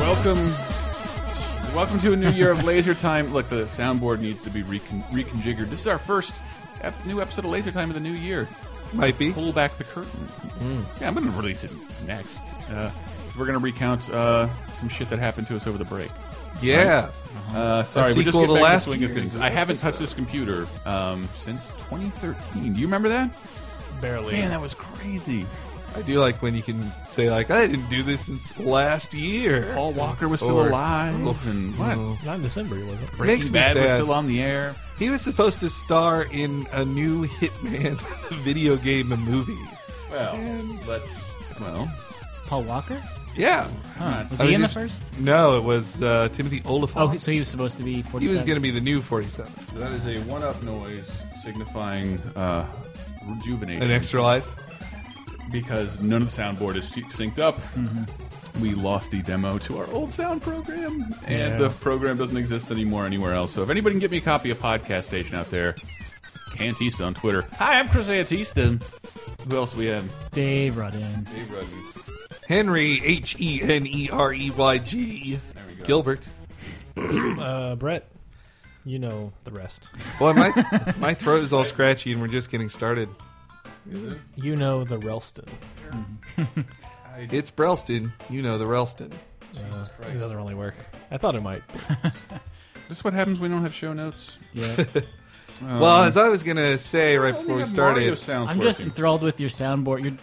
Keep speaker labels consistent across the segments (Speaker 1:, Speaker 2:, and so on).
Speaker 1: welcome. Welcome to a new year of Laser Time. Look, the soundboard needs to be recon reconfigured. This is our first ep new episode of Laser Time of the new year.
Speaker 2: Might be.
Speaker 1: Pull back the curtain.
Speaker 2: Mm-hmm.
Speaker 1: Yeah, I'm going to release it next. Uh, we're going to recount uh, some shit that happened to us over the break.
Speaker 2: Yeah.
Speaker 1: Uh, sorry, we just
Speaker 2: sequel
Speaker 1: get
Speaker 2: to
Speaker 1: back
Speaker 2: last
Speaker 1: to the swing of
Speaker 2: year's
Speaker 1: things. I haven't touched this computer um, since 2013. Do you remember that?
Speaker 3: barely.
Speaker 1: Man, that was crazy.
Speaker 2: I do like when you can say like, I didn't do this since last year.
Speaker 1: Paul Walker was still
Speaker 2: Or-
Speaker 1: alive, and what?
Speaker 2: Oh.
Speaker 3: Not in December, was it?
Speaker 2: Makes
Speaker 1: Breaking
Speaker 2: me
Speaker 1: Bad was
Speaker 2: sad.
Speaker 1: still on the air.
Speaker 2: He was supposed to star in a new Hitman video game and movie.
Speaker 1: Well, let's. Well,
Speaker 3: Paul Walker?
Speaker 2: Yeah.
Speaker 3: Was
Speaker 2: I
Speaker 3: Oh, he
Speaker 2: was
Speaker 3: in
Speaker 2: just-
Speaker 3: the first?
Speaker 2: No, it was uh, Timothy Oliphant.
Speaker 3: Oh, so he was supposed to be 47.
Speaker 2: he was going to be the new 47.
Speaker 1: that is a one-up noise signifying uh, rejuvenation.
Speaker 2: An extra life.
Speaker 1: because none of the soundboard is sy- synced up. We lost the demo to our old sound program, and
Speaker 3: Yeah.
Speaker 1: the program doesn't exist anymore anywhere else. So if anybody can get me a copy of Podcast Station out there, Cantista on Twitter. Hi, I'm Chris Antista. Who else do we have?
Speaker 3: Dave Rudden.
Speaker 1: Dave Rudden.
Speaker 2: Henry, H E N E R E Y G.
Speaker 1: There we go.
Speaker 2: Gilbert.
Speaker 3: Uh, Brett, you know the rest.
Speaker 2: Well, my, my throat is all scratchy and we're just getting started.
Speaker 3: You know the Relston.
Speaker 2: It's Brelston. You know the Relston.
Speaker 3: Uh, it
Speaker 1: Christ.
Speaker 3: doesn't really work. I thought it might.
Speaker 1: This is what happens when we don't have show notes.
Speaker 3: Yeah.
Speaker 2: well, as I was going to say right before we
Speaker 1: Mario
Speaker 2: started,
Speaker 1: sounds
Speaker 4: I'm just
Speaker 1: working.
Speaker 4: enthralled with your soundboard. You're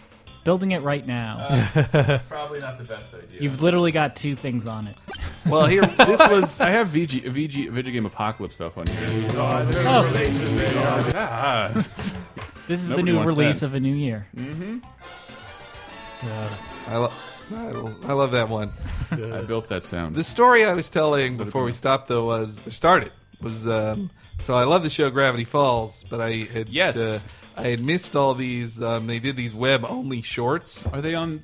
Speaker 4: building it right now.
Speaker 1: Uh, That's probably not the best idea.
Speaker 4: You've literally got two things on it.
Speaker 2: well, here, this was.
Speaker 1: I have VG, VG, video game apocalypse stuff on here.
Speaker 2: Oh.
Speaker 1: Ah.
Speaker 4: This is
Speaker 1: Nobody
Speaker 4: the new
Speaker 1: wants
Speaker 4: release
Speaker 1: that. Mm.
Speaker 4: of a new year.
Speaker 3: Uh,
Speaker 2: I, lo- I, lo- I love that one.
Speaker 1: I built that sound.
Speaker 2: The story I was telling before we stopped, though, was or started was um, so I love the show Gravity Falls, but I had
Speaker 1: Yes.
Speaker 2: uh, I had missed all these. Um, they did these web only shorts,
Speaker 1: Are they on?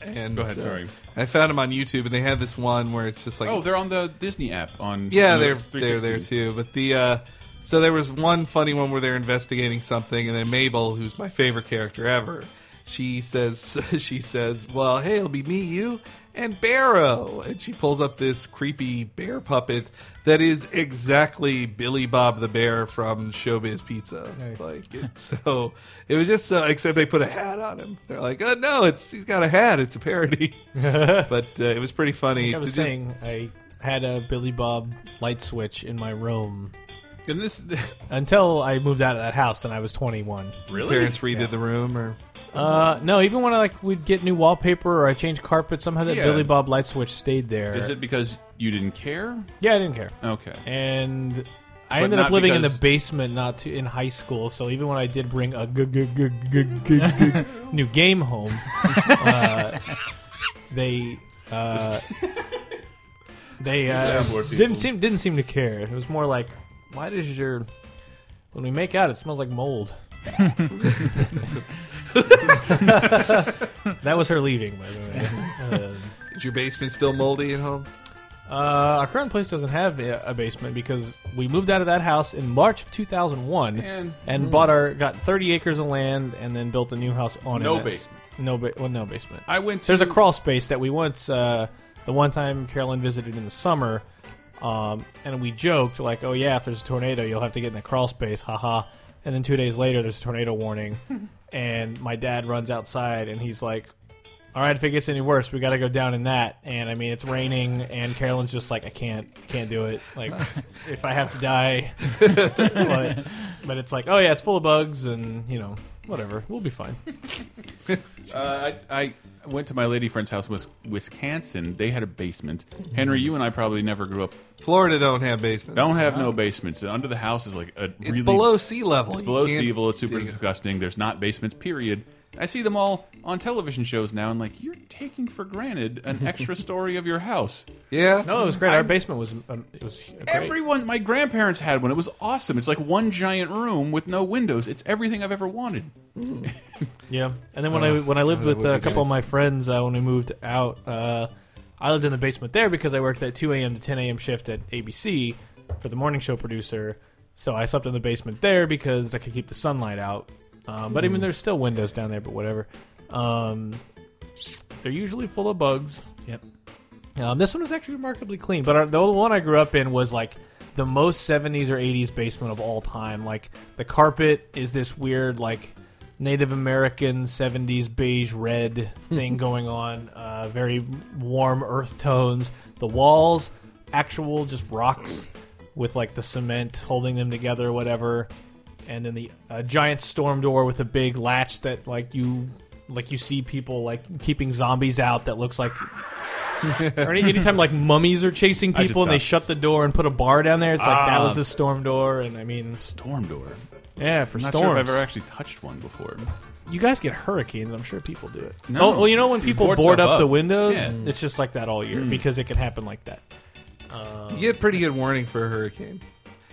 Speaker 2: and
Speaker 1: Go ahead,
Speaker 2: uh,
Speaker 1: sorry.
Speaker 2: I found them on YouTube, and they had this one where it's just like
Speaker 1: Oh, they're on the Disney app. On
Speaker 2: yeah,
Speaker 1: on the
Speaker 2: they're they're there
Speaker 1: 360.
Speaker 2: too. But the uh, so there was one funny one where they're investigating something, and then Mabel, who's my favorite character ever, she says she says, "Well, hey, it'll be me, you, and Barrow," and she pulls up this creepy bear puppet that is exactly Billy Bob the Bear from Showbiz Pizza.
Speaker 3: Nice.
Speaker 2: Like it, so, it was just so, except they put a hat on him. They're like, "Oh no, it's he's got a hat. It's a parody." but uh, it was pretty funny.
Speaker 3: I
Speaker 2: to
Speaker 3: was
Speaker 2: just-
Speaker 3: saying I had a Billy Bob light switch in my room
Speaker 1: And this
Speaker 3: until I moved out of that house and I was 21.
Speaker 1: really
Speaker 2: parents redid the room or.
Speaker 3: Uh, no, even when I like we'd get new wallpaper or I changed carpet, somehow that
Speaker 1: Yeah.
Speaker 3: Billy Bob light switch stayed there.
Speaker 1: is it because you didn't care?
Speaker 3: Yeah, I didn't care.
Speaker 1: Okay.
Speaker 3: And I
Speaker 1: But
Speaker 3: ended up
Speaker 1: not
Speaker 3: living in the
Speaker 1: because-
Speaker 3: basement, not to, in high school. So even when I did bring a g- g- g- g- g- g- new game home, uh, they uh, they uh,
Speaker 1: soundboard people.
Speaker 3: didn't seem didn't seem to care. It was more like, why does your when we make out, it smells like mold. that was her leaving, by the way. Um,
Speaker 2: Is your basement still moldy at home?
Speaker 3: uh, our current place doesn't have a a basement because we moved out of that house in March of 2001
Speaker 1: And-
Speaker 3: bought our got 30 acres of land and then built a new house on
Speaker 1: No
Speaker 3: it.
Speaker 1: basement.
Speaker 3: No ba- well, no basement.
Speaker 1: I went. To,
Speaker 3: There's a crawl space that we once uh, the one time Carolyn visited in the summer, um, and we joked like, "Oh yeah, if there's a tornado, you'll have to get in the crawl space." Haha. And then two days later, there's a tornado warning, and my dad runs outside and he's like. All right, if it gets any worse, we got to go down in that. And I mean, it's raining, and Carolyn's just like, I can't, I can't do it. Like, if I have to die, but, but it's like, oh yeah, it's full of bugs, and you know, whatever, we'll be fine.
Speaker 1: Uh, I, I went to my lady friend's house, was Wisconsin. They had a basement. Henry, you and I probably never grew up.
Speaker 2: Florida don't have basements.
Speaker 1: Don't have no basements. And Under the house is like a
Speaker 2: It's
Speaker 1: really
Speaker 2: below sea level.
Speaker 1: It's
Speaker 2: You
Speaker 1: below
Speaker 2: can't
Speaker 1: sea level. It's super
Speaker 2: dig it.
Speaker 1: disgusting. There's not basements. Period. I see them all on television shows now, and like you're taking for granted an extra story of your house.
Speaker 2: Yeah.
Speaker 3: No, Oh, it was great. Our basement was um, it was great.
Speaker 1: Everyone, my grandparents had one. It was awesome. It's like one giant room with no windows. It's everything I've ever wanted.
Speaker 3: yeah. And then when I when I lived
Speaker 2: that
Speaker 3: with
Speaker 2: would
Speaker 3: uh,
Speaker 2: be
Speaker 3: a couple of
Speaker 2: nice.
Speaker 3: my friends uh, when we moved out, uh, I lived in the basement there because I worked that 2 a.m. to 10 a.m. shift at ABC for the morning show producer. So I slept in the basement there because I could keep the sunlight out. Um, but I mean, there's still windows down there, but whatever. Um, they're usually full of bugs.
Speaker 4: Yep.
Speaker 3: Um, this one was actually remarkably clean, but our, the old one I grew up in was like the most 70s or 80s basement of all time. Like the carpet is this weird like Native American 70s beige red thing going on, uh, very warm earth tones. The walls, actual just rocks with like the cement holding them together, whatever. And then the uh, giant storm door with a big latch that like you like you see people like keeping zombies out that looks like or any, anytime like mummies are chasing
Speaker 1: I should
Speaker 3: people and they
Speaker 1: stop.
Speaker 3: shut the door and put a bar down there, it's like that
Speaker 1: Ah.
Speaker 3: was the storm door. And I mean,
Speaker 1: Storm door.
Speaker 3: yeah, for
Speaker 1: I'm not
Speaker 3: storms,
Speaker 1: sure if I've ever actually touched one before.
Speaker 3: you guys get hurricanes. I'm sure people do it.
Speaker 1: No.
Speaker 3: oh, well, you know when
Speaker 1: You
Speaker 3: people
Speaker 1: board
Speaker 3: board
Speaker 1: stuff
Speaker 3: up, the
Speaker 1: up.
Speaker 3: windows, Mm.
Speaker 1: Yeah. Mm.
Speaker 3: it's just like that all year because it can happen like that.
Speaker 2: You get pretty good warning for a hurricane.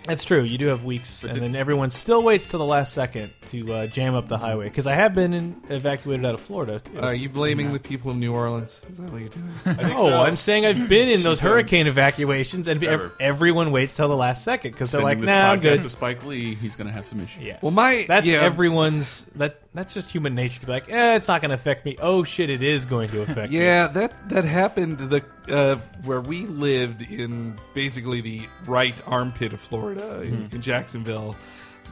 Speaker 3: That's true. You do have weeks, and
Speaker 1: did-
Speaker 3: then everyone still waits till the last second to uh, jam up the highway. Because I have been in, evacuated out of Florida. Too.
Speaker 2: Are you blaming the people of New Orleans? Is that what you're doing?
Speaker 3: no, Oh, I'm saying I've been in those hurricane evacuations, and ev-
Speaker 1: Ever.
Speaker 3: everyone waits till the last second because they're
Speaker 1: Sending
Speaker 3: like,
Speaker 1: this
Speaker 3: "Nah, I'm
Speaker 1: podcast
Speaker 3: good."
Speaker 1: to Spike Lee, he's going to have some issues.
Speaker 3: Yeah.
Speaker 2: Well, my
Speaker 3: That's
Speaker 2: yeah,
Speaker 3: everyone's. That that's just human nature to be like, eh, it's not going to affect me. Oh shit, it is going to affect me.
Speaker 2: Yeah, that that happened the uh, where we lived in basically the right armpit of Florida in, in Jacksonville.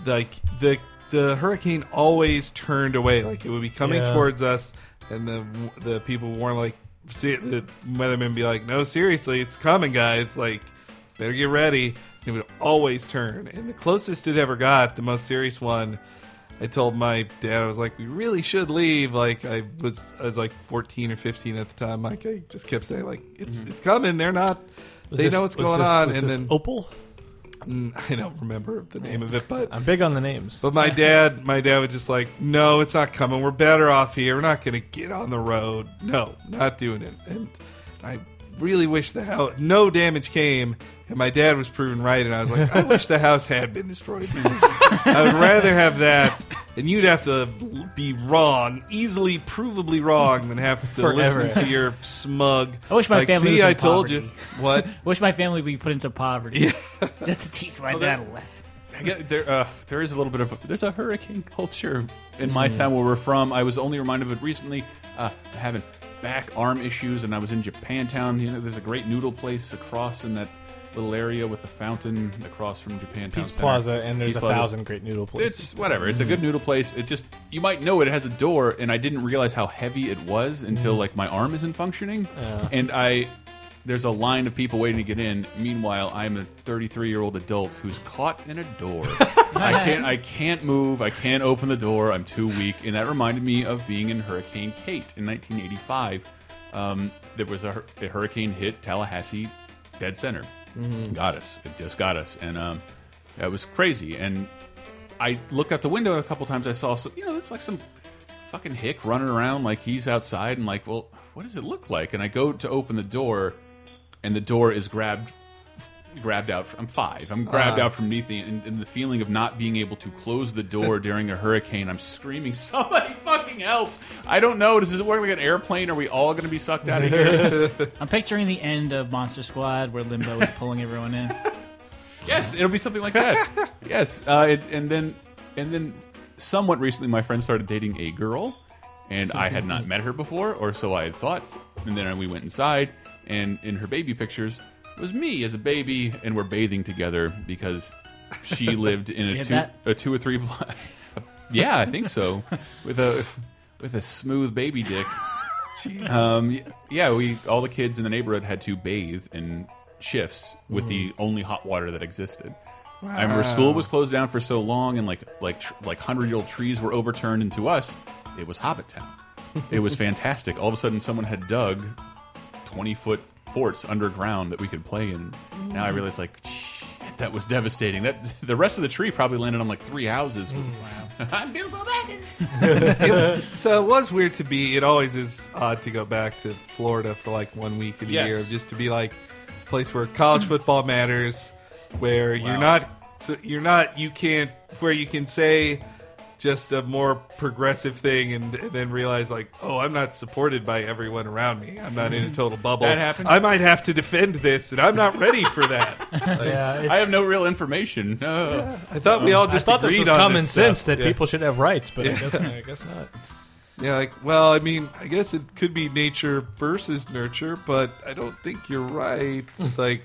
Speaker 2: Like the the hurricane always turned away, like it would be coming
Speaker 3: Yeah.
Speaker 2: towards us, and the the people warn like see it, the weathermen be like, "No, seriously, it's coming, guys! Like, better get ready." It would always turn, and the closest it ever got, the most serious one. I told my dad, I was like, we really should leave. Like, I was, I was like 14 or 15 at the time. Like, I just kept saying, like, it's it's coming. They're not.
Speaker 3: Mm-hmm. Was
Speaker 2: they
Speaker 3: this-
Speaker 2: know what's
Speaker 3: was
Speaker 2: going
Speaker 3: this-
Speaker 2: on.
Speaker 3: was
Speaker 2: And
Speaker 3: this oh
Speaker 2: then
Speaker 3: Opal.
Speaker 2: Mm, I don't remember the name of it, but
Speaker 3: I'm big on the names.
Speaker 2: but my dad, my dad was just like, no, it's not coming. We're better off here. We're not going to get on the road. No, not doing it. And I really wish the house, no damage came. And my dad was proven right. And I was like, I wish the house had been destroyed. because I would rather have that. And you'd have to be wrong, easily, provably wrong, than have to
Speaker 3: Forever.
Speaker 2: listen to your smug.
Speaker 4: I wish my
Speaker 2: like,
Speaker 4: family
Speaker 2: See,
Speaker 4: was in
Speaker 2: I told
Speaker 4: poverty."
Speaker 2: you. What?
Speaker 4: Wish my family would be put into poverty just to teach my dad a lesson.
Speaker 1: I get, there, uh, there is a little bit of there's a hurricane culture in my
Speaker 3: Hmm.
Speaker 1: town where we're from. I was only reminded of it recently, uh, having back arm issues, and I was in Japantown. You know, there's a great noodle place across in that little area with the fountain across from Japantown
Speaker 3: Peace
Speaker 1: Center.
Speaker 3: Plaza, and there's
Speaker 1: Peace
Speaker 3: a
Speaker 1: Plaza.
Speaker 3: thousand great noodle places.
Speaker 1: It's whatever. It's a good noodle place. It's just you might know it. It has a door, and I didn't realize how heavy it was until like my arm isn't functioning, and I there's a line of people waiting to get in. Meanwhile, I'm a 33 year old adult who's caught in a door. I can't. I can't move. I can't open the door. I'm too weak, and that reminded me of being in Hurricane Kate in 1985. Um, there was a, hur- a hurricane hit Tallahassee, dead center. Got us. It just got us, and um, it was crazy. And I looked out the window a couple times. I saw some, you know, it's like some fucking hick running around like he's outside. And like, well, what does it look like? And I go to open the door, and the door is grabbed, grabbed out. From, I'm five. I'm grabbed out from beneath me, and, and the feeling of not being able to close the door during a hurricane. I'm screaming, "Somebody fucking help! I don't know. Does it work like an airplane? Are we all going to be sucked out of here?"
Speaker 4: I'm picturing the end of Monster Squad where Limbo is pulling everyone in.
Speaker 1: Yes, it'll be something like that. yes, uh, it, and then and then somewhat recently, my friend started dating a girl, and I had not met her before, or so I had thought. And then we went inside, and in her baby pictures was me as a baby, and we're bathing together because she lived in a
Speaker 4: had
Speaker 1: two
Speaker 4: that?
Speaker 1: a two or three block. yeah, I think so. With a with a smooth baby dick. Um, y- yeah, we all the kids in the neighborhood had to bathe in shifts with
Speaker 3: Mm.
Speaker 1: the only hot water that existed. I remember school was closed down for so long, and like like tr like hundred year old trees were overturned, and to us, it was Hobbit Town. it was fantastic. All of a sudden, someone had dug twenty foot forts underground that we could play in. Now I
Speaker 3: Mm.
Speaker 1: realize like. shit, That was devastating. That the rest of the tree probably landed on like three houses.
Speaker 3: Mm,
Speaker 1: I'm Bilbo Baggins.
Speaker 2: it, so it was weird to be. It always is odd to go back to Florida for like one week in a
Speaker 1: Yes.
Speaker 2: year, just to be like a place where
Speaker 3: Hmm.
Speaker 2: college football matters, where you're not, so you're not, you can't, where you can say just a more progressive thing and, and then realize like, oh, I'm not supported by everyone around me. I'm not
Speaker 3: Hmm.
Speaker 2: in a total bubble.
Speaker 1: That happened?
Speaker 2: I might have to defend this, and I'm not ready for that. Like,
Speaker 3: yeah, it's,
Speaker 1: I have no real information. No.
Speaker 2: I thought we all
Speaker 3: Oh. I
Speaker 2: just
Speaker 3: thought this
Speaker 2: agreed
Speaker 3: was
Speaker 2: on
Speaker 3: common
Speaker 2: this
Speaker 3: sense
Speaker 2: stuff.
Speaker 3: that
Speaker 2: Yeah.
Speaker 3: people should have rights, but I, guess, I guess not.
Speaker 2: Yeah, like, well, I mean, I guess it could be nature versus nurture, but I don't think you're right. Like,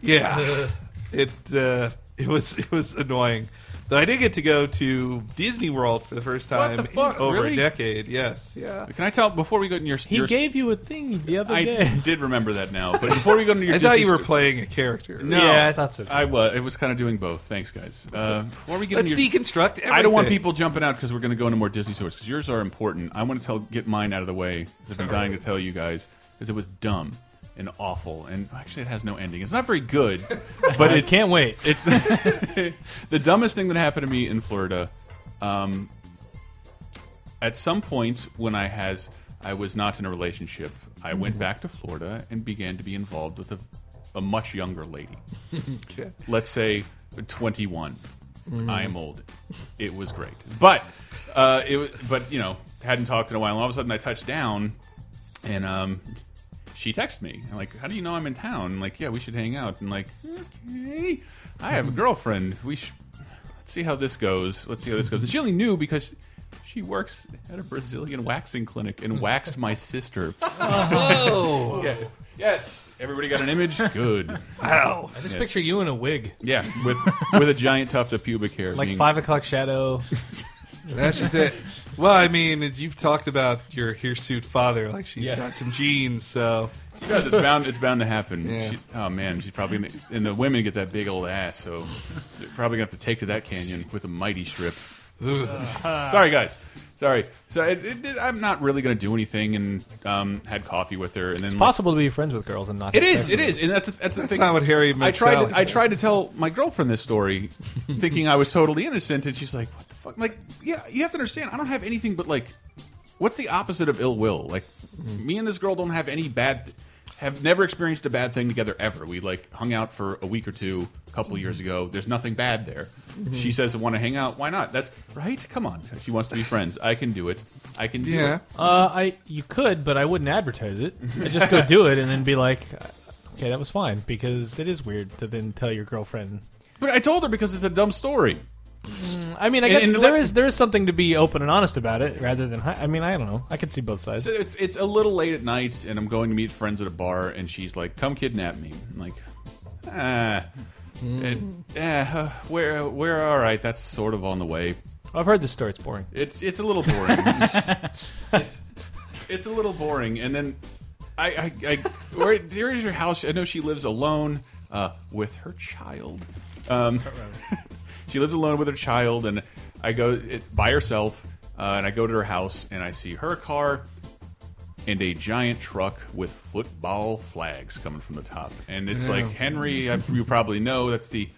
Speaker 2: yeah, it uh, it was it was annoying. Though I did get to go to Disney World for the first time
Speaker 1: the fuck,
Speaker 2: in over
Speaker 1: really?
Speaker 2: a decade. Yes, yeah.
Speaker 1: Can I tell before we go into your?
Speaker 3: He
Speaker 1: your
Speaker 3: gave you a thing the other
Speaker 1: I
Speaker 3: day.
Speaker 1: did remember that now, but before we go into your,
Speaker 2: I thought
Speaker 1: Disney
Speaker 2: you were
Speaker 1: sto-
Speaker 2: playing a character.
Speaker 1: No,
Speaker 3: Yeah, I thought so, too.
Speaker 1: I was. It was kind of doing both. Thanks, guys. Uh, before we get
Speaker 2: Let's
Speaker 1: into your-
Speaker 2: deconstruct. Everything.
Speaker 1: I don't want people jumping out because we're going to go into more Disney stories because yours are important. I want to tell get mine out of the way 'cause I've been dying to tell you guys because it was dumb and awful and actually it has no ending. It's not very good, but
Speaker 3: I
Speaker 1: it's
Speaker 3: can't wait.
Speaker 1: it's the dumbest thing that happened to me in Florida. Um, at some point when I has I was not in a relationship, I
Speaker 3: Mm-hmm.
Speaker 1: went back to Florida and began to be involved with a, a much younger lady. Let's say 21. I am old. It was great, but uh, it was, but you know hadn't talked in a while. And all of a sudden I touched down, and um, she texted me and like, "How do you know I'm in town?" And like, "Yeah, we should hang out." And like, "Okay, I have a girlfriend. We sh let's see how this goes. Let's see how this goes." And she only knew because she works at a Brazilian waxing clinic and waxed my sister.
Speaker 2: Whoa!
Speaker 1: Yeah. Yes, everybody got an image. Good.
Speaker 2: Wow.
Speaker 3: I just picture you in a wig,
Speaker 1: Yeah, with with a giant tuft of pubic hair.
Speaker 3: like
Speaker 1: being-
Speaker 3: five o'clock shadow.
Speaker 2: That's just it. Well, I mean, as you've talked about your hirsute father, like she's
Speaker 1: Yeah.
Speaker 2: got some genes, so
Speaker 1: She does. It's bound. It's bound to happen.
Speaker 2: Yeah.
Speaker 1: She, oh man, she's probably gonna, and the women get that big old ass, so they're probably gonna have to take to that canyon with a mighty strip.
Speaker 2: Ugh.
Speaker 1: Sorry, guys. Sorry. So it, it, it- I'm not really gonna do anything, and um, had coffee with her, and then like-
Speaker 3: Possible to be friends with girls and not.
Speaker 1: It
Speaker 3: have
Speaker 1: is.
Speaker 3: sex
Speaker 1: It
Speaker 3: with
Speaker 1: is, and that's that's the
Speaker 2: That's
Speaker 1: thing.
Speaker 2: not what Harry
Speaker 1: I
Speaker 2: Mack
Speaker 1: tried.
Speaker 2: Sally
Speaker 1: To, I
Speaker 2: said.
Speaker 1: tried to tell my girlfriend this story, thinking I was totally innocent, and she's like, "What the fuck?" I'm like, yeah, you have to understand. I don't have anything but like, what's the opposite of ill will? Like,
Speaker 2: Mm-hmm.
Speaker 1: me and this girl don't have any bad. Have never experienced a bad thing together ever. We like hung out for a week or two a couple years
Speaker 2: Mm-hmm.
Speaker 1: ago. There's nothing bad there. She says I want to hang out. Why not? That's right. Come on. She wants to be friends. I can do it. I can do
Speaker 2: yeah.
Speaker 1: it.
Speaker 3: Uh, I you could, but I wouldn't advertise it. I just go do it and then be like, okay, that was fine because it is weird to then tell your girlfriend.
Speaker 1: But I told her because it's a dumb story.
Speaker 3: I mean, I
Speaker 1: And-
Speaker 3: guess
Speaker 1: and
Speaker 3: there
Speaker 1: let-
Speaker 3: is there is something to be open and honest about it rather than. hi- I mean, I don't know. I could see both sides.
Speaker 1: So it's it's a little late at night, and I'm going to meet friends at a bar, and she's like, "Come kidnap me." I'm like, ah, eh, eh, we're we're all right. That's sort of on the way.
Speaker 3: I've heard this story. It's boring.
Speaker 1: It's it's a little boring. it's, it's a little boring, and then I I, I where, there is your house. I know she lives alone uh, with her child. Um, she lives alone with her child, and I go it, by herself, uh, and I go to her house, and I see her car and a giant truck with football flags coming from the top. And it's like, Henry, I, you probably know that's the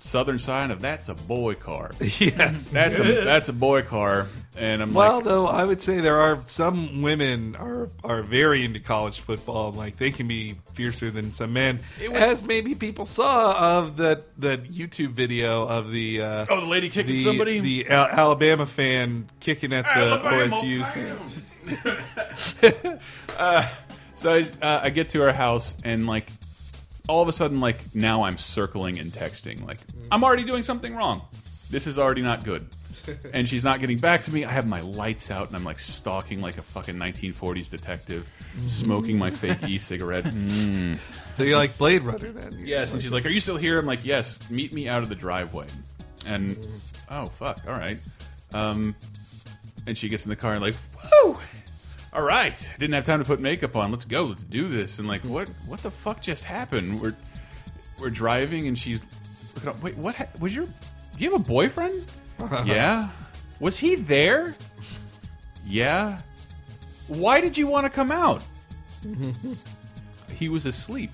Speaker 1: southern sign of that's a boy car.
Speaker 2: Yes.
Speaker 1: That's a that's a boy car, and I'm
Speaker 2: Well,
Speaker 1: like,
Speaker 2: though, I would say there are some women are are very into college football. Like they can be fiercer than some men,
Speaker 1: It was-
Speaker 2: as maybe people saw of that that YouTube video of the uh,
Speaker 1: oh, the lady kicking
Speaker 2: the,
Speaker 1: somebody.
Speaker 2: the uh, Al- Alabama fan kicking at the
Speaker 1: Alabama
Speaker 2: OSU.
Speaker 1: fans. Uh, so I, uh, I get to her house and like all of a sudden like now I'm circling and texting like I'm already doing something wrong. This is already not good. And she's not getting back to me. I have my lights out and I'm like stalking like a fucking 1940s detective,
Speaker 2: Mm-hmm.
Speaker 1: smoking my fake e-cigarette. Mm.
Speaker 2: So you're like Blade Runner then? You're
Speaker 1: Yes, and she's like, "Are you still here?" I'm like, "Yes." Meet me out of the driveway. And oh fuck, all right. Um, and she gets in the car and like, "Whoa, all right." Didn't have time to put makeup on. Let's go. Let's do this. And like, what? What the fuck just happened? We're we're driving, and she's looking up. Wait, what ha was your? You have a boyfriend? yeah. Was he there? Yeah. Why did you want to come out? he was asleep.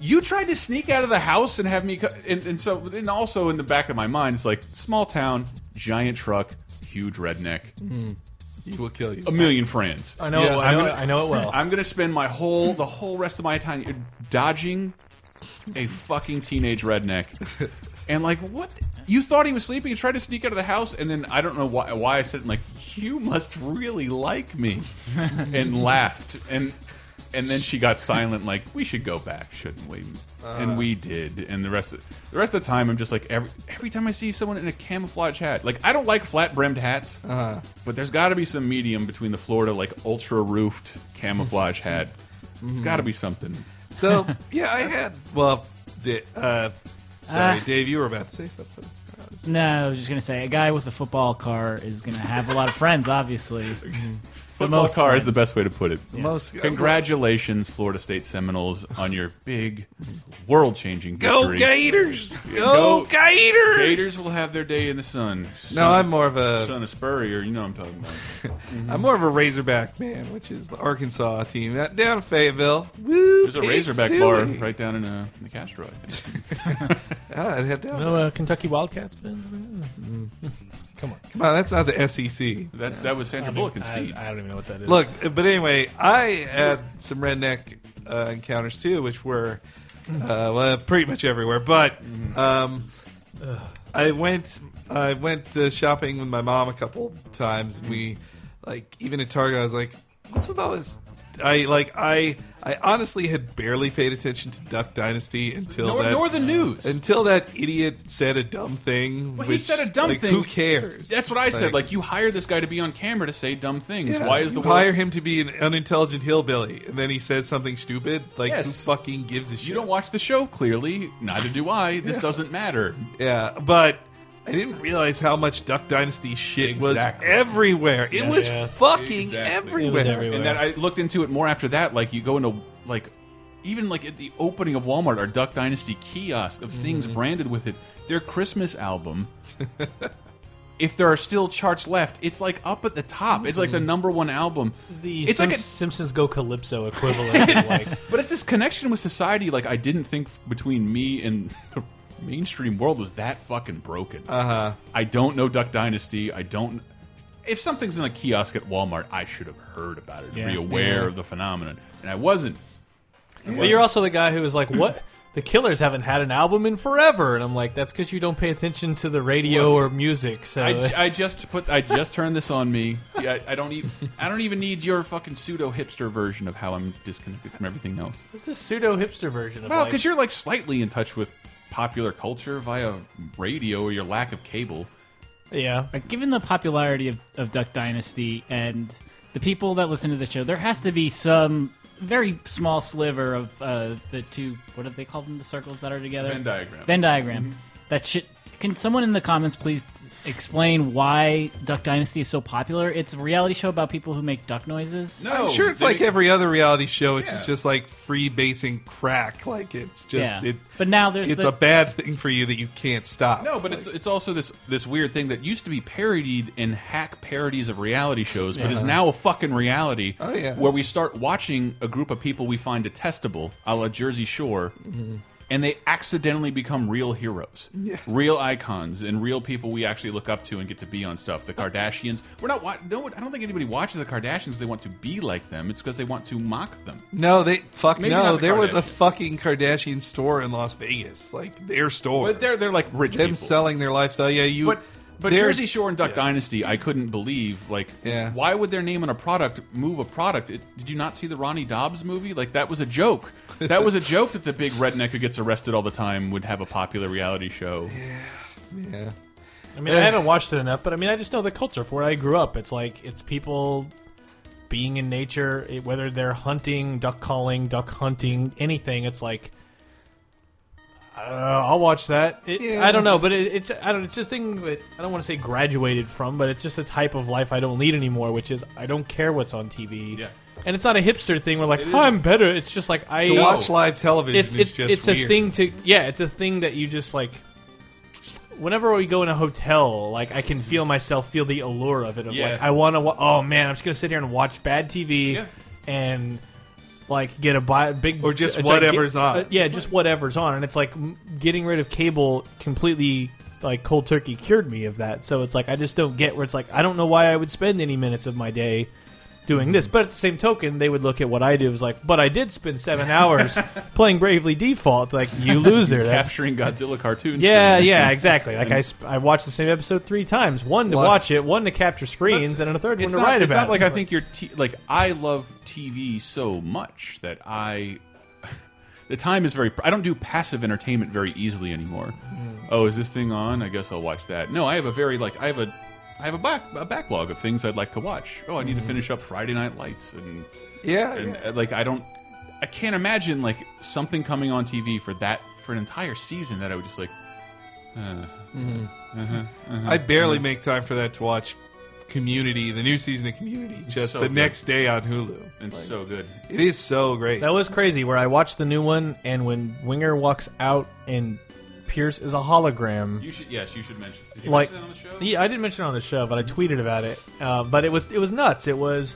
Speaker 1: You tried to sneak out of the house and have me, co and, and so, and also in the back of my mind, it's like small town, giant truck, huge redneck,
Speaker 2: he will kill you.
Speaker 1: a million friends.
Speaker 3: I know.
Speaker 2: Mm-hmm. Yeah,
Speaker 3: it, I,
Speaker 2: I'm
Speaker 3: know
Speaker 1: gonna-
Speaker 3: it, I know it well.
Speaker 1: I'm gonna spend my whole, the whole rest of my time dodging a fucking teenage redneck, and like, what? You thought he was sleeping? You tried to sneak out of the house, and then I don't know why. Why I said like, you must really like me, and laughed, and and then she got silent. Like, we should go back, shouldn't we? and we
Speaker 2: Uh.
Speaker 1: did. And the rest, of, the rest of the time, I'm just like every every time I see someone in a camouflage hat. Like I don't like flat brimmed hats,
Speaker 2: Uh-huh.
Speaker 1: but there's got to be some medium between the Florida like ultra roofed camouflage hat. There's got to be something.
Speaker 2: So yeah, I had well, di- uh, sorry,
Speaker 4: Ah.
Speaker 2: Dave, you were about to say something.
Speaker 4: No, I was just gonna say a guy with a football car is gonna have a lot of friends, obviously.
Speaker 1: Football
Speaker 4: most
Speaker 1: car is the
Speaker 4: friends.
Speaker 1: best way to put it.
Speaker 2: Most
Speaker 1: Congratulations, Florida State Seminoles, on your big, world-changing
Speaker 2: Go
Speaker 1: victory.
Speaker 2: Gators!
Speaker 1: Go
Speaker 2: Go, Gators!
Speaker 1: Gators will have their day in the sun.
Speaker 2: No, I'm more of
Speaker 1: son
Speaker 2: a
Speaker 1: of Spurrier. You know what I'm talking about.
Speaker 2: I'm more of a Razorback man, which is the Arkansas team That- down in Fayetteville. Woo,
Speaker 1: There's a
Speaker 2: Big
Speaker 1: Razorback
Speaker 2: Suey.
Speaker 1: bar right down in, uh, in the Castro. I think.
Speaker 2: Ah, I'd head down.
Speaker 3: No uh, Kentucky Wildcats. Come on.
Speaker 2: Come on, that's not the E SEC.
Speaker 1: That that was Sandra Bullock in Speed.
Speaker 3: I, I don't even know what that is.
Speaker 2: Look, but anyway, I had some redneck uh, encounters too, which were uh, well, pretty much everywhere. But
Speaker 1: Mm-hmm.
Speaker 2: um, I went, I went uh, shopping with my mom a couple times. We
Speaker 1: Mm-hmm.
Speaker 2: like even at Target, I was like, "What's with all this?" I like, I, I honestly had barely paid attention to Duck Dynasty until
Speaker 1: nor,
Speaker 2: that.
Speaker 1: nor the news.
Speaker 2: until that idiot said a dumb thing.
Speaker 1: Well, he
Speaker 2: which,
Speaker 1: said a dumb
Speaker 2: like,
Speaker 1: thing.
Speaker 2: Who cares?
Speaker 1: That's what I said. Like you hire this guy to be on camera to say dumb things.
Speaker 2: Yeah,
Speaker 1: Why is the
Speaker 2: you hire
Speaker 1: world,
Speaker 2: him to be an unintelligent hillbilly, and then he says something stupid? Like who
Speaker 1: Yes.
Speaker 2: fucking gives a shit?
Speaker 1: You don't watch the show clearly. Neither do I. This doesn't matter.
Speaker 2: Yeah, but I didn't realize how much Duck Dynasty shit
Speaker 1: Exactly.
Speaker 2: was everywhere. It
Speaker 3: Yeah,
Speaker 2: was
Speaker 3: yeah.
Speaker 2: fucking
Speaker 1: Exactly.
Speaker 2: everywhere.
Speaker 3: It was everywhere.
Speaker 1: And then I looked into it more after that. Like you go into like even like at the opening of Walmart, our Duck Dynasty kiosk of things
Speaker 3: Mm-hmm.
Speaker 1: branded with it, their Christmas album. if there are still charts left, it's like up at the top. It's like the number one album.
Speaker 3: Mm-hmm. this is the
Speaker 1: It's
Speaker 3: Simps-
Speaker 1: like a-
Speaker 3: Simpsons Go Calypso equivalent. of, like,
Speaker 1: But it's this connection with society. Like I didn't think between me and the mainstream world was that fucking broken. Uh huh. I don't know Duck Dynasty. I don't. If something's in a kiosk at Walmart, I should have heard about it, and be aware of the phenomenon, and I wasn't.
Speaker 3: But you're also the guy who was like, "What? The Killers haven't had an album in forever," and I'm like, "That's because you don't pay attention to the radio or music." So
Speaker 1: I, I just put I just turned this on me. Yeah, I, I don't even I don't even need your fucking pseudo hipster version of how I'm disconnected from everything else.
Speaker 3: it's the pseudo hipster version of
Speaker 1: Well,
Speaker 3: like,
Speaker 1: because you're like slightly in touch with popular culture via radio or your lack of cable.
Speaker 3: yeah.
Speaker 4: Like, given the popularity of, of Duck Dynasty and the people that listen to the show, there has to be some very small sliver of uh, the two. What do they call them? The circles that are together.
Speaker 1: Venn diagram.
Speaker 4: Venn diagram.
Speaker 2: Mm-hmm.
Speaker 4: That shit. Can someone in the comments please explain why Duck Dynasty is so popular? It's a reality show about people who make duck noises.
Speaker 2: I'm sure it's
Speaker 1: they-
Speaker 2: like every other reality show, which
Speaker 1: Oh, Yeah.
Speaker 2: is just like free basing crack. Like it's just
Speaker 4: yeah.
Speaker 2: it.
Speaker 4: but now there's
Speaker 2: It's
Speaker 4: the,
Speaker 2: a bad thing for you that you can't stop.
Speaker 1: No, but it's it's also this this weird thing that used to be parodied in hack parodies of reality shows, but is now a fucking reality.
Speaker 2: Oh, yeah.
Speaker 1: where we start watching a group of people we find detestable, a la Jersey Shore, and they accidentally become real heroes, real icons, and real people we actually look up to and get to be on stuff. The Kardashians, we're not. wa- No, I don't think anybody watches the Kardashians. They want to be like them. It's because they want to mock them.
Speaker 2: No, they fuck
Speaker 1: Maybe
Speaker 2: no.
Speaker 1: not the
Speaker 2: there was a
Speaker 1: Kardashians.
Speaker 2: fucking Kardashian store in Las Vegas, like their store.
Speaker 1: But they're they're like rich
Speaker 2: them
Speaker 1: people.
Speaker 2: selling their lifestyle. Yeah, you.
Speaker 1: But but
Speaker 2: they're-
Speaker 1: Jersey Shore and Duck Dynasty, I couldn't believe. Like,
Speaker 2: Yeah.
Speaker 1: why would their name on a product move a product? It, did you not see the Ronnie Dobbs movie? Like, that was a joke. That was a joke that the big redneck who gets arrested all the time would have a popular reality show.
Speaker 2: Yeah.
Speaker 3: I
Speaker 2: Eh.
Speaker 3: mean, I haven't watched it enough, but I mean, I just know the culture for where I grew up. It's like it's people being in nature, it- whether they're hunting, duck calling, duck hunting, anything. It's like uh, I'll watch that. It,
Speaker 2: Yeah.
Speaker 3: I don't know, but it, it's I don't. It's just thing that I don't want to say graduated from, but it's just a type of life I don't lead anymore, which is I don't care what's on TV.
Speaker 1: Yeah.
Speaker 3: And it's not a hipster thing. We're like,
Speaker 1: is-
Speaker 3: I'm better. It's just like I
Speaker 2: To watch live television
Speaker 3: it's
Speaker 2: is
Speaker 3: it-
Speaker 2: just
Speaker 3: it's
Speaker 2: weird.
Speaker 3: a thing to yeah it's a thing that you just like whenever we go in a hotel like i can
Speaker 2: Mm-hmm.
Speaker 3: feel myself feel the allure of it of
Speaker 1: Yeah.
Speaker 3: like i want to wa- oh man i'm just gonna sit here and watch bad tv
Speaker 1: Yeah.
Speaker 3: and like get a bi- big
Speaker 2: Or just
Speaker 3: a giga-
Speaker 2: whatever's on.
Speaker 3: uh, yeah just whatever's on and it's like m- getting rid of cable completely like cold turkey cured me of that so it's like i just don't get where it's like i don't know why i would spend any minutes of my day doing
Speaker 1: Mm-hmm.
Speaker 3: this. But at the same token, they would look at what I do as like, but I did spend seven hours playing Bravely Default. Like you loser. That's,
Speaker 1: Capturing Godzilla cartoons.
Speaker 3: yeah,
Speaker 1: for instance.
Speaker 3: yeah, exactly. Like I, sp- I watched the same episode three times: one to
Speaker 2: What?
Speaker 3: watch it, one to capture screens,
Speaker 1: That's-
Speaker 3: and a third one
Speaker 1: It's
Speaker 3: to
Speaker 1: not,
Speaker 3: write
Speaker 1: it's
Speaker 3: about.
Speaker 1: not like I think you're t like I love TV so much that I the time is very. I don't do passive entertainment very easily anymore. Oh, is this thing on? I guess I'll watch that. No, I have a very like I have a. I have a, back, a backlog of things I'd like to watch. Oh, I need to finish up Friday Night Lights and
Speaker 2: Yeah,
Speaker 1: and
Speaker 2: yeah.
Speaker 1: uh, like I don't, I can't imagine like something coming on TV for that for an entire season that I would just like. Uh,
Speaker 2: I barely make time for that to watch Community, the new season of Community, just
Speaker 1: so
Speaker 2: the
Speaker 1: good.
Speaker 2: next day on Hulu.
Speaker 1: it's so good.
Speaker 2: It is so great.
Speaker 3: That was crazy. Where I watched the new one, and when Winger walks out, and Pierce is a hologram.
Speaker 1: You should yes, you should mention. Did you
Speaker 3: like,
Speaker 1: mention that on the show?
Speaker 3: yeah, I didn't mention it on the show, but I tweeted about it. Uh, but it was it was nuts. It was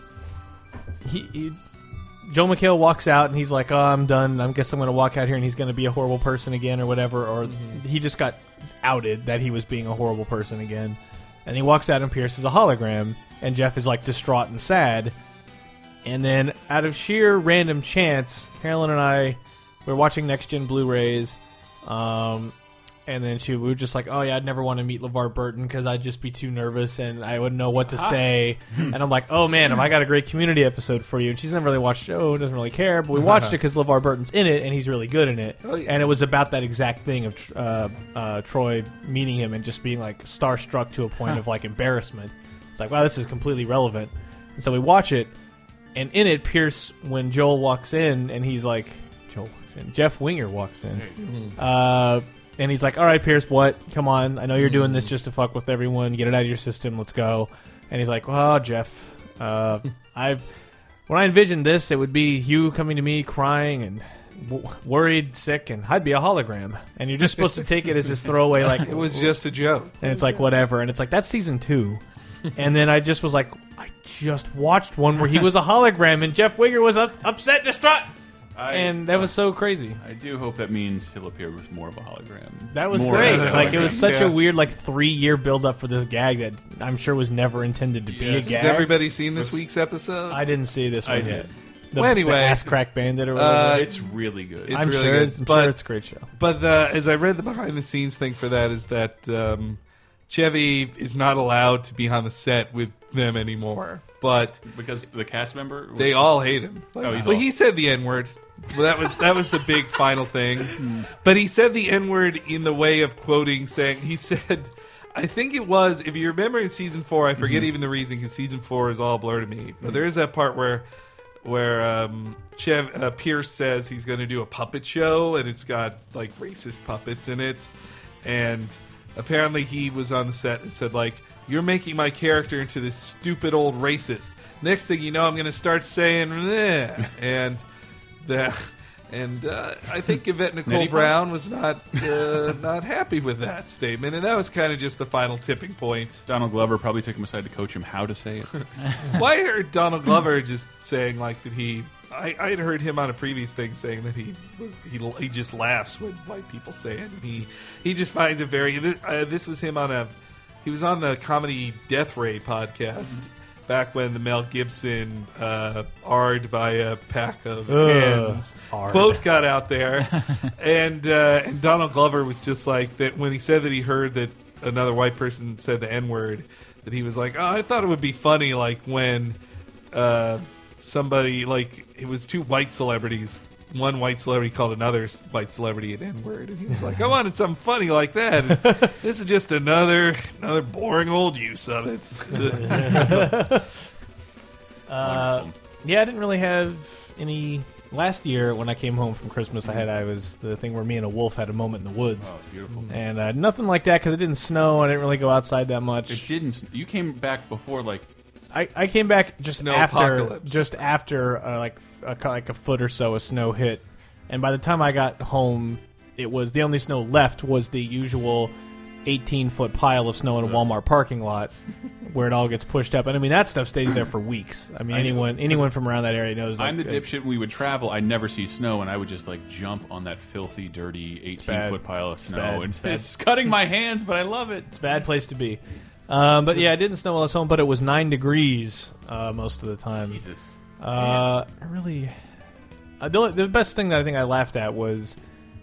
Speaker 3: he, he Joe McHale walks out and he's like, "Oh, I'm done. I guess I'm going to walk out here, and he's going to be a horrible person again, or whatever." Or he just got outed that he was being a horrible person again, and he walks out and Pierce is a hologram, and Jeff is like distraught and sad. And then, out of sheer random chance, Carolyn and I were watching Next Gen Blu-rays, um, and then she we were just like, "Oh yeah, I'd never want to meet LeVar Burton because I'd just be too nervous and I wouldn't know what
Speaker 2: Ah.
Speaker 3: to say."
Speaker 2: Hmm.
Speaker 3: and I'm like, "Oh man, have I got a great community episode for you?" And she's never really watched the show, doesn't really care, but we watched it because LeVar Burton's in it and he's really good in it.
Speaker 2: Oh, yeah.
Speaker 3: And it was about that exact thing of tr- uh, uh, Troy meeting him and just being like starstruck to a point of like embarrassment. It's like, wow, this is completely relevant. And so we watch it, and in it, Pierce, when Joel walks in, and he's like, Joel walks in, Jeff Winger walks in. Uh, and he's like, all right, Pierce, what? Come on. I know you're doing this just to fuck with everyone. Get it out of your system. Let's go. And he's like, well, Jeff, uh, I've. When I envisioned this, it would be you coming to me crying and w- worried, sick, and I'd be a hologram. And you're just supposed to take it as this throwaway, like,
Speaker 2: it was just a joke.
Speaker 3: and it's like whatever and it's like that's season two and then i just was like i just watched one where he was a hologram and jeff wigger was up, upset and distraught
Speaker 1: I,
Speaker 3: and that was so crazy
Speaker 1: I do hope that means he'll appear with more of a hologram.
Speaker 3: that was
Speaker 1: More
Speaker 3: great
Speaker 1: as a
Speaker 3: like it was
Speaker 1: hologram.
Speaker 3: such
Speaker 2: Yeah.
Speaker 3: a weird like three year build up for this gag that i'm sure was never intended to be
Speaker 1: Yes.
Speaker 3: a
Speaker 2: Has
Speaker 3: gag
Speaker 2: everybody seen this week's episode?
Speaker 3: i didn't see this
Speaker 1: I
Speaker 3: one
Speaker 1: did.
Speaker 3: yet the,
Speaker 2: Well, anyway.
Speaker 3: the ass crack bandit or whatever
Speaker 2: Uh,
Speaker 1: it's really good.
Speaker 2: it's
Speaker 3: i'm
Speaker 2: really
Speaker 3: sure
Speaker 2: good,
Speaker 3: it's, I'm
Speaker 2: but-
Speaker 3: sure it's a great show
Speaker 2: But the, as I read the behind the scenes thing for that is that um, Chevy is not allowed to be on the set with them anymore. But
Speaker 1: because the cast member
Speaker 2: they all hate him. Like,
Speaker 1: Oh, he's awful.
Speaker 2: well, he said the N word. Well, that was that was the big final
Speaker 1: Hmm.
Speaker 2: thing. But he said the N word in the way of quoting, saying he said, "I think it was if you remember in season four. I
Speaker 1: Mm-hmm.
Speaker 2: forget even the reason because season four is all blur to me. But there is that part where." Where um, Chev, uh, Pierce says he's going to do a puppet show and it's got like racist puppets in it, and apparently he was on the set and said like you're making my character into this stupid old racist next thing you know i'm going to start saying "Bleh." and the and uh, i think yvette nicole
Speaker 1: Nitty-pot?
Speaker 2: brown was not uh, not happy with that statement and that was kind of just the final tipping point
Speaker 1: Donald Glover probably took him aside to coach him how to say it.
Speaker 2: why I heard donald glover just saying like that he I, I had heard him on a previous thing saying that he was he, he just laughs when white people say it, and he he just finds it very. This, uh, this was him on a he was on the comedy Death Ray podcast back when the Mel Gibson uh, "Ard" by a pack of
Speaker 3: Ugh,
Speaker 2: hens
Speaker 3: Ard.
Speaker 2: quote got out there, and uh, and Donald Glover was just like that when he said that he heard that another white person said the N word, that he was like, oh, I thought it would be funny like when uh, somebody like it was two white celebrities. One white celebrity called another s- white celebrity an N word, and he was like, "I wanted something funny like that. And this is just another another boring old use of it."
Speaker 3: Uh,
Speaker 1: Wonderful.
Speaker 3: yeah, I didn't really have any. Last year, when I came home from Christmas, I had I was the thing where me and a wolf had a moment in the woods,
Speaker 1: Oh, it's beautiful.
Speaker 3: and uh, nothing like that because it didn't snow. I didn't really go outside that
Speaker 1: It
Speaker 3: much.
Speaker 1: didn't. You came back before like
Speaker 3: I, I came back just
Speaker 2: Snow
Speaker 3: after
Speaker 2: apocalypse.
Speaker 3: just after uh, like a, cu- like a foot or so of snow hit, and by the time I got home, it was the only snow left was the usual. 18 foot pile of snow in a Walmart parking lot where it all gets pushed up. And I mean, that stuff stays there for weeks. I mean,
Speaker 1: I know.
Speaker 3: anyone anyone from around that area knows
Speaker 1: I'm the
Speaker 3: like, it-
Speaker 1: dipshit. When we would travel, I never see snow, and I would just like jump on that filthy, dirty, 18
Speaker 3: bad.
Speaker 1: foot pile of snow,
Speaker 3: bad.
Speaker 1: and
Speaker 3: It's bad.
Speaker 1: it's cutting my hands, but I love it.
Speaker 3: It's a bad place to be. Um, but yeah, I didn't snow while I was home, but it was nine degrees uh, most of the time.
Speaker 1: Jesus,
Speaker 3: Uh, I really, uh, the, only- the best thing that I think I laughed at was,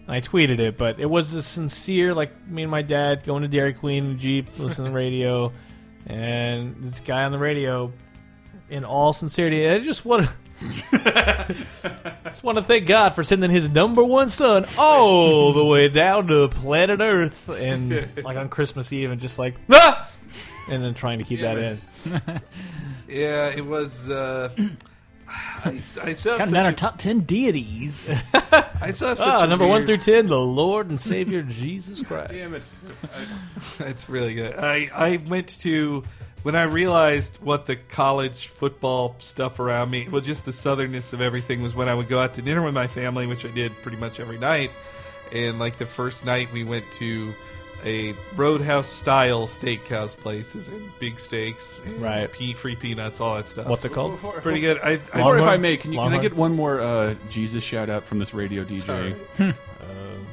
Speaker 3: and I tweeted it, but it was a sincere like me and my dad going to Dairy Queen in the Jeep, listening to the radio, and this guy on the radio, in all sincerity, and it just what. a- Just want to thank God for sending his number one son all the way down to planet Earth and like on Christmas Eve and just like ah! and then trying to keep that in.
Speaker 2: Yeah, it was. Uh, I, I still have
Speaker 4: Counting down our
Speaker 2: such
Speaker 4: top ten deities.
Speaker 2: a, I still have such
Speaker 3: Ah,
Speaker 2: a
Speaker 3: number one
Speaker 2: weird-
Speaker 3: through ten, the Lord and Savior Jesus Christ.
Speaker 1: Damn it!
Speaker 2: It's really good. I, I went to when I realized what the college football stuff around me, well, just the southernness of everything, was when I would go out to dinner with my family, which I did pretty much every night. And like the first night, we went to a roadhouse style steakhouse places and big steaks, and
Speaker 3: Right.
Speaker 2: Pea, free peanuts, all that stuff.
Speaker 3: What's it called?
Speaker 2: Pretty good. I, I
Speaker 1: Or if I
Speaker 3: Longhorn?
Speaker 1: may, can you can I
Speaker 3: Longhorn?
Speaker 1: get one more uh, Jesus shout out from this radio DJ? uh,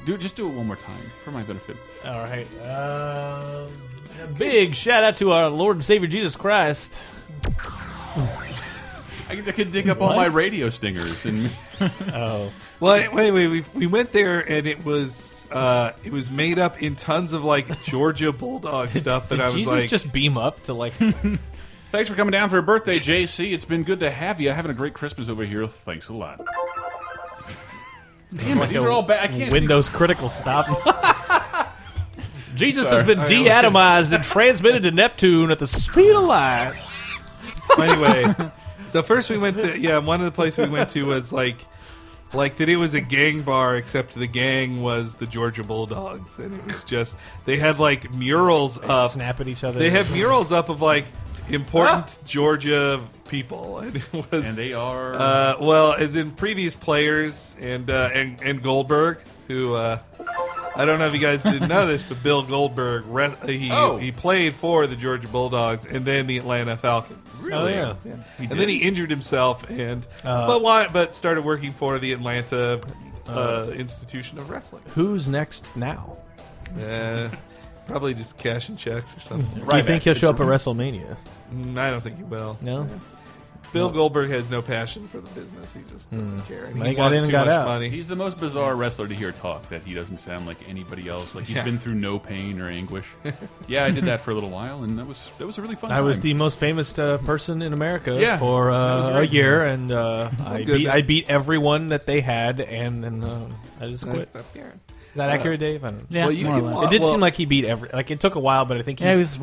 Speaker 1: do just do it one more time for my benefit.
Speaker 3: All right. Um, a big shout out to our Lord and Savior Jesus Christ.
Speaker 1: I, could- I could dig up all my radio stingers and
Speaker 3: Oh,
Speaker 2: Well, wait, wait. We, we went there and it was uh, it was made up in tons of like Georgia Bulldog stuff, and
Speaker 3: did
Speaker 2: I was
Speaker 3: Jesus
Speaker 2: like,
Speaker 3: just beam up to like
Speaker 1: thanks for coming down for your birthday, JC. It's been good to have you. Having a great Christmas over here. Thanks a lot. Damn it! These are all bad. I can't. see-
Speaker 3: Windows critical stop? Jesus has been
Speaker 2: Sorry.
Speaker 3: deatomized and transmitted to Neptune at the speed of light.
Speaker 2: anyway, so first we went to yeah, one of the places we went to was like like that it was a gang bar except the gang was the Georgia Bulldogs and it was just they had like murals up.
Speaker 3: Snap at each other.
Speaker 2: They had murals up of like important Georgia people and it was
Speaker 1: And they are.
Speaker 2: uh, well as in previous players and uh, and and Goldberg who uh I don't know if you guys didn't know this, but Bill Goldberg re- he
Speaker 1: Oh.
Speaker 2: he played for the Georgia Bulldogs and then the Atlanta Falcons
Speaker 3: Oh yeah.
Speaker 2: and then he injured himself and
Speaker 3: Uh,
Speaker 2: but why but started working for the Atlanta uh, institution of wrestling.
Speaker 3: Who's next now?
Speaker 2: Uh, probably just cashing checks or something.
Speaker 3: Do you think he'll show up at WrestleMania?
Speaker 2: Mm, I don't think he will.
Speaker 3: No. Hmm.
Speaker 2: Bill Goldberg has no passion for the business. He just doesn't care. And
Speaker 3: Well,
Speaker 2: he
Speaker 3: he got
Speaker 2: wants
Speaker 3: in and
Speaker 2: too
Speaker 3: got
Speaker 2: much
Speaker 3: out.
Speaker 2: money.
Speaker 1: He's the most bizarre wrestler to hear talk that he doesn't sound like anybody else. Like he's
Speaker 2: Yeah.
Speaker 1: been through no pain or anguish. yeah, I did that for a little while, and that was that was a really fun.
Speaker 3: I was
Speaker 1: time.
Speaker 3: the most famous uh, person in America
Speaker 1: Yeah.
Speaker 3: for
Speaker 1: That was
Speaker 3: uh, a
Speaker 1: right.
Speaker 3: year, and uh, I
Speaker 2: good,
Speaker 3: beat
Speaker 2: man.
Speaker 3: I beat everyone that they had, and then um I just quit.
Speaker 2: Nice
Speaker 3: Is
Speaker 2: stuff, Aaron.
Speaker 3: that accurate, Dave? I don't know.
Speaker 4: yeah,
Speaker 2: Well, you
Speaker 4: more or
Speaker 2: can
Speaker 4: less.
Speaker 2: walk-
Speaker 3: It did
Speaker 2: Well-
Speaker 3: seem like he beat every. Like it took a while, but I think he,
Speaker 4: yeah, it was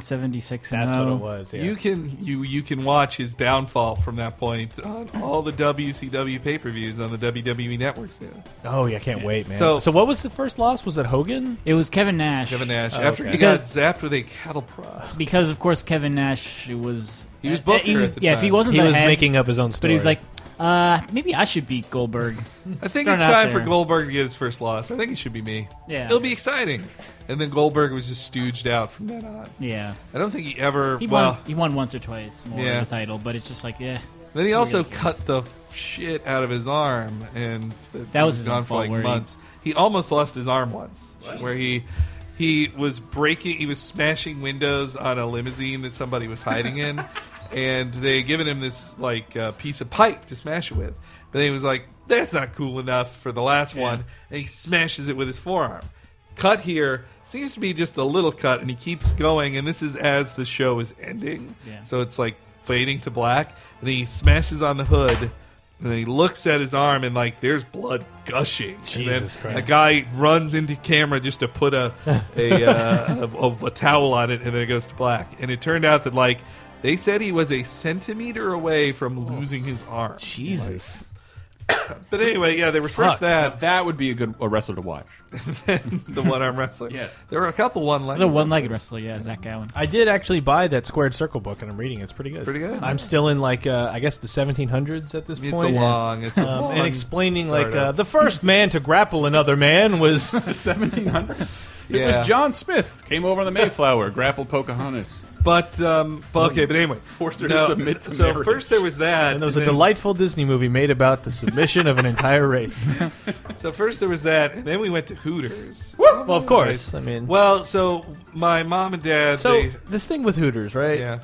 Speaker 4: 176. and
Speaker 3: that's what
Speaker 4: oh.
Speaker 3: it was. Yeah.
Speaker 2: You can you you can watch his downfall from that point on all the WCW pay per views on the E WWE network soon.
Speaker 3: oh yeah, I can't wait, man.
Speaker 2: So-
Speaker 3: So, what was the first loss? Was it Hogan?
Speaker 4: It was Kevin Nash.
Speaker 2: Kevin Nash
Speaker 3: Oh,
Speaker 2: after
Speaker 3: okay.
Speaker 2: he got
Speaker 4: Because-
Speaker 2: zapped with a cattle prod.
Speaker 4: because of course Kevin Nash was
Speaker 2: He was
Speaker 4: uh,
Speaker 2: booker
Speaker 4: he-
Speaker 2: at the
Speaker 4: yeah, if he
Speaker 2: time.
Speaker 4: wasn't
Speaker 3: He
Speaker 4: the
Speaker 3: was
Speaker 4: head,
Speaker 3: making up his own
Speaker 4: but
Speaker 3: story.
Speaker 4: he was like, uh, maybe I should beat Goldberg.
Speaker 2: I think
Speaker 4: Thrown
Speaker 2: it's
Speaker 4: out
Speaker 2: time for
Speaker 4: there.
Speaker 2: Goldberg to get his first loss. I think it should be me.
Speaker 4: Yeah.
Speaker 2: It'll be exciting. And then Goldberg was just stooged out from then on.
Speaker 4: yeah,
Speaker 2: I don't think he ever.
Speaker 4: he
Speaker 2: well,
Speaker 4: won. He won once or twice more
Speaker 2: Yeah.
Speaker 4: of the title, but it's just like yeah,
Speaker 2: then he also
Speaker 4: ridiculous.
Speaker 2: cut the shit out of his arm, and th-
Speaker 4: That was
Speaker 2: he
Speaker 4: his
Speaker 2: gone
Speaker 4: own
Speaker 2: for
Speaker 4: fault,
Speaker 2: like
Speaker 4: where he-
Speaker 2: months. He almost lost his arm once, where he he was breaking, he was smashing windows on a limousine that somebody was hiding in, and they had given him this like uh, piece of pipe to smash it with. But then he was like, "That's not cool enough for the last one," and he smashes it with his forearm. Cut here seems to be just a little cut, and he keeps going. And this is as the show is ending,
Speaker 4: Yeah.
Speaker 2: so it's like fading to black, and he smashes on the hood, and then he looks at his arm, and like there's blood gushing.
Speaker 3: Jesus
Speaker 2: and then
Speaker 3: Christ.
Speaker 2: a guy runs into camera just to put a a, uh, a, a, a towel on it, and then it goes to black. And it turned out that like they said he was a centimeter away from losing his arm.
Speaker 3: Oh. Jesus.
Speaker 2: But anyway, yeah, there was first
Speaker 3: Fuck.
Speaker 1: Now,
Speaker 2: that
Speaker 1: that would be a good a wrestler to watch.
Speaker 2: the one arm wrestler.
Speaker 1: Yes.
Speaker 2: there were a couple one legged.
Speaker 4: it was a one-legged wrestler. Yeah, Zach Allen.
Speaker 3: I did actually buy that squared circle book, and I'm reading. it. It's pretty good.
Speaker 2: pretty good.
Speaker 3: I'm still in like uh, I guess the 1700s at this
Speaker 2: It's a
Speaker 3: point.
Speaker 2: long. It's a
Speaker 3: Um,
Speaker 2: long.
Speaker 3: and explaining like
Speaker 2: startup.
Speaker 3: uh, the first man to grapple another man was
Speaker 1: Seventeen hundreds. It
Speaker 2: Yeah.
Speaker 1: was John Smith came over on the Mayflower, grappled Pocahontas.
Speaker 2: But um, but okay, but anyway, forced
Speaker 1: her to submit to
Speaker 2: So
Speaker 1: marriage.
Speaker 2: first there was that,
Speaker 3: and there was
Speaker 2: and
Speaker 3: a
Speaker 2: then-
Speaker 3: delightful Disney movie made about the submission of an entire race.
Speaker 2: So first there was that, and then we went to Hooters.
Speaker 3: Well, of course. I mean,
Speaker 2: Well, so my mom and dad.
Speaker 3: so
Speaker 2: they,
Speaker 3: this thing with Hooters, right?
Speaker 2: yeah,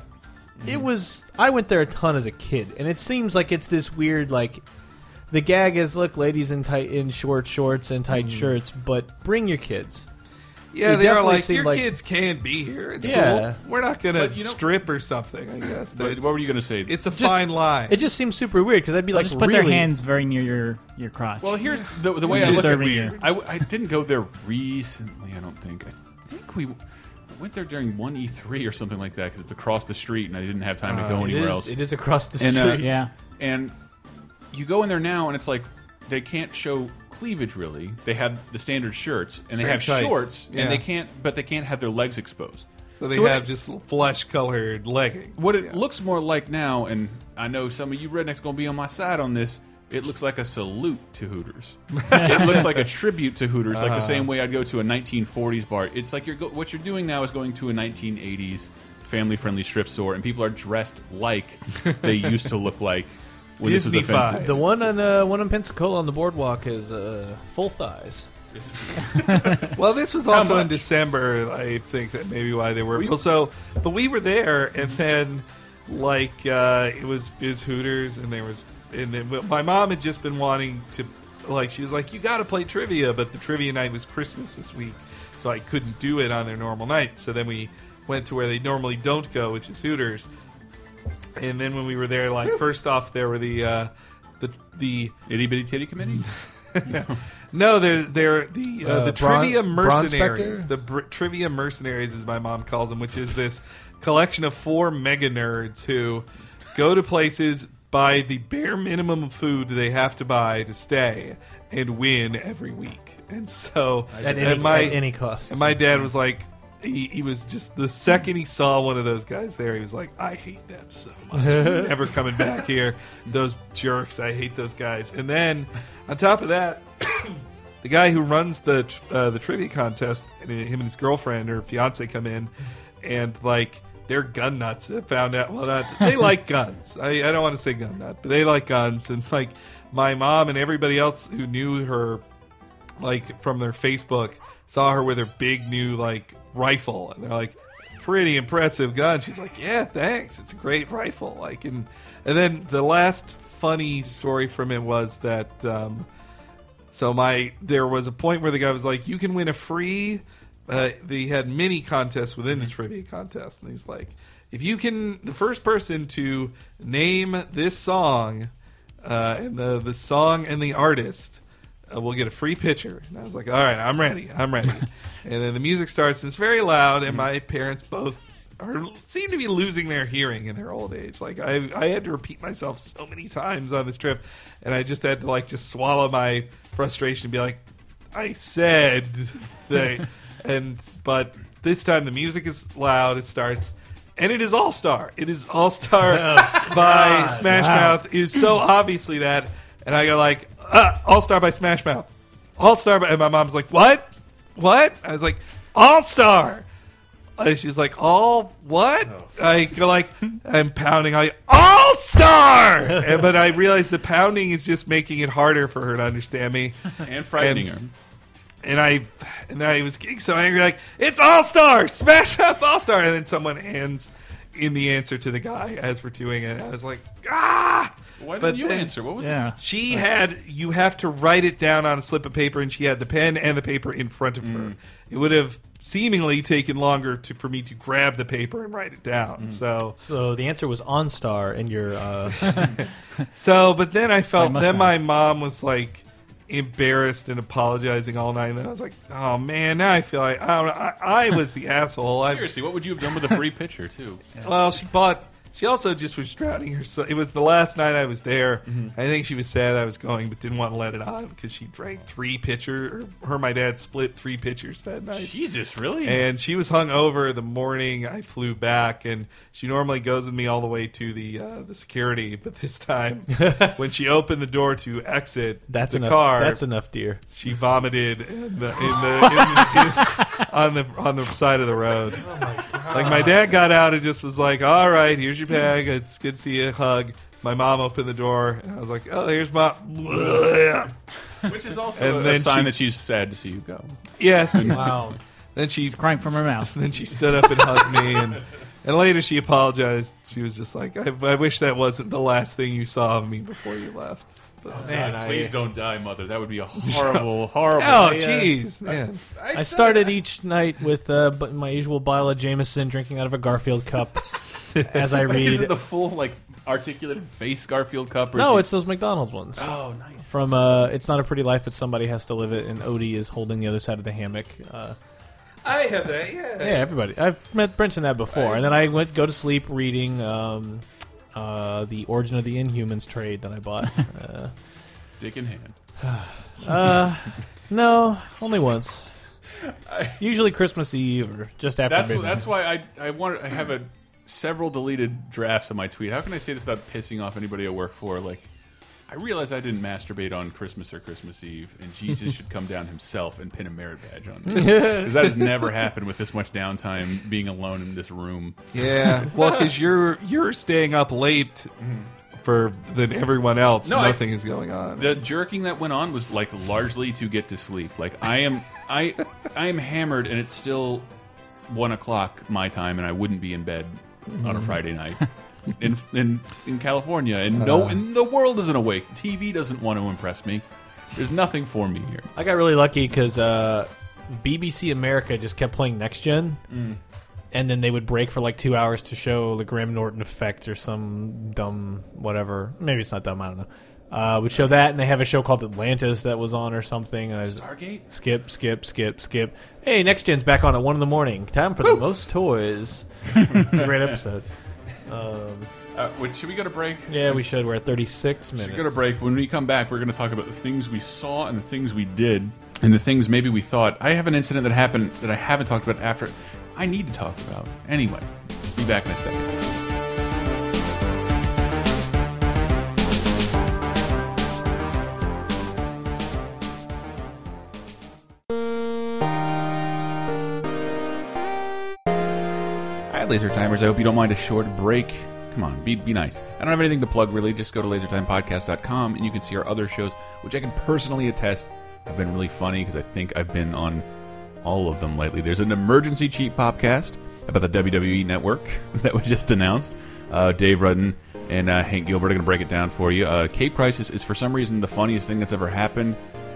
Speaker 3: It was I went there a ton as a kid, and it seems like it's this weird like the
Speaker 4: Hmm.
Speaker 3: gag is look ladies in tight in short shorts and tight shirts, but bring your kids.
Speaker 2: Yeah,
Speaker 5: It
Speaker 2: they are
Speaker 5: definitely
Speaker 2: like
Speaker 5: seemed
Speaker 2: your
Speaker 5: like-
Speaker 2: kids can be here. It's
Speaker 5: Yeah.
Speaker 2: cool. We're not gonna
Speaker 1: But you don't-
Speaker 2: strip or something. I guess
Speaker 1: What,
Speaker 2: That's-
Speaker 1: what were you going to say?
Speaker 2: It's a
Speaker 5: Just-
Speaker 2: fine line.
Speaker 5: It just seems super weird because I'd be like,
Speaker 4: just put
Speaker 5: really?
Speaker 4: their hands very near your your crotch.
Speaker 1: well, here's the, the way
Speaker 4: You're
Speaker 1: I look at
Speaker 4: serving
Speaker 1: weird.
Speaker 4: you.
Speaker 1: I, w- I didn't go there recently. I don't think. I think we went there during one E3 or something like that because it's across the street and I didn't have time to go
Speaker 3: It
Speaker 1: anywhere else.
Speaker 3: is, it is across the
Speaker 1: And,
Speaker 3: street.
Speaker 1: uh,
Speaker 4: yeah,
Speaker 1: and you go in there now and it's like they can't show cleavage really they have the standard shirts and they
Speaker 2: very
Speaker 1: have
Speaker 2: tight.
Speaker 1: shorts
Speaker 2: Yeah.
Speaker 1: and they can't but they can't have their legs exposed
Speaker 2: so they
Speaker 1: so what
Speaker 2: have
Speaker 1: it-
Speaker 2: just flesh colored leggings.
Speaker 1: what it looks more like now and i know some of you rednecks gonna be on my side on this it looks like a salute to hooters it looks like a tribute to hooters like
Speaker 2: Uh-huh.
Speaker 1: the same way i'd go to a 1940s bar it's like you're go what you're doing now is going to a 1980s family friendly strip store and people are dressed like they used to look like when this was
Speaker 2: Disney-fied.
Speaker 1: offensive
Speaker 5: The one on uh, one on Pensacola on the boardwalk is uh, full thighs.
Speaker 2: Well, this was also in
Speaker 1: much?
Speaker 2: December. I think that maybe why they were. well, so, but we were there, and then like uh, it was Biz Hooters, and there was, and then but my mom had just been wanting to, like, she was like, "You got to play trivia," but the trivia night was Christmas this week, so I couldn't do it on their normal night. So then we went to where they normally don't go, which is Hooters. And then when we were there, like, first off, there were the uh, the the
Speaker 1: itty bitty titty committee
Speaker 2: no, they're they're the uh,
Speaker 5: Uh,
Speaker 2: the
Speaker 5: Bron-
Speaker 2: trivia
Speaker 5: Bron
Speaker 2: mercenaries.
Speaker 5: Spector?
Speaker 2: The br- trivia mercenaries is my mom calls them, which is this collection of four mega nerds who go to places buy the bare minimum of food they have to buy to stay and win every week. And so
Speaker 5: At any,
Speaker 2: and my
Speaker 5: at any cost.
Speaker 2: and my dad was like. He, he was just the second he saw one of those guys there, he was like, "I hate them so much. They're Never coming back here. Those jerks. I hate those guys." And then, on top of that, the guy who runs the tr- uh, the trivia contest, and him and his girlfriend or fiance come in, and like they're gun nuts. I found out. Well, not they like guns. I, I don't want to say gun nut, but they like guns. And like my mom and everybody else who knew her, like from their Facebook, saw her with her big new like rifle, and they're like, "Pretty impressive gun." She's like, "Yeah, thanks. It's a great rifle." Like, and and then the last funny story from it was that. Um, so my there was a point where the guy was like, "You can win a free." Uh, they had mini contests within the trivia contest, and he's like, "If you can, the first person to name this song, uh, and the the song and the artist, uh, we'll get a free picture." And I was like, "All right, I'm ready, I'm ready." and then the music starts, and it's very loud, and my parents both are seem to be losing their hearing in their old age. Like I, I had to repeat myself so many times on this trip, and I just had to like just swallow my frustration and be like, I said that. and but this time the music is loud. It starts. And it is All Star. It is All Star by Smash Mouth. It is so obviously that. And I go like, uh, All Star by Smash Mouth. All Star by. And my mom's like, what? What? I was like, All Star. And she's like, all what?
Speaker 1: Oh,
Speaker 2: I go like, I'm pounding. I all star, And- but I realize the pounding is just making it harder for her to understand me.
Speaker 1: and frightening her.
Speaker 2: And I, and I was getting so angry, like it's all star, smash mouth all star, and then someone hands in the answer to the guy as we're doing it. I was like, ah.
Speaker 1: Why didn't
Speaker 2: But
Speaker 1: you
Speaker 2: then-
Speaker 1: answer? What was it?
Speaker 4: yeah.
Speaker 2: She had you have to write it down on a slip of paper, and she had the pen and the paper in front of
Speaker 4: Mm.
Speaker 2: her. It would have seemingly taken longer to, for me to grab the paper and write it down.
Speaker 4: Mm.
Speaker 2: So,
Speaker 5: so the answer was OnStar, and your uh,
Speaker 2: so, but then I felt
Speaker 4: I must
Speaker 2: then
Speaker 4: have.
Speaker 2: my mom was like embarrassed and apologizing all night. And then I was like, oh man, now I feel like I don't know, I, I was the asshole. I,
Speaker 1: Seriously, what would you have done with a free picture too?
Speaker 2: Well, she bought. She also just was drowning herself. It was the last night I was there.
Speaker 5: Mm-hmm.
Speaker 2: I think she was sad I was going, but didn't want to let it on because she drank three pitchers. Her and my dad split three pitchers that night.
Speaker 1: Jesus, really?
Speaker 2: and she was hung over the morning I flew back, and she normally goes with me all the way to the uh, the security. But this time, when she opened the door to exit
Speaker 5: that's
Speaker 2: the
Speaker 5: enough.
Speaker 2: car,
Speaker 5: That's enough, dear.
Speaker 2: she vomited in the, in the, in the in- on the on the side of the road. Like my dad got out and just was like, "All right, here's your bag. It's good to see you. Hug." My mom opened the door and I was like, "Oh, here's my
Speaker 1: Which is also
Speaker 2: And
Speaker 1: a,
Speaker 2: then
Speaker 1: sign
Speaker 2: she-
Speaker 1: that she's sad to see you go.
Speaker 2: yes."
Speaker 3: wow.
Speaker 2: Then she
Speaker 4: crying from her mouth.
Speaker 2: Then she stood up and hugged me, and and later she apologized. She was just like, "I, I wish that wasn't the last thing you saw of me before you left."
Speaker 3: Man, I-
Speaker 1: Please don't die, mother. That would be a horrible, horrible.
Speaker 2: Oh, jeez, man.
Speaker 3: I started each night with uh, bu- my usual bottle of Jameson, drinking out of a Garfield cup as I
Speaker 1: Is it
Speaker 3: read.
Speaker 1: the full like articulated face Garfield cup? Or is
Speaker 3: No,
Speaker 1: he-
Speaker 3: it's those McDonald's ones.
Speaker 1: oh nice.
Speaker 3: From uh, It's Not a Pretty Life, but Somebody Has to Live It, and Odie is holding the other side of the hammock. Uh,
Speaker 2: I have that.
Speaker 1: Uh,
Speaker 2: Yeah.
Speaker 3: yeah, everybody. I've met mentioned that before. And then I went go to sleep reading um, uh, The Origin of the Inhumans trade that I bought. uh,
Speaker 1: Dick in hand.
Speaker 3: uh, no, only once. Usually Christmas Eve or just after
Speaker 1: That's
Speaker 3: midnight.
Speaker 1: that's why I I want I have a several deleted drafts of my tweet. How can I say this without pissing off anybody I work for? Like, I realize I didn't masturbate on Christmas or Christmas Eve, and Jesus should come down himself and pin a merit badge on me because that has never happened with this much downtime being alone in this room.
Speaker 2: Yeah. Well, because you're you're staying up late for than everyone else.
Speaker 1: No, I-
Speaker 2: Nothing is going on.
Speaker 1: The jerking that went on was like largely to get to sleep. Like I am, I, I am hammered, and it's still one o'clock my time, and I wouldn't be in bed on a Friday night in in in California, and no, and the world isn't awake. TV doesn't want to impress me. There's nothing for me here.
Speaker 3: I got really lucky because uh, BBC America just kept playing Next Gen,
Speaker 1: Mm.
Speaker 3: and then they would break for like two hours to show the Graham Norton effect or some dumb whatever. Maybe it's not dumb. I don't know. Uh, would show that, and they have a show called Atlantis that was on or something. And I was,
Speaker 1: Stargate.
Speaker 3: skip, skip, skip, skip. Hey, Next Gen's back on at one in the morning. Time for the most toys. it's a great episode. Um,
Speaker 1: Uh, wait, should we go to break?
Speaker 3: yeah, we should. We're at thirty-six minutes.
Speaker 1: Should go to break. When we come back, we're going to talk about the things we saw and the things we did, and the things maybe we thought. I have an incident that happened that I haven't talked about after. I need to talk about anyway. Be back in a second. All right, Laser Timers, I hope you don't mind a short break. Come on, be, be nice. I don't have anything to plug, really. Just go to lasertimepodcast.com and you can see our other shows, which I can personally attest have been really funny because I think I've been on all of them lately. There's an emergency cheat podcast about the WWE Network that was just announced. Uh, Dave Rudden and uh, Hank Gilbert are going to break it down for you. Uh, Cape Crisis is, for some reason, the funniest thing that's ever happened.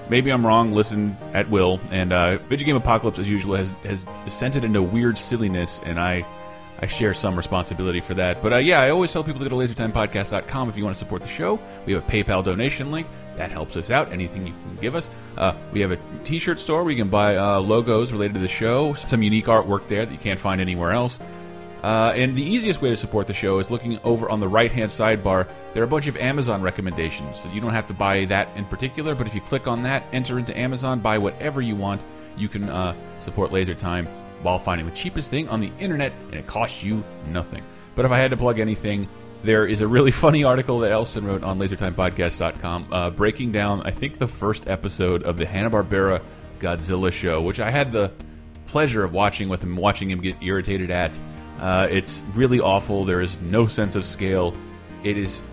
Speaker 1: Maybe I'm wrong. Listen at will. And uh, Video Game Apocalypse, as usual, has has descended into weird silliness, and I I share some responsibility for that. But uh, yeah, I always tell people to go to lasertimepodcast.com if you want to support the show. We have a PayPal donation link. That helps us out. Anything you can give us. Uh, we have a t shirt store where you can buy uh, logos related to the show, some unique artwork there that you can't find anywhere else. Uh, and the easiest way to support the show is looking over on the right hand sidebar. There are a bunch of Amazon recommendations that you don't have to buy that in particular, but if you click on that, enter into Amazon, buy whatever you want, you can uh, support Laser Time while finding the cheapest thing on the internet, and it costs you nothing. But if I had to plug anything, there is a really funny article that Elston wrote on lasertimepodcast.com uh, breaking down, I think, the first episode of the Hanna-Barbera Godzilla show, which I had the pleasure of watching with him, watching him get irritated at. Uh, it's really awful. There is no sense of scale. It is.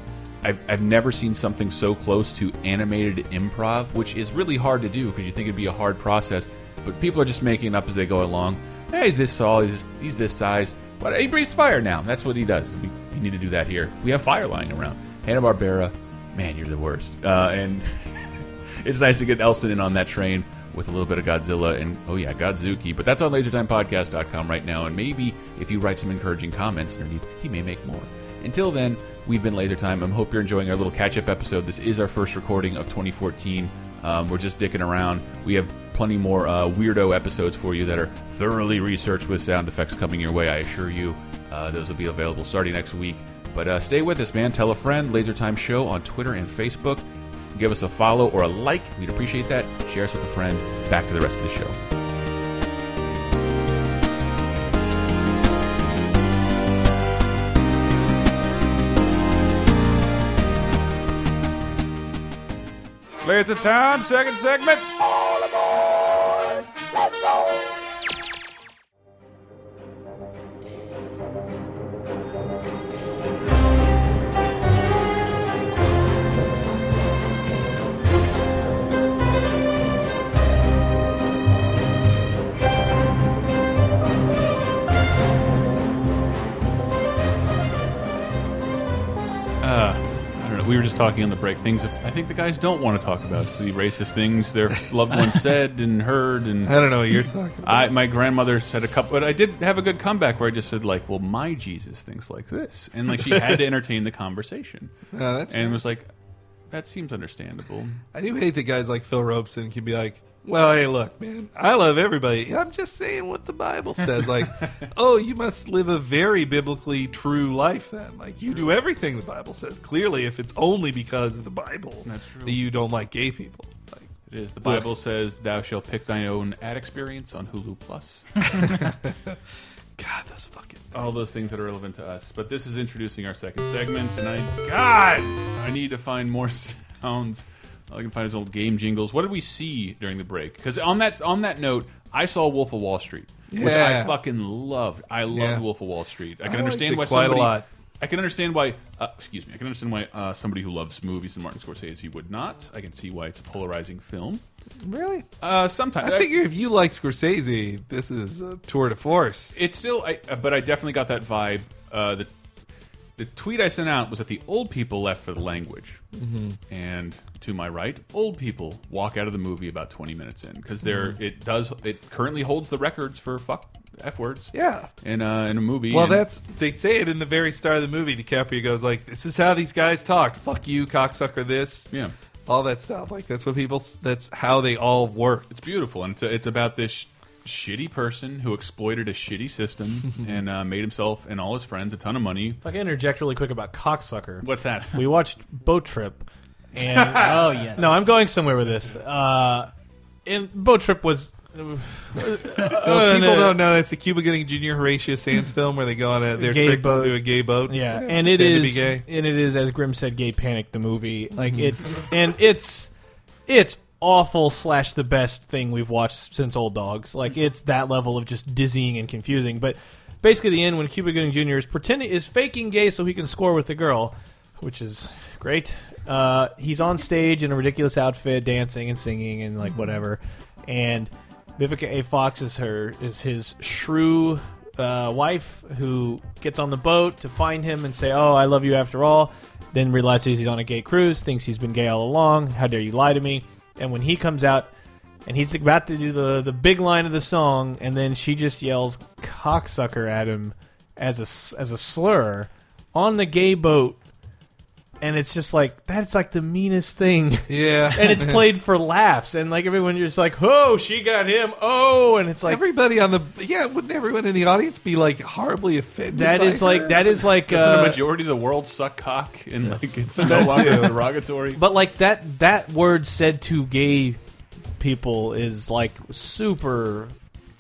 Speaker 1: I've, I've never seen something so close to animated improv, which is really hard to do because you think it'd be a hard process. But people are just making it up as they go along. Hey, he's this tall. He's, he's this size. But he breathes fire now. That's what he does. We, we need to do that here. We have fire lying around. Hanna Barbera, man, you're the worst. Uh, and it's nice to get Elston in on that train with a little bit of Godzilla and oh yeah, Godzuki. But that's on lasertimepodcast.com right now, and maybe if you write some encouraging comments underneath, he may make more. Until then, we've been Lasertime. I hope you're enjoying our little catch-up episode. This is our first recording of 2014. Um, we're just dicking around. We have plenty more uh, weirdo episodes for you that are thoroughly researched with sound effects coming your way. I assure you, uh, those will be available starting next week. But uh, stay with us, man. Tell a friend. Lasertime Show on Twitter and Facebook give us a follow or a like. We'd appreciate that. Share us with a friend. Back to the rest of the show. Laser time, second segment. I don't know. we were just talking on the break things that I think the guys don't want to talk about the racist things their loved ones said and heard and
Speaker 2: I don't know what you're talking about.
Speaker 1: I my grandmother said a couple, but I did have a good comeback where I just said like, "Well, my Jesus thinks like this," and like she had to entertain the conversation
Speaker 2: No, Uh, that's
Speaker 1: and was like, "That seems understandable."
Speaker 2: I do hate that guys like Phil Robeson can be like, well, hey, look, man, I love everybody. I'm just saying what the Bible says. Like, oh, you must live a very biblically true life then. Like, you do everything the Bible says. Clearly, if it's only because of the Bible
Speaker 1: That's true.
Speaker 2: that you don't like gay people. Like,
Speaker 1: It is the Bible says, "Thou shalt pick thine own ad experience on Hulu Plus."
Speaker 2: God, that's fucking.
Speaker 1: All those things that are relevant to us. But this is introducing our second segment, and I God, I need to find more sounds. All I can find is old game jingles. What did we see during the break? Because on that on that note, I saw Wolf of Wall Street, which I
Speaker 2: Yeah.
Speaker 1: fucking loved. I loved
Speaker 2: Yeah.
Speaker 1: Wolf of Wall Street. I can
Speaker 2: liked
Speaker 1: understand
Speaker 2: it
Speaker 1: why
Speaker 2: quite a
Speaker 1: somebody.
Speaker 2: lot.
Speaker 1: I can understand why. Uh, excuse me. I can understand why uh, somebody who loves movies and Martin Scorsese would not. I can see why it's a polarizing film.
Speaker 2: Really?
Speaker 1: Uh, sometimes
Speaker 2: I figure if you like Scorsese, this is a tour de force.
Speaker 1: it's still I, uh, but i definitely got that vibe uh, the, the tweet i sent out was that the old people left for the language
Speaker 2: Mm-hmm.
Speaker 1: and to my right old people walk out of the movie about 20 minutes in because they're
Speaker 2: Mm-hmm.
Speaker 1: it does it currently holds the records for fuck f words
Speaker 2: Yeah.
Speaker 1: in, uh, in a movie
Speaker 2: Well,
Speaker 1: and-
Speaker 2: that's they say it in the very start of the movie. DiCaprio goes like, "This is how these guys talked. Fuck you, cocksucker. This,
Speaker 1: Yeah.
Speaker 2: all that stuff. Like that's what people. s- That's how they all work.
Speaker 1: it's beautiful and it's, it's about this sh shitty person who exploited a shitty system and uh, made himself and all his friends a ton of money
Speaker 3: If I can interject really quick about cocksucker,
Speaker 1: what's that
Speaker 3: we watched Boat Trip, and
Speaker 2: Ah!
Speaker 4: Oh yes.
Speaker 3: no, I'm going somewhere with this. Uh, and Boat Trip was
Speaker 2: So if
Speaker 3: Uh,
Speaker 2: people
Speaker 3: no.
Speaker 2: don't know that's the Cuba Gooding Jr. Horatio Sands film where they go on a they're
Speaker 3: Gay
Speaker 2: tricked
Speaker 3: boat.
Speaker 2: into a gay boat.
Speaker 3: yeah, and
Speaker 2: Pretend
Speaker 3: it
Speaker 2: to be
Speaker 3: is
Speaker 2: gay. Mm-hmm.
Speaker 3: and it is as Grimm said, gay panic the movie. Like it's and it's it's awful slash the best thing we've watched since Old Dogs.
Speaker 2: Mm-hmm.
Speaker 3: Like it's that level of just dizzying and confusing. But basically, the end when Cuba Gooding Jr. is pretending is faking gay so he can score with the girl, which is great. Uh, he's on stage in a ridiculous outfit, dancing and singing and
Speaker 2: Mm-hmm.
Speaker 3: like whatever. And Vivica A. Fox is her is his shrew uh, wife who gets on the boat to find him and say, "Oh, I love you after all." Then realizes he's on a gay cruise, thinks he's been gay all along. How dare you lie to me? And when he comes out, and he's about to do the the big line of the song, and then she just yells "cocksucker" at him as a s- as a slur on the gay boat, and it's just like that's like the meanest thing
Speaker 2: yeah,
Speaker 3: and it's played for laughs, and like everyone just like, oh, she got him, oh, and it's like
Speaker 2: everybody on the yeah. Wouldn't everyone in the audience be like horribly offended?
Speaker 3: that
Speaker 2: by
Speaker 3: is like
Speaker 2: her?
Speaker 3: that is like
Speaker 1: doesn't the
Speaker 3: uh,
Speaker 1: majority of the world suck cock and like it's no longer derogatory
Speaker 3: but like that that word said to gay people is like super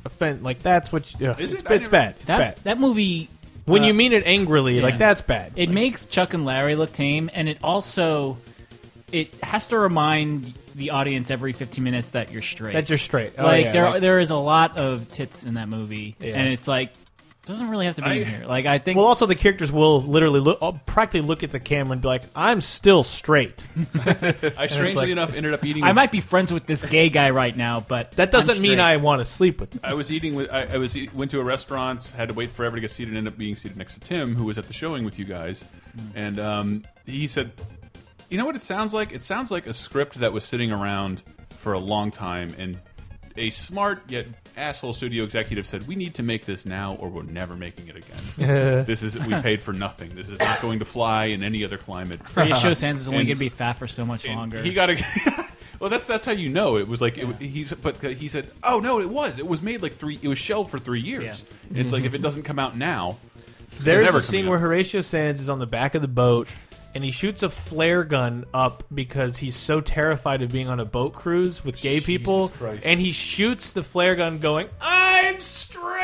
Speaker 3: offend. Like that's what you, yeah,
Speaker 1: Is it?
Speaker 3: It's,
Speaker 1: I
Speaker 3: it's
Speaker 1: never-
Speaker 3: bad. It's
Speaker 4: that
Speaker 3: bad.
Speaker 4: that movie.
Speaker 3: when
Speaker 4: uh,
Speaker 3: you mean it angrily, like that's bad.
Speaker 4: It makes Chuck and Larry look tame, and it also it has to remind the audience every 15 minutes that you're straight.
Speaker 3: that you're straight. Oh,
Speaker 4: like
Speaker 3: yeah,
Speaker 4: there
Speaker 3: like-
Speaker 4: there is a lot of tits in that movie,
Speaker 3: Yeah.
Speaker 4: and it's like doesn't really have to be
Speaker 1: I-
Speaker 4: in here. Like I think
Speaker 3: well, also the characters will literally look, uh, practically look at the camera and be like, "I'm still straight."
Speaker 1: I strangely
Speaker 3: like-
Speaker 1: enough ended up eating.
Speaker 4: I might be friends with this gay guy right now, but
Speaker 3: That doesn't
Speaker 4: I'm
Speaker 3: mean
Speaker 4: straight.
Speaker 3: I want to sleep with. Them.
Speaker 1: I was eating with. I, I was eat, went to a restaurant, had to wait forever to get seated, ended up being seated next to Tim, who was at the showing with you guys, and um, he said, "You know what it sounds like? It sounds like a script that was sitting around for a long time, and a smart yet asshole studio executive said, "We need to make this now, or we're never making it again. this is we paid for nothing. This is not going to fly in any other climate."
Speaker 4: Show Sands is only
Speaker 1: And-
Speaker 4: going to be fat for so much
Speaker 1: And
Speaker 4: longer.
Speaker 1: He got a. well, that's that's how you know it was like it, he's. But he said, "Oh no, it was. It was made like three. It was shelved for three years. And it's like if it doesn't come out now,
Speaker 3: There's
Speaker 1: never
Speaker 3: a scene
Speaker 1: coming
Speaker 3: where
Speaker 1: up.
Speaker 3: Horatio Sands is on the back of the boat and he shoots a flare gun up because he's so terrified of being on a boat cruise with gay people.
Speaker 1: Christ.
Speaker 3: And he shoots the flare gun going, I'm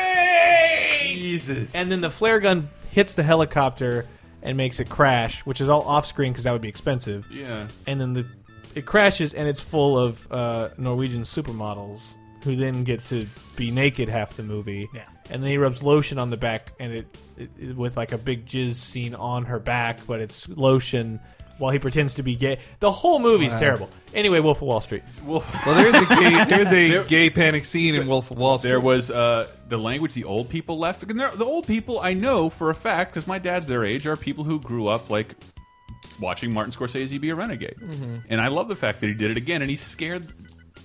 Speaker 3: straight!
Speaker 1: Jesus.
Speaker 3: And then the flare gun hits the helicopter and makes it crash, which is all off screen because that would be expensive.
Speaker 1: yeah,
Speaker 3: And then the it crashes and it's full of uh, Norwegian supermodels who then get to be naked half the movie
Speaker 4: Yeah.
Speaker 3: and then he rubs lotion on the back and it, it, it- with like a big jizz scene on her back but it's lotion while he pretends to be gay the whole movie's terrible anyway wolf of wall street
Speaker 1: well,
Speaker 2: Well, there's a gay, there's a gay panic scene in Wolf of Wall Street.
Speaker 1: there was uh, the language the old people left. And there, the old people I know for a fact because my dad's their age are people who grew up like watching Martin Scorsese be a renegade.
Speaker 5: Mm-hmm.
Speaker 1: And I love the fact that he did it again, and he scared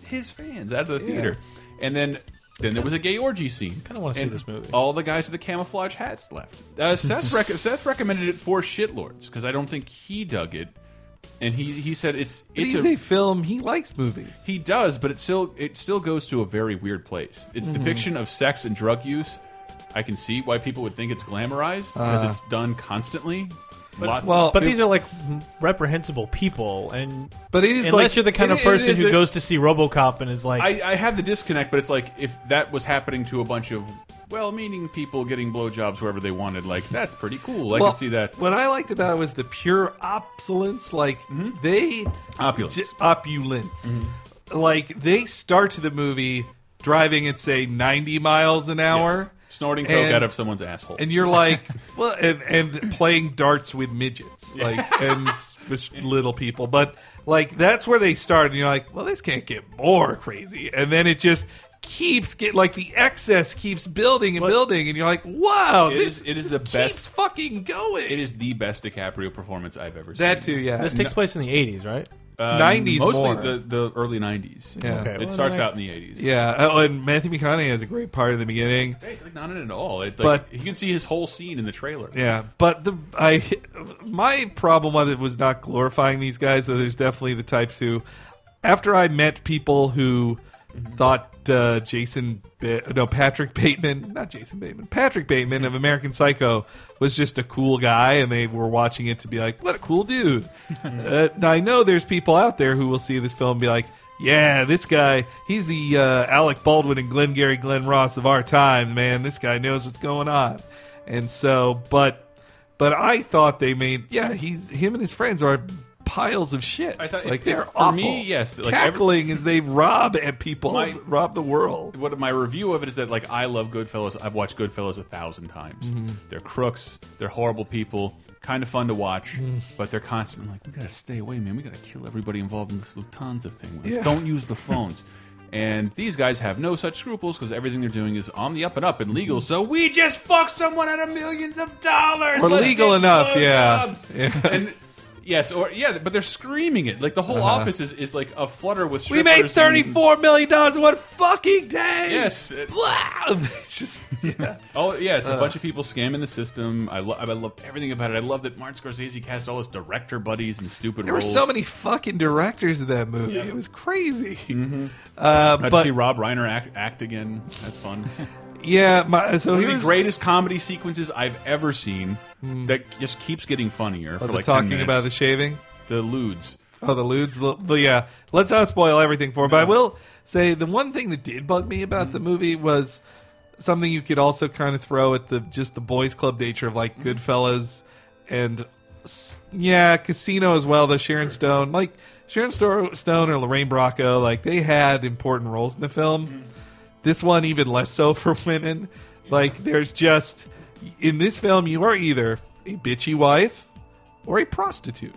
Speaker 1: his fans out of the theater. And then, then there was a gay orgy scene. Kind
Speaker 5: Kinda wanna see this movie.
Speaker 1: All the guys with the camouflage hats left. Uh, Seth, rec Seth recommended it for shitlords because I don't think he dug it. And he he said it's
Speaker 2: But
Speaker 1: it's
Speaker 2: he's a film. He likes movies.
Speaker 1: he does, but it still it still goes to a very weird place. Its
Speaker 2: Mm-hmm.
Speaker 1: depiction of sex and drug use, I can see why people would think it's glamorized because it's done constantly. Lots
Speaker 2: Uh-huh. well,
Speaker 5: But
Speaker 2: it-
Speaker 5: these are like reprehensible people, and
Speaker 2: But it is
Speaker 5: unless
Speaker 2: like-
Speaker 5: you're the kind
Speaker 2: it-
Speaker 5: of
Speaker 2: it
Speaker 5: person
Speaker 2: is
Speaker 5: who
Speaker 2: the-
Speaker 5: goes to see RoboCop and is like,
Speaker 1: I, I have the disconnect, but it's like if that was happening to a bunch of well-meaning people getting blowjobs wherever they wanted, like that's pretty cool. I
Speaker 2: Well,
Speaker 1: can see that.
Speaker 2: What I liked about it was the pure opulence. Like they
Speaker 1: Opulence.
Speaker 2: j- opulence. Like they start the movie driving at say ninety miles an hour,
Speaker 1: Snorting coke
Speaker 2: And-
Speaker 1: out of someone's asshole.
Speaker 2: and you're like, well, and, and playing darts with midgets, like and with little people. But like that's where they start, and you're like, well, this can't get more crazy. And then it just keeps get like the excess keeps building and building, and you're like, wow,
Speaker 1: It
Speaker 2: this
Speaker 1: is- it is
Speaker 2: this
Speaker 1: the best-
Speaker 2: keeps fucking going.
Speaker 1: it is the best DiCaprio performance I've ever
Speaker 2: that
Speaker 1: seen.
Speaker 2: too, yeah.
Speaker 5: this takes place in the '80s, right?
Speaker 1: Um,
Speaker 2: 90s
Speaker 1: mostly
Speaker 2: more.
Speaker 1: the the early nineties.
Speaker 2: Yeah.
Speaker 5: Okay,
Speaker 1: it
Speaker 5: well,
Speaker 1: starts
Speaker 5: then I-
Speaker 1: out in the eighties.
Speaker 2: Yeah. Oh, and Matthew McConaughey has a great part in the beginning.
Speaker 1: Yeah, he's like not in it at all. It, like,
Speaker 2: But-
Speaker 1: you can see his whole scene in the trailer.
Speaker 2: Yeah, but the I my problem with it was not glorifying these guys. Though there's definitely the types who, after I met people who thought uh, Jason ba- no Patrick Bateman not Jason Bateman Patrick Bateman of American Psycho was just a cool guy, and they were watching it to be like, what a cool dude. uh, now, I know there's people out there who will see this film and be like. Yeah, this guy, he's the uh, Alec Baldwin and Glengarry Glenn Ross of our time, man. This guy knows what's going on. And so, but but I thought they made yeah, he's him and his friends are piles of shit.
Speaker 1: I thought-
Speaker 2: like
Speaker 1: if-
Speaker 2: they're
Speaker 1: if- for
Speaker 2: awful.
Speaker 1: me, yes, like, every-
Speaker 2: cackling as they rob at people,
Speaker 1: My-
Speaker 2: rob the world.
Speaker 1: What my review of it is that like I love Goodfellas. I've watched Goodfellas a thousand times.
Speaker 2: Mm-hmm.
Speaker 1: They're crooks. They're horrible people. Kind of fun to watch,
Speaker 2: Mm-hmm.
Speaker 1: but they're constant. I'm like, we gotta stay away, man. We gotta kill everybody involved in this Lufthansa thing. Like,
Speaker 2: Yeah.
Speaker 1: Don't use the phones. and these guys have no such scruples because everything they're doing is on the up and up and legal. So we just fuck someone out of millions of dollars.
Speaker 2: Or
Speaker 1: Let's
Speaker 2: legal
Speaker 1: get
Speaker 2: enough, yeah.
Speaker 1: blowjobs.
Speaker 2: Yeah.
Speaker 1: And yes, or yeah, but they're screaming it. Like the whole office is, is like a flutter with.
Speaker 2: Uh-huh. We made
Speaker 1: strippers and-
Speaker 2: thirty four million dollars in one fucking day.
Speaker 1: Yes, it-
Speaker 2: Blah! It's just yeah.
Speaker 1: Oh yeah,
Speaker 2: Uh-huh.
Speaker 1: it's a bunch of people scamming the system. I, lo- I love everything about it. I love that Martin Scorsese cast all his director buddies and stupid.
Speaker 2: There were
Speaker 1: roles.
Speaker 2: so many fucking directors in that movie. It was crazy.
Speaker 1: Mm-hmm.
Speaker 2: Uh,
Speaker 1: I'd
Speaker 2: but
Speaker 1: see Rob Reiner act, act again. That's fun.
Speaker 2: yeah, my, so
Speaker 1: One of
Speaker 2: here's
Speaker 1: the greatest comedy sequences I've ever seen. That just keeps getting funnier
Speaker 2: Oh,
Speaker 1: for
Speaker 2: the
Speaker 1: like 10
Speaker 2: talking
Speaker 1: minutes.
Speaker 2: about the shaving.
Speaker 1: the lewds.
Speaker 2: Oh, the lewds. the- But yeah, let's not spoil everything for. 'em, But I will say the one thing that did bug me about the movie was something you could also kind of throw at the just the boys' club nature of like Goodfellas and s- yeah, Casino as well. The Sharon Stone, like Sharon Sto- Stone or Lorraine Bracco, like they had important roles in the film. This one even less so for women. Like there's just in this film you are either a bitchy wife or a prostitute.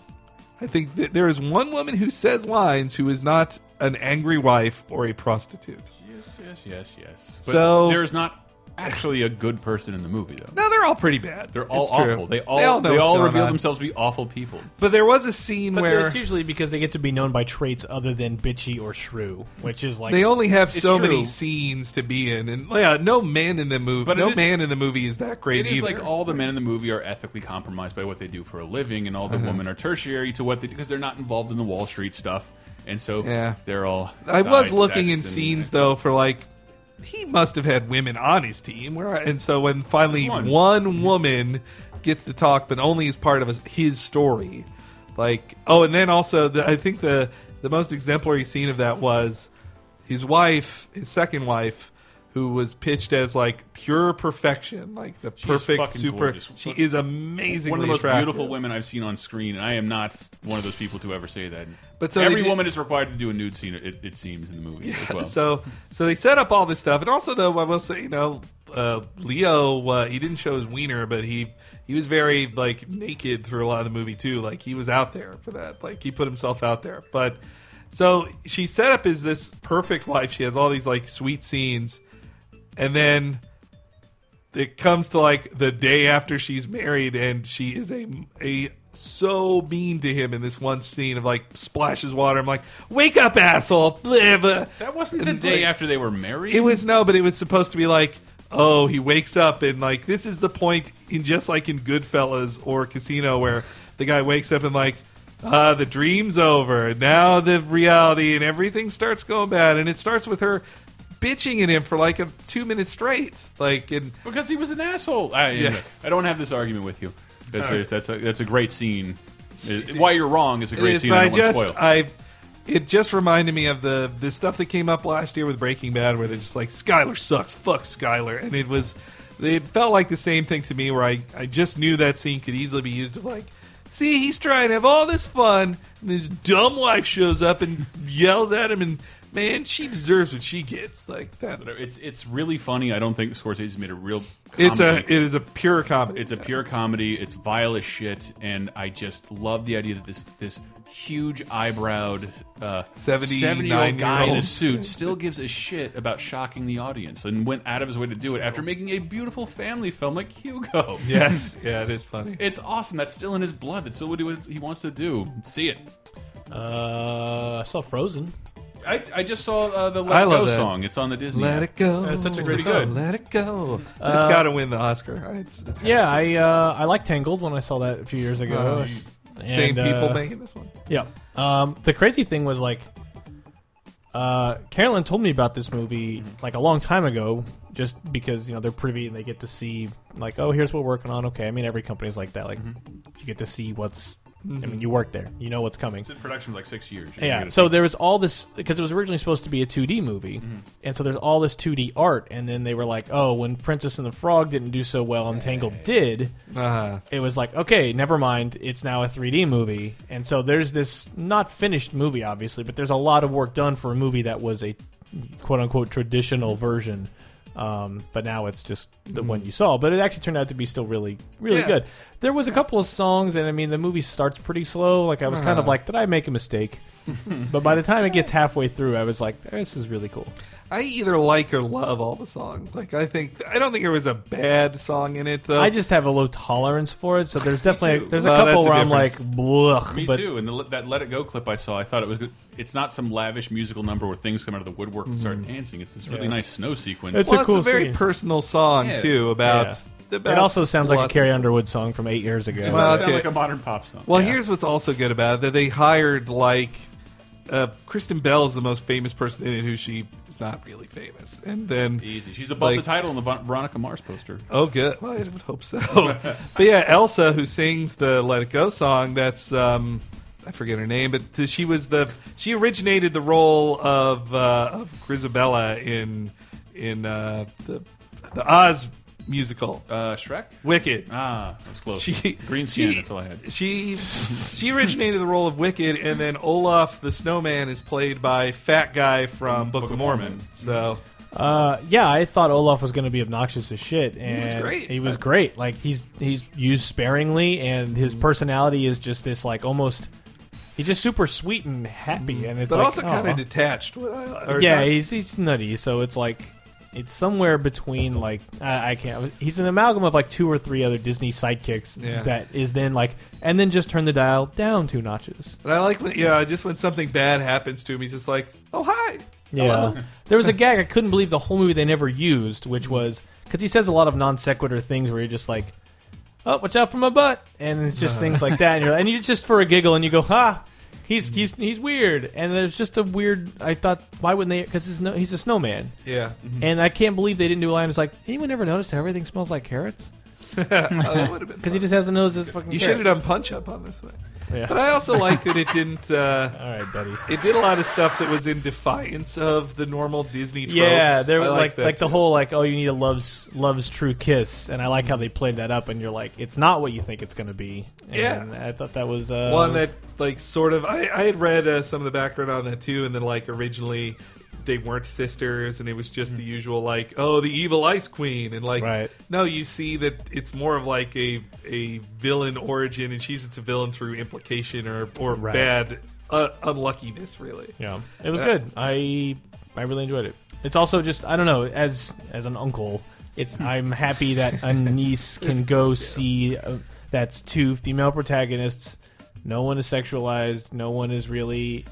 Speaker 2: I think that there is one woman who says lines who is not an angry wife or a prostitute.
Speaker 1: Yes, yes, yes, yes.
Speaker 2: So-
Speaker 1: there is not actually a good person in the movie though.
Speaker 2: No, they're all pretty bad.
Speaker 1: They're all
Speaker 2: It's true.
Speaker 1: awful. They all
Speaker 2: know
Speaker 1: they
Speaker 2: what's
Speaker 1: all
Speaker 2: going
Speaker 1: reveal
Speaker 2: on.
Speaker 1: themselves to be awful people.
Speaker 2: But there was a scene
Speaker 5: But
Speaker 2: where
Speaker 5: it's usually because they get to be known by traits other than bitchy or shrew, which is like
Speaker 2: they only have so
Speaker 1: true.
Speaker 2: many scenes to be in, and yeah, no man in the movie.
Speaker 1: But it
Speaker 2: no
Speaker 1: is-
Speaker 2: man in the movie is that great
Speaker 1: It is
Speaker 2: either.
Speaker 1: like all the men in the movie are ethically compromised by what they do for a living, and all
Speaker 2: Uh-huh.
Speaker 1: the women are tertiary to what they do because they're not involved in the Wall Street stuff, and so
Speaker 2: Yeah.
Speaker 1: they're all.
Speaker 2: I was
Speaker 1: side
Speaker 2: looking
Speaker 1: sex
Speaker 2: in
Speaker 1: and-
Speaker 2: scenes though for like he must have had women on his team. Where and so when finally
Speaker 1: One.
Speaker 2: one. woman gets to talk, but only as part of his story. Like oh, and then also the, I think the the most exemplary scene of that was his wife, his second wife. Who was pitched as like pure perfection, like the
Speaker 1: is
Speaker 2: perfect
Speaker 1: fucking
Speaker 2: super?
Speaker 1: gorgeous.
Speaker 2: She is amazingly
Speaker 1: One of the most
Speaker 2: attractive.
Speaker 1: beautiful women I've seen on screen, and I am not one of those people to ever say that.
Speaker 2: But so they
Speaker 1: every
Speaker 2: did-
Speaker 1: woman is required to do a nude scene. It, it seems in the movie as well.
Speaker 2: So, so they set up all this stuff, and also though I will say, you know, uh, Leo, uh, he didn't show his wiener, but he he was very like naked through a lot of the movie too. Like he was out there for that. Like he put himself out there. But so she set up as this perfect wife. She has all these like sweet scenes, and then it comes to like the day after she's married, and she is a a so mean to him in this one scene of like splashes water. I'm like, wake up, asshole! Blah, blah.
Speaker 1: That wasn't the
Speaker 2: And,
Speaker 1: day
Speaker 2: like,
Speaker 1: after they were married.
Speaker 2: It was no, but it was supposed to be like, oh, he wakes up and like this is the point in just like in Goodfellas or Casino where the guy wakes up and like, uh, the dream's over. Now the reality and everything starts going bad, and it starts with her bitching at him for like a two minutes straight. Like, and
Speaker 1: because he was an asshole. I,
Speaker 2: Yes.
Speaker 1: I don't have this argument with you. That's a, that's a, that's a great scene. It- why you're wrong is a great
Speaker 2: It is,
Speaker 1: scene.
Speaker 2: but
Speaker 1: I
Speaker 2: I
Speaker 1: don't want
Speaker 2: just
Speaker 1: to spoil.
Speaker 2: I it just reminded me of the the stuff that came up last year with Breaking Bad, where they're just like Skyler sucks, fuck Skyler, and it was it felt like the same thing to me, where I I just knew that scene could easily be used of like. See, he's trying to have all this fun, and his dumb wife shows up and yells at him, and man, she deserves what she gets. Like that,
Speaker 1: It's it's really funny. I don't think Scorsese's made a real. Comedy.
Speaker 2: it's a it is a pure comedy.
Speaker 1: it's a pure comedy. It's vile as shit, and I just love the idea that this this huge eyebrowed uh,
Speaker 2: 79
Speaker 1: year guy in
Speaker 2: year
Speaker 1: a
Speaker 2: old.
Speaker 1: suit still gives a shit about shocking the audience and went out of his way to do it after making a beautiful family film like Hugo.
Speaker 2: yes, yeah, it is funny.
Speaker 1: It's awesome. That's still in his blood. That's still what he- he wants to do. See it.
Speaker 3: Uh, I saw Frozen.
Speaker 1: I, I just saw uh, the Let
Speaker 2: I
Speaker 1: It
Speaker 2: love
Speaker 1: Go
Speaker 2: that.
Speaker 1: song. It's on the Disney.
Speaker 2: Let
Speaker 1: app.
Speaker 2: it go.
Speaker 1: That's such a great song.
Speaker 2: Let it go. Uh, it's got to win the Oscar. It's, it has
Speaker 3: Yeah,
Speaker 2: to.
Speaker 3: I uh, I like Tangled when I saw that a few years ago.
Speaker 2: Uh, same
Speaker 3: And,
Speaker 2: people
Speaker 3: uh,
Speaker 2: making this one.
Speaker 3: Yeah. Um, the crazy thing was like, uh, Carolyn told me about this movie
Speaker 5: Mm-hmm.
Speaker 3: like a long time ago, just because you know they're privy and they get to see like, oh, here's what we're working on. Okay, I mean every company's like that.
Speaker 5: Mm-hmm.
Speaker 3: Like, you get to see what's. I mean, you work there, you know what's coming.
Speaker 1: It's in production for like six years. You
Speaker 3: Yeah.
Speaker 1: get a
Speaker 3: So
Speaker 1: peek.
Speaker 3: there was all this because it was originally supposed to be a 2D movie,
Speaker 1: Mm-hmm.
Speaker 3: and so there's all this 2D art, and then they were like, oh, when Princess and the Frog didn't do so well, and Tangled did
Speaker 2: Uh,
Speaker 3: it was like, okay, never mind. It's now a 3D movie. And so there's this not finished movie, obviously, but there's a lot of work done for a movie that was a quote unquote traditional version. Um, but now it's just the one you saw. But it actually turned out to be still really, really
Speaker 2: Mm-hmm. Yeah.
Speaker 3: good. There was a couple of songs, and I mean, the movie starts pretty slow. Like, I was kind
Speaker 2: Uh-huh.
Speaker 3: of like, did I make a mistake? but by the time it gets halfway through, I was like, this is really cool.
Speaker 2: I either like or love all the songs. Like I think I don't think there was a bad song in it though.
Speaker 3: I just have a low tolerance for it. So there's
Speaker 1: too.
Speaker 3: definitely, there's
Speaker 2: Oh.
Speaker 3: a
Speaker 2: Well,
Speaker 3: couple
Speaker 2: that's a
Speaker 3: where I'm like,
Speaker 2: difference.
Speaker 3: blech.
Speaker 1: Me
Speaker 3: but
Speaker 1: too. And the, that "Let It Go" clip I saw, I thought it was. good. It's not some lavish musical number where things come out of the woodwork and start dancing. It's this really nice snow sequence.
Speaker 3: It's
Speaker 2: well,
Speaker 3: a
Speaker 2: Mm-hmm. it's
Speaker 3: cool
Speaker 2: a very
Speaker 3: scene.
Speaker 2: personal song
Speaker 1: Yeah.
Speaker 2: too about,
Speaker 3: Yeah.
Speaker 2: about
Speaker 3: it also sounds like a
Speaker 2: lots of-
Speaker 3: Carrie Underwood song from eight years ago.
Speaker 1: it
Speaker 2: Well,
Speaker 1: does sound
Speaker 2: okay.
Speaker 1: like a modern pop song.
Speaker 2: Well,
Speaker 1: Yeah.
Speaker 2: here's what's also good about it that they hired like uh, Kristen Bell is the most famous person in it, who she is not really famous, and then
Speaker 1: easy. She's above
Speaker 2: like-
Speaker 1: the title on the Von- Veronica Mars poster.
Speaker 2: Oh, good. Well, I would hope so. but yeah, Elsa, who sings the "Let It Go" song, that's um, I forget her name, but th- she was the she originated the role of uh, of Grisabella in in uh, the the Oz musical
Speaker 1: Uh, Shrek.
Speaker 2: Wicked.
Speaker 1: Ah, that was close.
Speaker 2: She-
Speaker 1: Green skin.
Speaker 2: she-
Speaker 1: That's all I had.
Speaker 2: She she originated the role of Wicked, and then Olaf the Snowman is played by fat guy from Book, of Mormon. So
Speaker 3: Uh, yeah, I thought Olaf was going to be obnoxious as shit, and
Speaker 2: was great.
Speaker 3: He was great. Like he's he's used sparingly, and his
Speaker 2: Mm.
Speaker 3: personality is just this like almost. He's just super sweet and happy, and it's
Speaker 2: Mm. but
Speaker 3: like,
Speaker 2: also kind
Speaker 3: aw.
Speaker 2: of detached. What I- or
Speaker 3: yeah,
Speaker 2: not-
Speaker 3: he's he's nutty. So it's like it's somewhere between like I, I can't. He's an amalgam of like two or three other Disney sidekicks
Speaker 2: Yeah.
Speaker 3: that is then like and then just turn the dial down two notches.
Speaker 2: And I like when, yeah, just when something bad happens to him, he's just like, oh, hi.
Speaker 3: Yeah. there was a gag I couldn't believe the whole movie they never used,
Speaker 2: Mm-hmm.
Speaker 3: which was because he says a lot of non sequitur things where you're just like, "Oh, watch out for my butt," and it's
Speaker 2: Uh-huh.
Speaker 3: just things like that, and you're and you just for a giggle, and you go, "Ha."
Speaker 2: Mm-hmm.
Speaker 3: He's, he's, he's weird, and there's just a weird. I thought, why wouldn't they? Because he's no, he's a snowman,
Speaker 2: Yeah.
Speaker 3: and I can't believe they didn't do a line. It's like anyone ever noticed how everything smells like carrots?
Speaker 2: Oh, that would've been
Speaker 3: Because he
Speaker 2: fun.
Speaker 3: just has a nose that's fucking.
Speaker 2: you should
Speaker 3: carrot.
Speaker 2: have done punch up on this thing.
Speaker 3: Yeah.
Speaker 2: But I also like that it didn't. Uh,
Speaker 3: All right, buddy.
Speaker 2: it did a lot of stuff that was in defiance of the normal Disney tropes.
Speaker 3: Yeah, there
Speaker 2: I
Speaker 3: was like
Speaker 2: that,
Speaker 3: like the
Speaker 2: too.
Speaker 3: whole like oh you need a love's love's true kiss, and I like how they played that up, and you're like it's not what you think it's going to be. And
Speaker 2: Yeah.
Speaker 3: I thought that was uh,
Speaker 2: one that like sort of. I, I had read uh, some of the background on that too, and then like originally they weren't sisters, and it was just the usual like oh the evil ice queen, and like
Speaker 3: Mm. Right.
Speaker 2: no, you see that it's more of like a a villain origin, and she's it's a villain through implication or or
Speaker 3: Right.
Speaker 2: bad uh, unluckiness, really.
Speaker 3: yeah it was
Speaker 2: Uh,
Speaker 3: good. I I really enjoyed it. It's also just I don't know
Speaker 2: Hmm.
Speaker 3: as as an uncle, it's I'm happy that a niece can go see. A, that's two female protagonists. No one is sexualized. No one is really.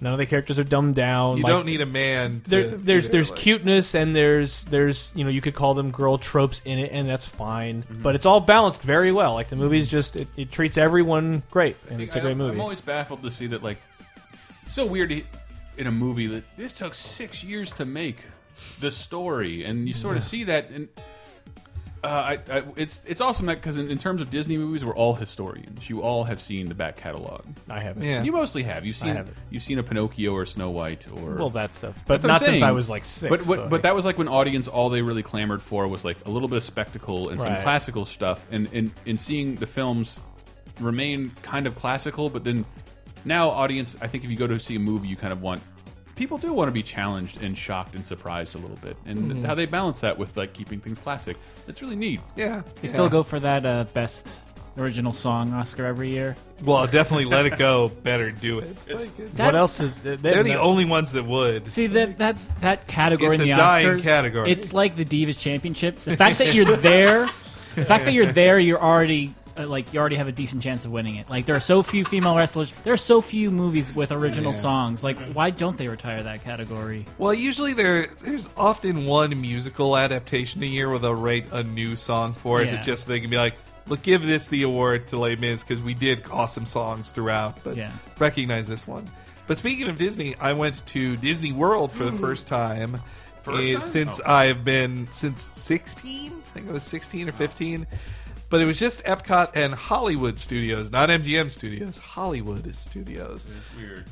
Speaker 3: None of the characters are dumbed down.
Speaker 2: You
Speaker 3: like-
Speaker 2: don't need a man. To
Speaker 3: there,
Speaker 2: be
Speaker 3: there's
Speaker 2: there,
Speaker 3: there's
Speaker 2: like-
Speaker 3: cuteness and there's there's you know you could call them girl tropes in it and that's fine but it's all balanced very well like the movie's just it, it treats everyone great and it's a
Speaker 1: I-
Speaker 3: great movie
Speaker 1: I'm always baffled to see that, like, it's so weird to- in a movie that this took six years to make the story, and you sort of see that. And uh, I, I, it's it's awesome that because in, in terms of Disney movies, we're all historians. You all have seen the back catalog.
Speaker 3: I haven't
Speaker 2: Yeah.
Speaker 1: You mostly have. You've seen
Speaker 3: haven't.
Speaker 1: you've seen a Pinocchio or Snow White or
Speaker 3: well that stuff but
Speaker 1: That's what I'm
Speaker 3: not since I
Speaker 1: saying.
Speaker 3: was like six
Speaker 1: But what,
Speaker 3: so-
Speaker 1: but that was like when audience all they really clamored for was like a little bit of spectacle and some
Speaker 3: Right.
Speaker 1: classical stuff, and and and seeing the films remain kind of classical, but then now audience, I think if you go to see a movie, you kind of want people do want to be challenged and shocked and surprised a little bit, and
Speaker 3: Mm-hmm.
Speaker 1: how they balance that with like keeping things classic. It's really neat.
Speaker 2: yeah.
Speaker 4: They
Speaker 2: yeah.
Speaker 4: still go for that uh, best original song Oscar every year.
Speaker 2: Well, definitely let it go. Better do it. Like, it's-
Speaker 3: what else is they,
Speaker 2: They're the only ones that would.
Speaker 4: See that that that category
Speaker 2: It's
Speaker 4: in
Speaker 2: a
Speaker 4: the
Speaker 2: dying
Speaker 4: Oscars.
Speaker 2: category.
Speaker 4: It's like the Divas Championship. The fact that you're there, the fact that you're there, you're already uh, like you already have a decent chance of winning it. Like there are so few female wrestlers. There are so few movies with original
Speaker 2: Yeah.
Speaker 4: songs. Like why don't they retire that category?
Speaker 2: Well, usually there there's often one musical adaptation a year where they'll write a new song for it.
Speaker 4: Yeah.
Speaker 2: It just they can be like, look, give this the award to Les Mis because we did awesome songs throughout, but
Speaker 4: Yeah.
Speaker 2: recognize this one. But speaking of Disney, I went to Disney World for the first time,
Speaker 1: First
Speaker 2: eh,
Speaker 1: time?
Speaker 2: since
Speaker 1: Oh.
Speaker 2: I've been since 16. I think I was 16 or 15. But it was just Epcot and Hollywood Studios, not MGM Studios. Hollywood Studios.
Speaker 1: It's weird.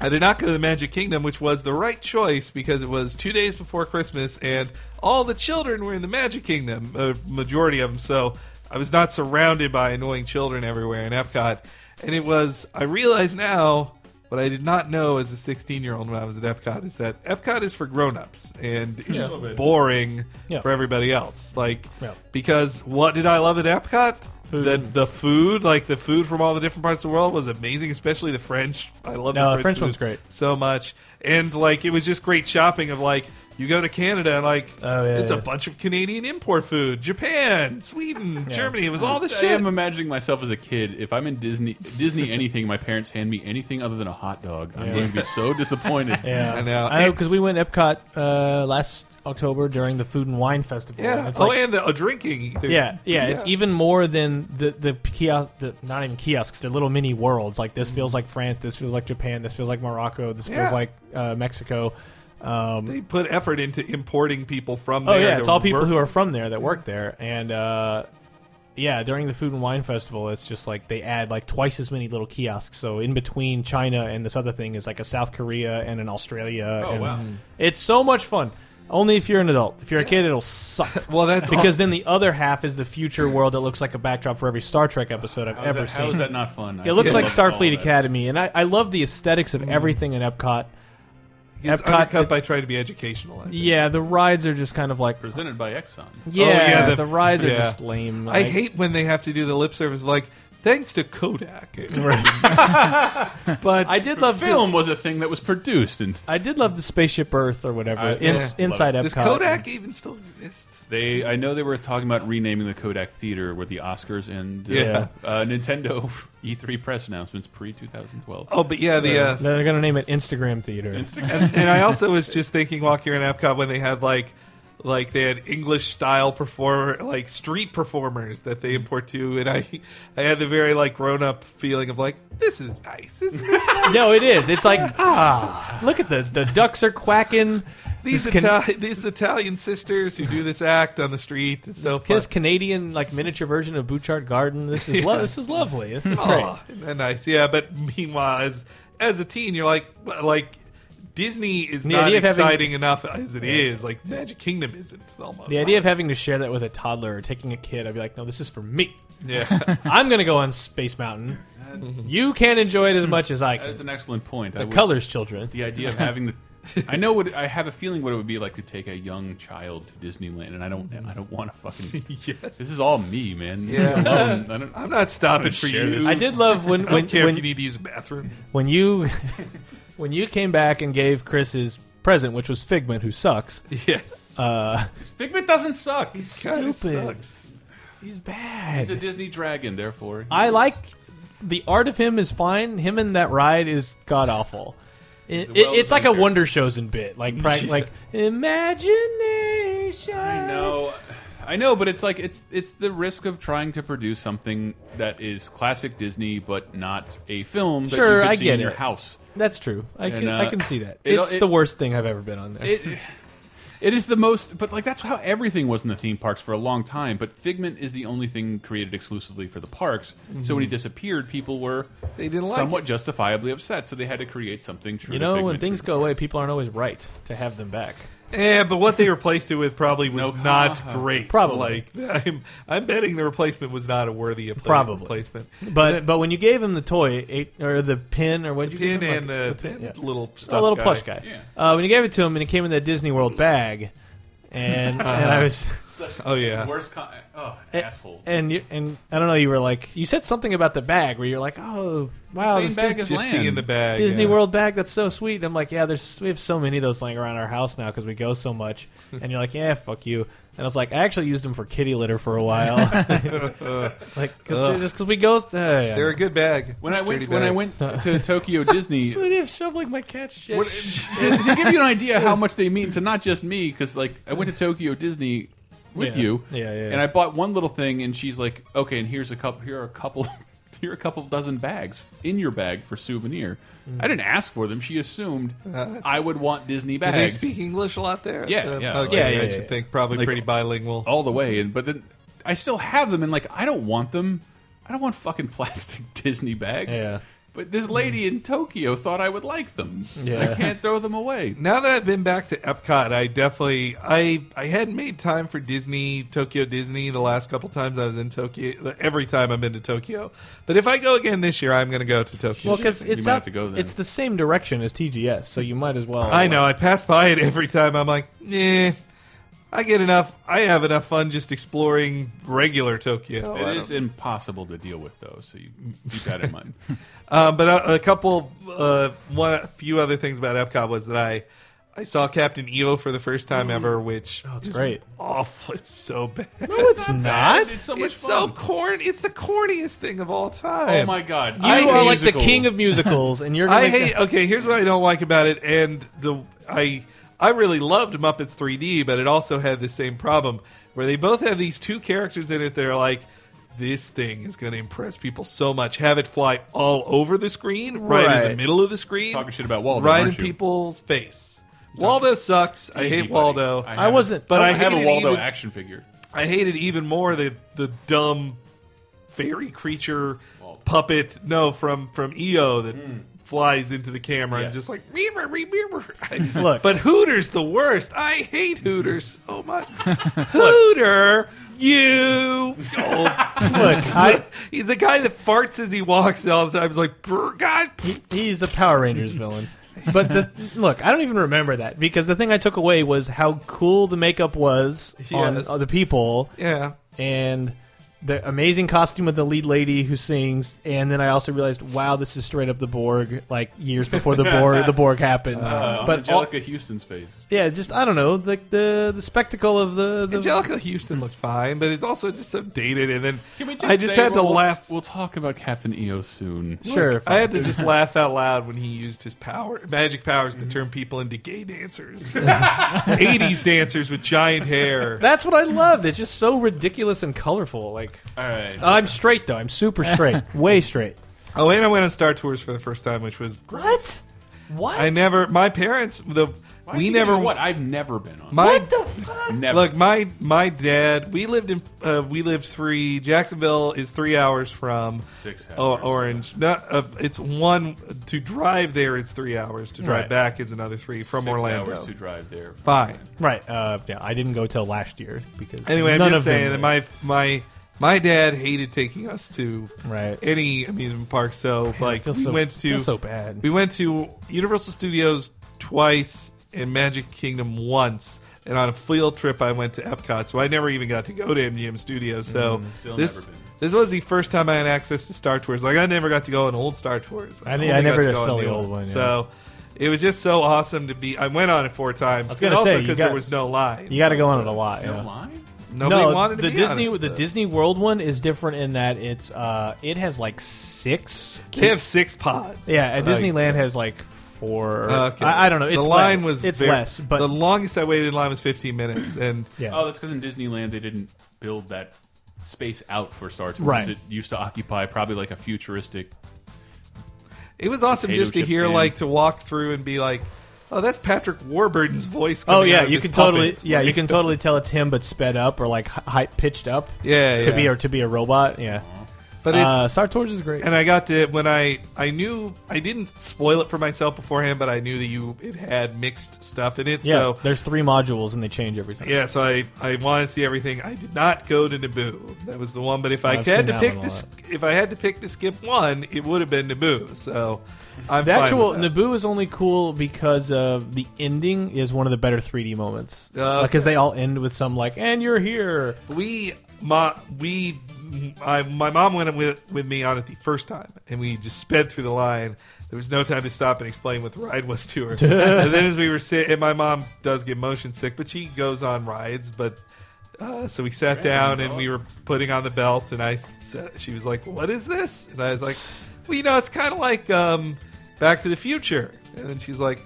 Speaker 2: I did not go to the Magic Kingdom, which was the right choice because it was two days before Christmas and all the children were in the Magic Kingdom, a majority of them. So I was not surrounded by annoying children everywhere in Epcot. And it was, I realize now, what I did not know as a 16 year old when I was at Epcot is that Epcot is for grown ups and
Speaker 1: Yeah.
Speaker 2: it's
Speaker 1: A little bit.
Speaker 2: boring
Speaker 3: Yeah.
Speaker 2: for everybody else. Like,
Speaker 3: Yeah.
Speaker 2: because what did I love at Epcot? The, the food, like the food from all the different parts of the world, was amazing, especially the French. I love
Speaker 3: No,
Speaker 2: the
Speaker 3: the
Speaker 2: French
Speaker 3: French
Speaker 2: food
Speaker 3: one's great.
Speaker 2: so much. And like it was just great shopping of like you go to Canada and like
Speaker 3: Oh, yeah,
Speaker 2: it's a
Speaker 3: yeah.
Speaker 2: bunch of Canadian import food. Japan, Sweden, Germany, it
Speaker 3: Oh,
Speaker 2: was all this
Speaker 1: I
Speaker 2: shit.
Speaker 1: am imagining myself as a kid. If I'm in Disney, Disney anything, my parents hand me anything other than a hot dog. I'm going to be so disappointed.
Speaker 3: yeah
Speaker 2: I know.
Speaker 3: because we went Epcot uh, last October during the Food and Wine Festival and
Speaker 2: yeah.
Speaker 3: it's
Speaker 2: Oh,
Speaker 3: like-
Speaker 2: and the, uh, drinking. There's-
Speaker 3: yeah, yeah, it's even more than the the kiosk, the, not even kiosks, the little mini worlds. Like this feels like France, this feels like Japan, this feels like Morocco, this
Speaker 2: Mm-hmm. Yeah.
Speaker 3: feels like uh, Mexico. Um,
Speaker 2: They put effort into importing people from
Speaker 3: oh
Speaker 2: there.
Speaker 3: yeah,
Speaker 2: to
Speaker 3: it's all people
Speaker 2: work.
Speaker 3: who are from there that work there, and uh, yeah, during the food and wine festival, it's just like they add like twice as many little kiosks. So in between China and this other thing is like a South Korea and an Australia.
Speaker 1: Oh,
Speaker 3: and
Speaker 1: wow.
Speaker 3: it's so much fun. Only if you're an adult. If you're a kid, it'll suck.
Speaker 2: Well, that's
Speaker 3: because then the other half is the future world that looks like a backdrop for every Star Trek episode I've
Speaker 1: How is,
Speaker 3: ever
Speaker 1: that,
Speaker 3: seen.
Speaker 1: how is that not fun? I
Speaker 3: It looks
Speaker 1: still
Speaker 3: like
Speaker 1: love all
Speaker 3: Starfleet
Speaker 1: that.
Speaker 3: Academy, and I, I love the aesthetics
Speaker 2: Hmm.
Speaker 3: of everything in Epcot.
Speaker 2: it's
Speaker 3: Epcot-
Speaker 2: undercut by trying to be educational. I think.
Speaker 3: Yeah, the rides are just kind of like
Speaker 1: Presented by Exxon.
Speaker 3: Oh, yeah,
Speaker 2: yeah, the-
Speaker 3: the, rides are
Speaker 2: yeah.
Speaker 3: just lame.
Speaker 2: I
Speaker 3: Like,
Speaker 2: hate when they have to do the lip service like thanks to Kodak. but
Speaker 3: I did love
Speaker 1: Film was a thing that was produced, and
Speaker 3: I did love the Spaceship Earth or whatever
Speaker 1: I-
Speaker 3: in,
Speaker 1: yeah.
Speaker 3: inside
Speaker 2: does
Speaker 3: Epcot.
Speaker 2: Kodak even still exist?
Speaker 1: they. I know they were talking about renaming the Kodak Theater with the Oscars and uh,
Speaker 2: Yeah.
Speaker 1: uh, Nintendo E3 press announcements pre 2012.
Speaker 2: Oh, but yeah, the uh,
Speaker 3: They're gonna name it Instagram Theater.
Speaker 2: and, and I also was just thinking walking around Epcot when they had like like they had English style performer like street performers that they import to, and I I had the very like grown up feeling of like this is nice. Isn't this nice?
Speaker 3: no, it is. It's like ah, look at the the ducks are quacking.
Speaker 2: these
Speaker 3: This can-
Speaker 2: Itali- these Italian sisters who do this act on the street. It's so
Speaker 3: this,
Speaker 2: fun.
Speaker 3: this Canadian like miniature version of Bouchard Garden. This is lo- this is lovely. This is great.
Speaker 2: Aw, isn't that nice, yeah. But meanwhile, as as a teen, you're like like. Disney is
Speaker 3: The
Speaker 2: not
Speaker 3: idea of having-
Speaker 2: exciting enough as it is. Like Magic Kingdom isn't almost.
Speaker 3: The idea of having to share that with a toddler or taking a kid, I'd be like, no, this is for me.
Speaker 2: yeah,
Speaker 3: I'm gonna go on Space Mountain. You can't enjoy it as much as I
Speaker 1: that
Speaker 3: can.
Speaker 1: is an excellent point. I
Speaker 3: The
Speaker 1: would-
Speaker 3: colors, children.
Speaker 1: the idea of having the. I know what I have a feeling what it would be like to take a young child to Disneyland, and I don't. I don't want to fucking.
Speaker 2: yes.
Speaker 1: This is all me, man.
Speaker 2: Yeah.
Speaker 1: Alone. I don't,
Speaker 2: I'm not stopping for
Speaker 1: share
Speaker 2: you.
Speaker 1: this.
Speaker 3: I did love when
Speaker 2: I don't
Speaker 3: when
Speaker 2: care
Speaker 3: when,
Speaker 2: if you need to use a bathroom.
Speaker 3: when you when you came back and gave Chris his present, which was Figment, who sucks.
Speaker 2: Yes.
Speaker 3: Uh,
Speaker 1: Figment doesn't suck.
Speaker 2: God, it
Speaker 3: stupid.
Speaker 2: sucks.
Speaker 3: He's bad.
Speaker 1: He's a Disney dragon, therefore.
Speaker 3: I like the art of him is fine. Him in that ride is god awful. It,
Speaker 1: a well
Speaker 3: it- it's like a
Speaker 1: thinker.
Speaker 3: Wonder Chosen bit, like pra- like imagination.
Speaker 1: I know, I know, but it's like it's it's the risk of trying to produce something that is classic Disney, but not a film. That
Speaker 3: Sure,
Speaker 1: you could
Speaker 3: I
Speaker 1: see
Speaker 3: get
Speaker 1: in your
Speaker 3: it.
Speaker 1: house.
Speaker 3: That's true. I
Speaker 1: And,
Speaker 3: can
Speaker 1: uh,
Speaker 3: I can see that.
Speaker 1: it-
Speaker 3: it's
Speaker 1: it-
Speaker 3: the worst thing I've ever been on there.
Speaker 1: It, it is the most, but like that's how everything was in the theme parks for a long time. But Figment is the only thing created exclusively for the parks. So
Speaker 3: Mm-hmm.
Speaker 1: when he disappeared, people were
Speaker 2: They didn't like
Speaker 1: somewhat justifiably upset. So they had to create something true.
Speaker 3: you
Speaker 1: to
Speaker 3: know,
Speaker 1: Figment
Speaker 3: when things
Speaker 1: for-
Speaker 3: go away, people aren't always right to have them back.
Speaker 2: Yeah, but what they replaced it with probably was
Speaker 1: No.
Speaker 2: not great.
Speaker 3: Probably.
Speaker 2: like I'm, I'm betting the replacement was not a worthy appla-
Speaker 3: Probably.
Speaker 2: replacement.
Speaker 3: But but when you gave him the toy it, or the pin or what you
Speaker 2: pin
Speaker 3: give him, like,
Speaker 2: and the, pin,
Speaker 3: yeah.
Speaker 2: little
Speaker 3: a
Speaker 2: stuff
Speaker 3: little plush guy.
Speaker 1: Yeah.
Speaker 3: Uh, when you gave it to him and it came in that Disney World bag, and and I was.
Speaker 1: Such
Speaker 2: Oh yeah,
Speaker 1: worst con oh
Speaker 3: A-
Speaker 1: asshole.
Speaker 3: And you, and I don't know. You were like you said something about the bag where you're like, oh wow,
Speaker 1: same
Speaker 3: this
Speaker 1: bag
Speaker 3: Dis-
Speaker 1: as
Speaker 2: just seeing
Speaker 1: land.
Speaker 2: the bag.
Speaker 3: Disney
Speaker 2: yeah.
Speaker 3: World bag that's so sweet. And I'm like, yeah, there's we have so many of those laying around our house now because we go so much. and you're like, yeah, fuck you. And I was like, I actually used them for kitty litter for a while, like cause, just because we go. Uh, yeah.
Speaker 2: They're a good bag.
Speaker 1: when I
Speaker 2: Sturdy
Speaker 1: went when I
Speaker 2: bags.
Speaker 1: went to Tokyo Disney,
Speaker 3: So they have shoveling my cat's shit.
Speaker 1: What, to, to give you an idea how much they mean to not just me, because like I went to Tokyo Disney with
Speaker 3: Yeah.
Speaker 1: you,
Speaker 3: Yeah, yeah, yeah.
Speaker 1: and I bought one little thing, and she's like, "Okay, and here's a couple. Here are a couple. Here are a couple dozen bags in your bag for souvenir."
Speaker 3: Mm.
Speaker 1: I didn't ask for them. She assumed I would want Disney
Speaker 2: Do Uh, they
Speaker 1: bags
Speaker 2: speak English a lot there?
Speaker 1: Yeah,
Speaker 2: Uh,
Speaker 1: yeah.
Speaker 2: okay,
Speaker 3: Yeah, yeah,
Speaker 2: I
Speaker 3: yeah.
Speaker 2: should think probably
Speaker 1: Like-
Speaker 2: pretty bilingual.
Speaker 1: all the way, and but then I still have them, and like I don't want them. I don't want fucking plastic Disney bags.
Speaker 3: Yeah.
Speaker 1: But this lady in Tokyo thought I would like them. I
Speaker 3: Yeah.
Speaker 1: can't throw them away.
Speaker 2: now that I've been back to Epcot, I definitely I I hadn't made time for Disney Tokyo Disney the last couple times I was in Tokyo. Every time I've been to Tokyo, but if I go again this year, I'm going to go to Tokyo.
Speaker 3: well, because
Speaker 1: You
Speaker 3: it's
Speaker 1: might
Speaker 3: out-
Speaker 1: have to go then.
Speaker 3: it's the same direction as TGS, so you might as well.
Speaker 2: I know I pass by it every time. I'm like, eh. I get enough. I have enough fun just exploring regular Tokyo. I
Speaker 1: It is
Speaker 2: don't-
Speaker 1: impossible to deal with, though, so you keep that in mind.
Speaker 2: Um, but a, a couple, uh, one, a few other things about Epcot was that I, I saw Captain EO for the first time ever, which
Speaker 3: Mm. Oh, It's great.
Speaker 2: awful. It's so bad.
Speaker 3: No, it's not.
Speaker 1: It's so much
Speaker 2: It's
Speaker 1: fun.
Speaker 2: so corn. It's the corniest thing of all time.
Speaker 1: oh my god!
Speaker 3: You
Speaker 2: I
Speaker 3: are
Speaker 2: hate
Speaker 3: like
Speaker 1: musical.
Speaker 3: the king of musicals, and you're. Gonna
Speaker 2: I
Speaker 3: make
Speaker 2: hate. Okay, here's what I don't like about it, and the I I really loved Muppets 3D, but it also had the same problem where they both have these two characters in it. They're like. This thing is going to impress people so much. Have it fly all over the screen, right, in the
Speaker 3: Right.
Speaker 2: middle of the screen,
Speaker 1: Talking shit about Waldo,
Speaker 2: right in
Speaker 1: aren't you?
Speaker 2: people's face. Waldo sucks. I
Speaker 1: Easy,
Speaker 2: hate
Speaker 1: buddy.
Speaker 2: Waldo.
Speaker 1: I
Speaker 3: I wasn't,
Speaker 2: But
Speaker 1: I
Speaker 2: I
Speaker 1: have a
Speaker 2: hated
Speaker 1: Waldo
Speaker 2: even-
Speaker 1: action figure.
Speaker 2: I hated even more the the dumb fairy creature puppet. No, from from EO that flies into the camera
Speaker 1: Hmm. Yes.
Speaker 2: and just like meemer, meemer.
Speaker 3: Look.
Speaker 2: but Hooters the worst. I hate Hooters so much. Hooter, you. Oh,
Speaker 3: Look, I,
Speaker 2: he's a guy that farts as he walks all the time. He's like, "Brr, God, pff."
Speaker 3: he's a Power Rangers villain. But the, look, I don't even remember that because the thing I took away was how cool the makeup was
Speaker 2: Yes.
Speaker 3: on the people
Speaker 2: yeah.
Speaker 3: and the amazing costume of the lead lady who sings. And then I also realized, wow, this is straight up the Borg, like years before the Borg the Borg happened.
Speaker 1: Uh,
Speaker 3: but all-
Speaker 1: Angelica Houston's face.
Speaker 3: yeah, just I don't know, like the the spectacle of the, the
Speaker 2: Angelica Houston looked fine, but it's also just so dated. And then
Speaker 1: Can we just
Speaker 2: I just
Speaker 1: say
Speaker 2: had to
Speaker 1: we'll-
Speaker 2: laugh.
Speaker 1: We'll talk about Captain EO soon.
Speaker 3: sure.
Speaker 2: I had to just laugh out loud when he used his power, magic powers, to turn people into gay dancers, '80s dancers with giant hair.
Speaker 3: That's what I loved. It's just so ridiculous and colorful. Like
Speaker 1: All right.
Speaker 3: I'm straight though. I'm super straight. Way straight.
Speaker 2: Oh, and I went on Star Tours for the first time, which was great.
Speaker 3: What? What?
Speaker 2: I never. My parents, the
Speaker 1: Why
Speaker 2: we
Speaker 1: you
Speaker 2: never.
Speaker 1: do What? I've never been on.
Speaker 2: My,
Speaker 3: fuck?
Speaker 1: never.
Speaker 2: Look, my my dad. We lived in uh, we lived three. Jacksonville is three hours from
Speaker 1: Six
Speaker 2: O-
Speaker 1: hours.
Speaker 2: Orange. Not uh, it's one to drive there is three hours. To drive
Speaker 3: Right.
Speaker 2: back is another three from
Speaker 1: Six
Speaker 2: Orlando.
Speaker 1: hours to drive there.
Speaker 2: Fine.
Speaker 3: Right. Uh, yeah, I didn't go till last year because
Speaker 2: Anyway, I'm
Speaker 3: none
Speaker 2: just
Speaker 3: of them
Speaker 2: saying that
Speaker 3: were.
Speaker 2: my my my dad hated taking us to
Speaker 3: Right.
Speaker 2: any amusement park. So like
Speaker 3: feel
Speaker 2: we
Speaker 3: so-
Speaker 2: went
Speaker 3: I
Speaker 2: to
Speaker 3: feel so bad.
Speaker 2: We went to Universal Studios twice and Magic Kingdom once. And on a field trip, I went to Epcot, so I never even got to go to MGM Studios. So
Speaker 1: Mm, still
Speaker 2: this
Speaker 1: never been.
Speaker 2: this was the first time I had access to Star Tours. Like I never got to go on old Star Tours.
Speaker 3: I
Speaker 2: only
Speaker 3: think I never
Speaker 2: got to go
Speaker 3: saw
Speaker 2: on
Speaker 3: the
Speaker 2: new
Speaker 3: old one, yeah.
Speaker 2: So it was just so awesome to be. I went on it four times.
Speaker 3: was gonna
Speaker 2: and also
Speaker 3: say, you
Speaker 2: because
Speaker 3: got-
Speaker 2: there was no line.
Speaker 3: You got to go on it a lot.
Speaker 1: No
Speaker 3: yeah.
Speaker 1: line?
Speaker 2: Nobody
Speaker 3: no,
Speaker 2: wanted to
Speaker 3: the
Speaker 2: be
Speaker 3: Disney
Speaker 2: on it.
Speaker 3: the Disney World one is different in that it's uh it has like six.
Speaker 2: They have six pods.
Speaker 3: Yeah, and
Speaker 2: Like-
Speaker 3: Disneyland has like four.
Speaker 2: Okay.
Speaker 3: I, I don't know. It's
Speaker 2: the line
Speaker 3: less.
Speaker 2: was
Speaker 3: it's
Speaker 2: very-
Speaker 3: less, but
Speaker 2: the longest I waited in line was 15 minutes, and
Speaker 3: yeah.
Speaker 1: Oh, that's because in Disneyland they didn't build that space out for Star Tours.
Speaker 3: Right.
Speaker 1: It used to occupy probably like a futuristic.
Speaker 2: it was awesome
Speaker 1: Potato
Speaker 2: just to
Speaker 1: chip
Speaker 2: hear
Speaker 1: stand.
Speaker 2: like to walk through and be like, oh, that's Patrick Warburton's voice.
Speaker 3: Oh
Speaker 2: coming out
Speaker 3: yeah,
Speaker 2: of
Speaker 3: you
Speaker 2: this
Speaker 3: can totally
Speaker 2: puppet.
Speaker 3: yeah you can totally tell it's him, but sped up or like high pitched up
Speaker 2: yeah, yeah.
Speaker 3: to be or to be a robot. Yeah,
Speaker 2: but it's
Speaker 3: uh, Star Tours is great.
Speaker 2: and I got to when I I knew I didn't spoil it for myself beforehand, but I knew that you it had mixed stuff in it,
Speaker 3: yeah,
Speaker 2: so
Speaker 3: there's three modules and they change every time.
Speaker 2: Yeah, so I, I want to see everything. I did not go to Naboo. That was the one. But if I
Speaker 3: I've
Speaker 2: had
Speaker 3: seen
Speaker 2: to
Speaker 3: that
Speaker 2: pick
Speaker 3: one a
Speaker 2: this, if I had to pick to skip one, it would have been Naboo. So I'm
Speaker 3: The
Speaker 2: fine
Speaker 3: actual
Speaker 2: with that.
Speaker 3: Naboo is only cool because of the ending is one of the better 3D moments
Speaker 2: Okay.
Speaker 3: because they all end with some like and you're here.
Speaker 2: We my we I, my mom went with with me on it the first time, and we just sped through the line. There was no time to stop and explain what the ride was to her. and then as we were sitting, and my mom does get motion sick, but she goes on rides. But uh, so we sat down and we were putting on the belt, and I s- said, she was like, "What is this?" And I was like, "Well, you know, it's kind of like um, Back to the Future." And then she's like,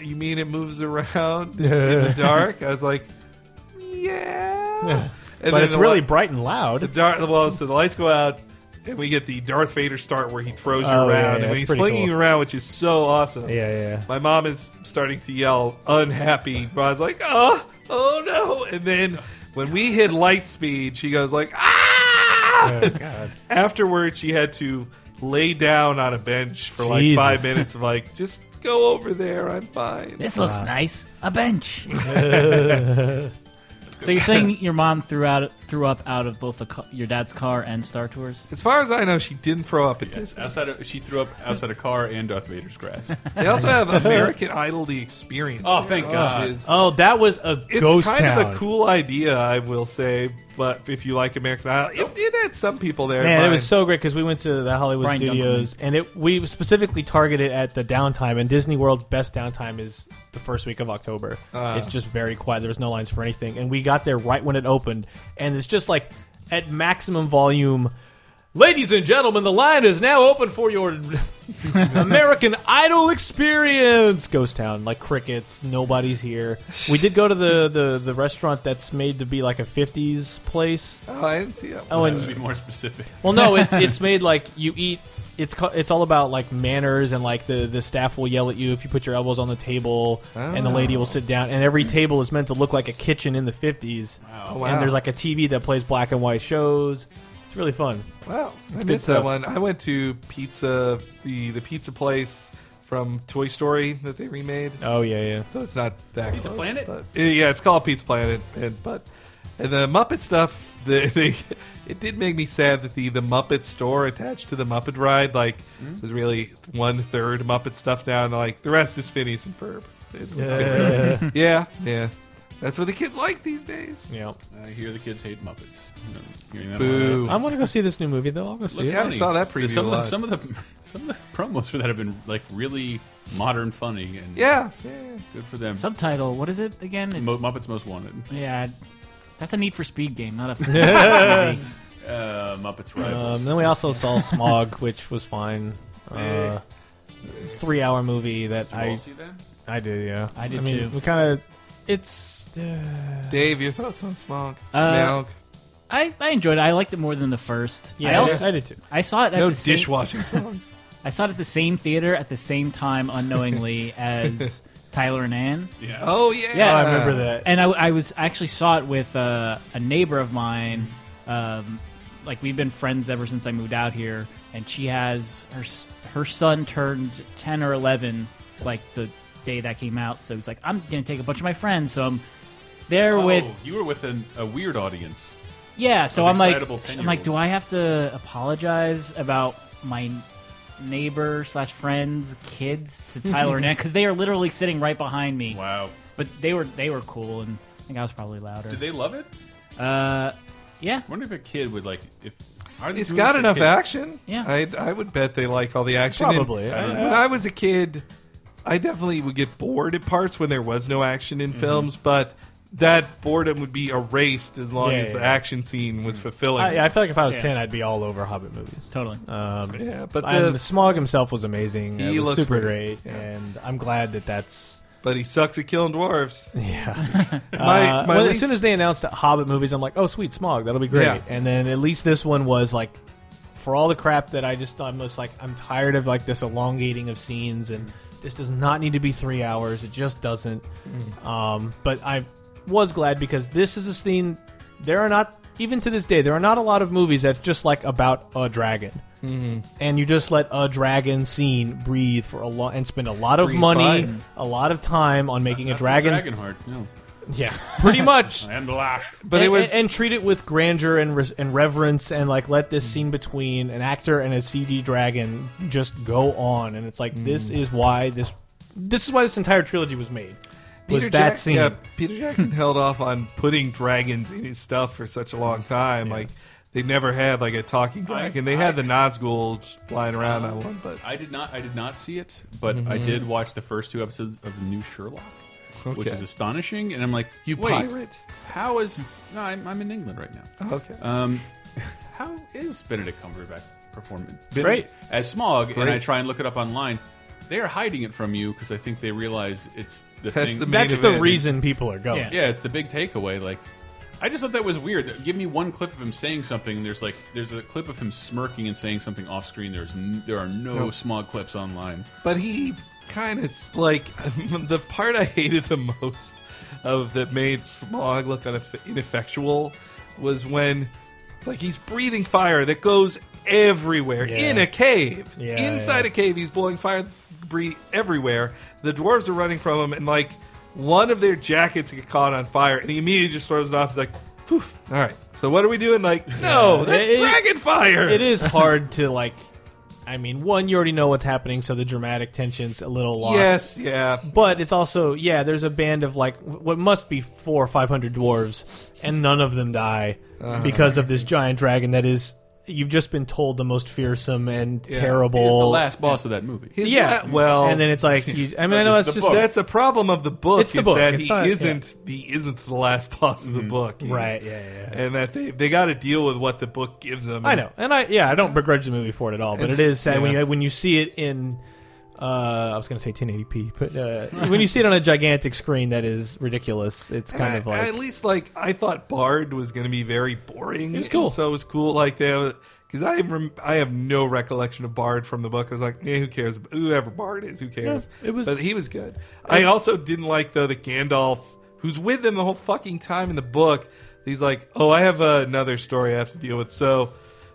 Speaker 2: "You mean it moves around in the dark?" I was like, "Yeah." And
Speaker 3: but
Speaker 2: then
Speaker 3: it's
Speaker 2: the
Speaker 3: really
Speaker 2: li-
Speaker 3: bright and
Speaker 2: the
Speaker 3: loud.
Speaker 2: dark. Well, so the lights go out, and we get the Darth Vader start where he throws you around,
Speaker 3: Oh, yeah, yeah,
Speaker 2: and when
Speaker 3: it's
Speaker 2: he's
Speaker 3: pretty
Speaker 2: flinging
Speaker 3: cool.
Speaker 2: you around, which is so awesome.
Speaker 3: Yeah, yeah.
Speaker 2: My mom is starting to yell, unhappy. Rod's like, oh, oh no! And then when we hit light speed, she goes like, ah!
Speaker 3: Oh, God.
Speaker 2: Afterwards, she had to lay down on a bench for like
Speaker 3: Jesus.
Speaker 2: five minutes, of like just go over there. I'm fine.
Speaker 4: This looks nice. A bench. so you're saying your mom threw out threw up out of both the ca- your dad's car and Star Tours?
Speaker 2: As far as I know, she didn't throw up at this.
Speaker 1: Outside, of, she threw up outside a car and Darth Vader's grasp.
Speaker 2: They also have American Idol: The Experience.
Speaker 1: Oh,
Speaker 2: there,
Speaker 1: thank
Speaker 2: which
Speaker 1: God.
Speaker 2: is-
Speaker 3: Oh, that was a
Speaker 2: It's
Speaker 3: ghost
Speaker 2: kind
Speaker 3: town.
Speaker 2: of a cool idea, I will say. But if you like American Idol, it, it had some people there. in
Speaker 3: Man, it
Speaker 2: mind.
Speaker 3: was so great because we went to the Hollywood
Speaker 4: Brian
Speaker 3: studios, and it we specifically targeted at the downtime. And Disney World's best downtime is the first week of October. it's just very quiet. There was no lines for anything, and we got there right when it opened, and it's just like at maximum volume. Ladies and gentlemen, the line is now open for your American Idol experience. Ghost Town, like crickets, nobody's here. We did go to the, the, the restaurant that's made to be like a '50s place.
Speaker 2: Oh, I didn't see that.
Speaker 3: Oh,
Speaker 1: to
Speaker 3: and
Speaker 1: be more specific,
Speaker 3: well, no, it's it's made like you eat. It's co- it's all about like manners and like the the staff will yell at you if you put your elbows on the table and the lady will sit down and every table is meant to look like a kitchen in the fifties.
Speaker 1: Wow.
Speaker 2: Oh, wow.
Speaker 3: And there's like a TV that plays black and white shows. It's really fun.
Speaker 2: wow, I
Speaker 3: good
Speaker 2: missed
Speaker 3: stuff.
Speaker 2: that one. I went to pizza, the the pizza place from Toy Story that they remade.
Speaker 3: Oh yeah, yeah.
Speaker 2: Though it's not that
Speaker 1: Pizza
Speaker 2: close,
Speaker 1: Planet?
Speaker 2: but- Uh, yeah, it's called Pizza Planet. And but and the Muppet stuff, the, they, it did make me sad that the the Muppet store attached to the Muppet ride, like,
Speaker 1: Hmm?
Speaker 2: there's really one third Muppet stuff now, and like the rest is Phineas and Ferb. It was
Speaker 3: Yeah.
Speaker 2: Yeah, yeah. That's what the kids like these days.
Speaker 3: yeah.
Speaker 1: I hear the kids hate Muppets. I'm hearing that
Speaker 2: Boo.
Speaker 3: I'm gonna go see this new movie though. I'll go see
Speaker 1: Looks
Speaker 3: it.
Speaker 2: Yeah, I
Speaker 1: funny.
Speaker 2: saw that preview
Speaker 1: Some
Speaker 2: a
Speaker 1: of, the,
Speaker 2: lot.
Speaker 1: some of the some of the promos for that have been like really modern, funny, and
Speaker 2: Yeah. yeah.
Speaker 1: good for them.
Speaker 4: Subtitle. What is it again? It's,
Speaker 1: Mo- Muppets Most Wanted,
Speaker 4: yeah, that's a Need for Speed game, not a. movie.
Speaker 1: uh, Muppets
Speaker 3: Um,
Speaker 1: Rivals.
Speaker 3: then we also saw Smog, which was fine. Uh, three hour movie that
Speaker 1: Did you all
Speaker 3: I
Speaker 1: see that?
Speaker 3: I did. Yeah,
Speaker 4: I did,
Speaker 3: mean,
Speaker 4: too.
Speaker 3: We kind of it's. Uh,
Speaker 2: Dave, your thoughts on Smog?
Speaker 4: Uh,
Speaker 2: Smaug?
Speaker 4: I, I enjoyed it. I liked it more than the first. I
Speaker 3: yeah, I,
Speaker 4: also
Speaker 3: did- I did too.
Speaker 4: I saw it at
Speaker 2: No
Speaker 4: the same,
Speaker 2: dishwashing songs.
Speaker 4: I saw it at the same theater at the same time unknowingly as Tyler and Ann.
Speaker 1: Yeah.
Speaker 2: Oh yeah.
Speaker 4: Yeah,
Speaker 3: I remember that.
Speaker 4: and I, I was I actually saw it with uh, a neighbor of mine. Um, like we've been friends ever since I moved out here, and she has her s- her son turned ten or eleven, like the day that came out. So he's like, I'm gonna take a bunch of my friends. So I'm there
Speaker 1: Oh,
Speaker 4: with
Speaker 1: you were with an, a weird audience.
Speaker 4: yeah. So
Speaker 1: Of
Speaker 4: I'm like,
Speaker 1: excitable 10-year-olds.
Speaker 4: I'm like, do I have to apologize about my neighbor slash friends kids to Tyler and because they are literally sitting right behind me.
Speaker 1: Wow.
Speaker 4: But they were they were cool, and I think I was probably louder.
Speaker 1: Did they love it?
Speaker 4: Uh, yeah.
Speaker 1: I wonder if a kid would like if. Are they
Speaker 2: It's
Speaker 1: doing
Speaker 2: got
Speaker 1: for
Speaker 2: enough
Speaker 1: kids?
Speaker 2: action.
Speaker 4: Yeah.
Speaker 2: I I would bet they like all the action.
Speaker 3: Probably.
Speaker 2: And
Speaker 3: I don't
Speaker 2: when I was a
Speaker 3: Mm-hmm.
Speaker 2: kid, I definitely would get bored at parts when there was no action in films, but that boredom would be erased as long
Speaker 3: Yeah,
Speaker 2: as
Speaker 3: yeah,
Speaker 2: the
Speaker 3: yeah. Mm.
Speaker 2: action scene was fulfilling.
Speaker 3: I, I feel like if I was
Speaker 4: Yeah.
Speaker 3: ten, I'd be all over Hobbit movies.
Speaker 4: Totally.
Speaker 1: Uh,
Speaker 3: Um,
Speaker 2: yeah, but
Speaker 3: and
Speaker 2: the,
Speaker 3: Smog himself was amazing.
Speaker 2: He
Speaker 3: He was
Speaker 2: looks
Speaker 3: super
Speaker 2: great.
Speaker 3: great,
Speaker 2: Yeah.
Speaker 3: and I'm glad that that's
Speaker 2: but he sucks at killing dwarves.
Speaker 3: yeah.
Speaker 2: My-
Speaker 3: Uh,
Speaker 2: my
Speaker 3: well,
Speaker 2: least-
Speaker 3: as soon as they announced the Hobbit movies, I'm like, oh sweet Smog, that'll be great.
Speaker 2: Yeah.
Speaker 3: And then at least this one was like, for all the crap that I just I'm just like I'm tired of like this elongating of scenes, and this does not need to be three hours. It just doesn't.
Speaker 2: Mm.
Speaker 3: Um, but I was glad because this is a scene. There are not even to this day there are not a lot of movies that's just like about a dragon.
Speaker 2: Mm-hmm.
Speaker 3: And you just let a dragon scene breathe for a lot and spend a lot of
Speaker 2: Breathe
Speaker 3: money,
Speaker 2: fine.
Speaker 3: a lot of time on making
Speaker 1: That's
Speaker 3: a dragon.
Speaker 1: Dragonheart. No.
Speaker 3: Yeah, pretty much.
Speaker 1: And blast.
Speaker 2: But
Speaker 3: and,
Speaker 2: it was
Speaker 3: and, and treat it with grandeur and res- and reverence, and like let this
Speaker 2: Mm-hmm.
Speaker 3: scene between an actor and a CD dragon just go on. And it's like this
Speaker 2: Mm.
Speaker 3: is why this this is why this entire trilogy was made. Was
Speaker 2: Peter
Speaker 3: that
Speaker 2: Jack-
Speaker 3: scene?
Speaker 2: Yeah, Peter Jackson held off on putting dragons in his stuff for such a long time. Like they never had like a talking dragon. They had the Nazgul flying around
Speaker 3: Uh,
Speaker 2: on one, but
Speaker 1: I did not. I did not see it, but I
Speaker 2: Mm-hmm.
Speaker 1: did watch the first two episodes of the new Sherlock, which
Speaker 2: Okay.
Speaker 1: is astonishing. And I'm like, you Wait,
Speaker 2: pirate.
Speaker 1: How is? No, I'm, I'm in England right now.
Speaker 2: Okay.
Speaker 1: Um, how is Benedict Cumberbatch's performance?
Speaker 3: great.
Speaker 1: as Smog, and I
Speaker 2: Great.
Speaker 1: try and look it up online. They are hiding it from you because I think they realize it's the
Speaker 2: That's
Speaker 1: thing.
Speaker 2: the main
Speaker 3: That's the
Speaker 2: event.
Speaker 3: reason people are going.
Speaker 4: Yeah.
Speaker 1: yeah, it's the big takeaway. Like, I just thought that was weird. Give me one clip of him saying something. And there's like, there's a clip of him smirking and saying something off screen. There's, n there are no,
Speaker 2: No.
Speaker 1: smog clips online.
Speaker 2: But he kind of like the part I hated the most of that made Smog look uneff- ineffectual was when like he's breathing fire that goes everywhere
Speaker 3: Yeah.
Speaker 2: in a cave
Speaker 3: Yeah,
Speaker 2: inside a
Speaker 3: yeah.
Speaker 2: cave he's blowing fire breathe everywhere the dwarves are running from him and like one of their jackets get caught on fire and he immediately just throws it off he's like Phew, all right so what are we doing like no that's
Speaker 3: It- it-
Speaker 2: dragon fire
Speaker 3: It is hard to like. I mean, one, you already know what's happening, so the dramatic tension's a little lost.
Speaker 2: yes yeah
Speaker 3: But it's also yeah. There's a band of like w- what must be four or five hundred dwarves, and none of them die because of this giant dragon that is you've just been told the most fearsome and
Speaker 1: He's the
Speaker 3: terrible.
Speaker 1: last boss of that movie.
Speaker 2: His
Speaker 3: yeah.
Speaker 2: la- well
Speaker 3: and then it's like you, I mean I know
Speaker 1: The
Speaker 3: that's just
Speaker 1: book.
Speaker 2: That's a problem of the book.
Speaker 3: It's the
Speaker 2: is
Speaker 3: book.
Speaker 2: that
Speaker 3: It's
Speaker 2: he
Speaker 3: not- Mm-hmm.
Speaker 2: isn't he isn't the last boss of the book, He's-
Speaker 3: Right, yeah, yeah, yeah.
Speaker 2: and that they they got to deal with what the book gives them.
Speaker 3: I know, and I yeah I don't begrudge the movie for it at all, but
Speaker 2: It's-
Speaker 3: it is sad when
Speaker 2: yeah.
Speaker 3: you when you see it in. Uh, I was going to say 1080p, but uh, when you see it on a gigantic screen that is ridiculous, it's
Speaker 2: And
Speaker 3: kind
Speaker 2: I-
Speaker 3: of like
Speaker 2: at least like I thought Bard was going to be very boring. It
Speaker 3: was cool.
Speaker 2: so it was cool. Like they have because I rem- I have no recollection of Bard from the book. I was like, yeah, who cares? Whoever Bard is, who cares?
Speaker 3: Yeah, it was-
Speaker 2: but he was good. I also didn't like though that Gandalf, who's with them the whole fucking time in the book, he's like, oh, I have another story I have to deal with. So.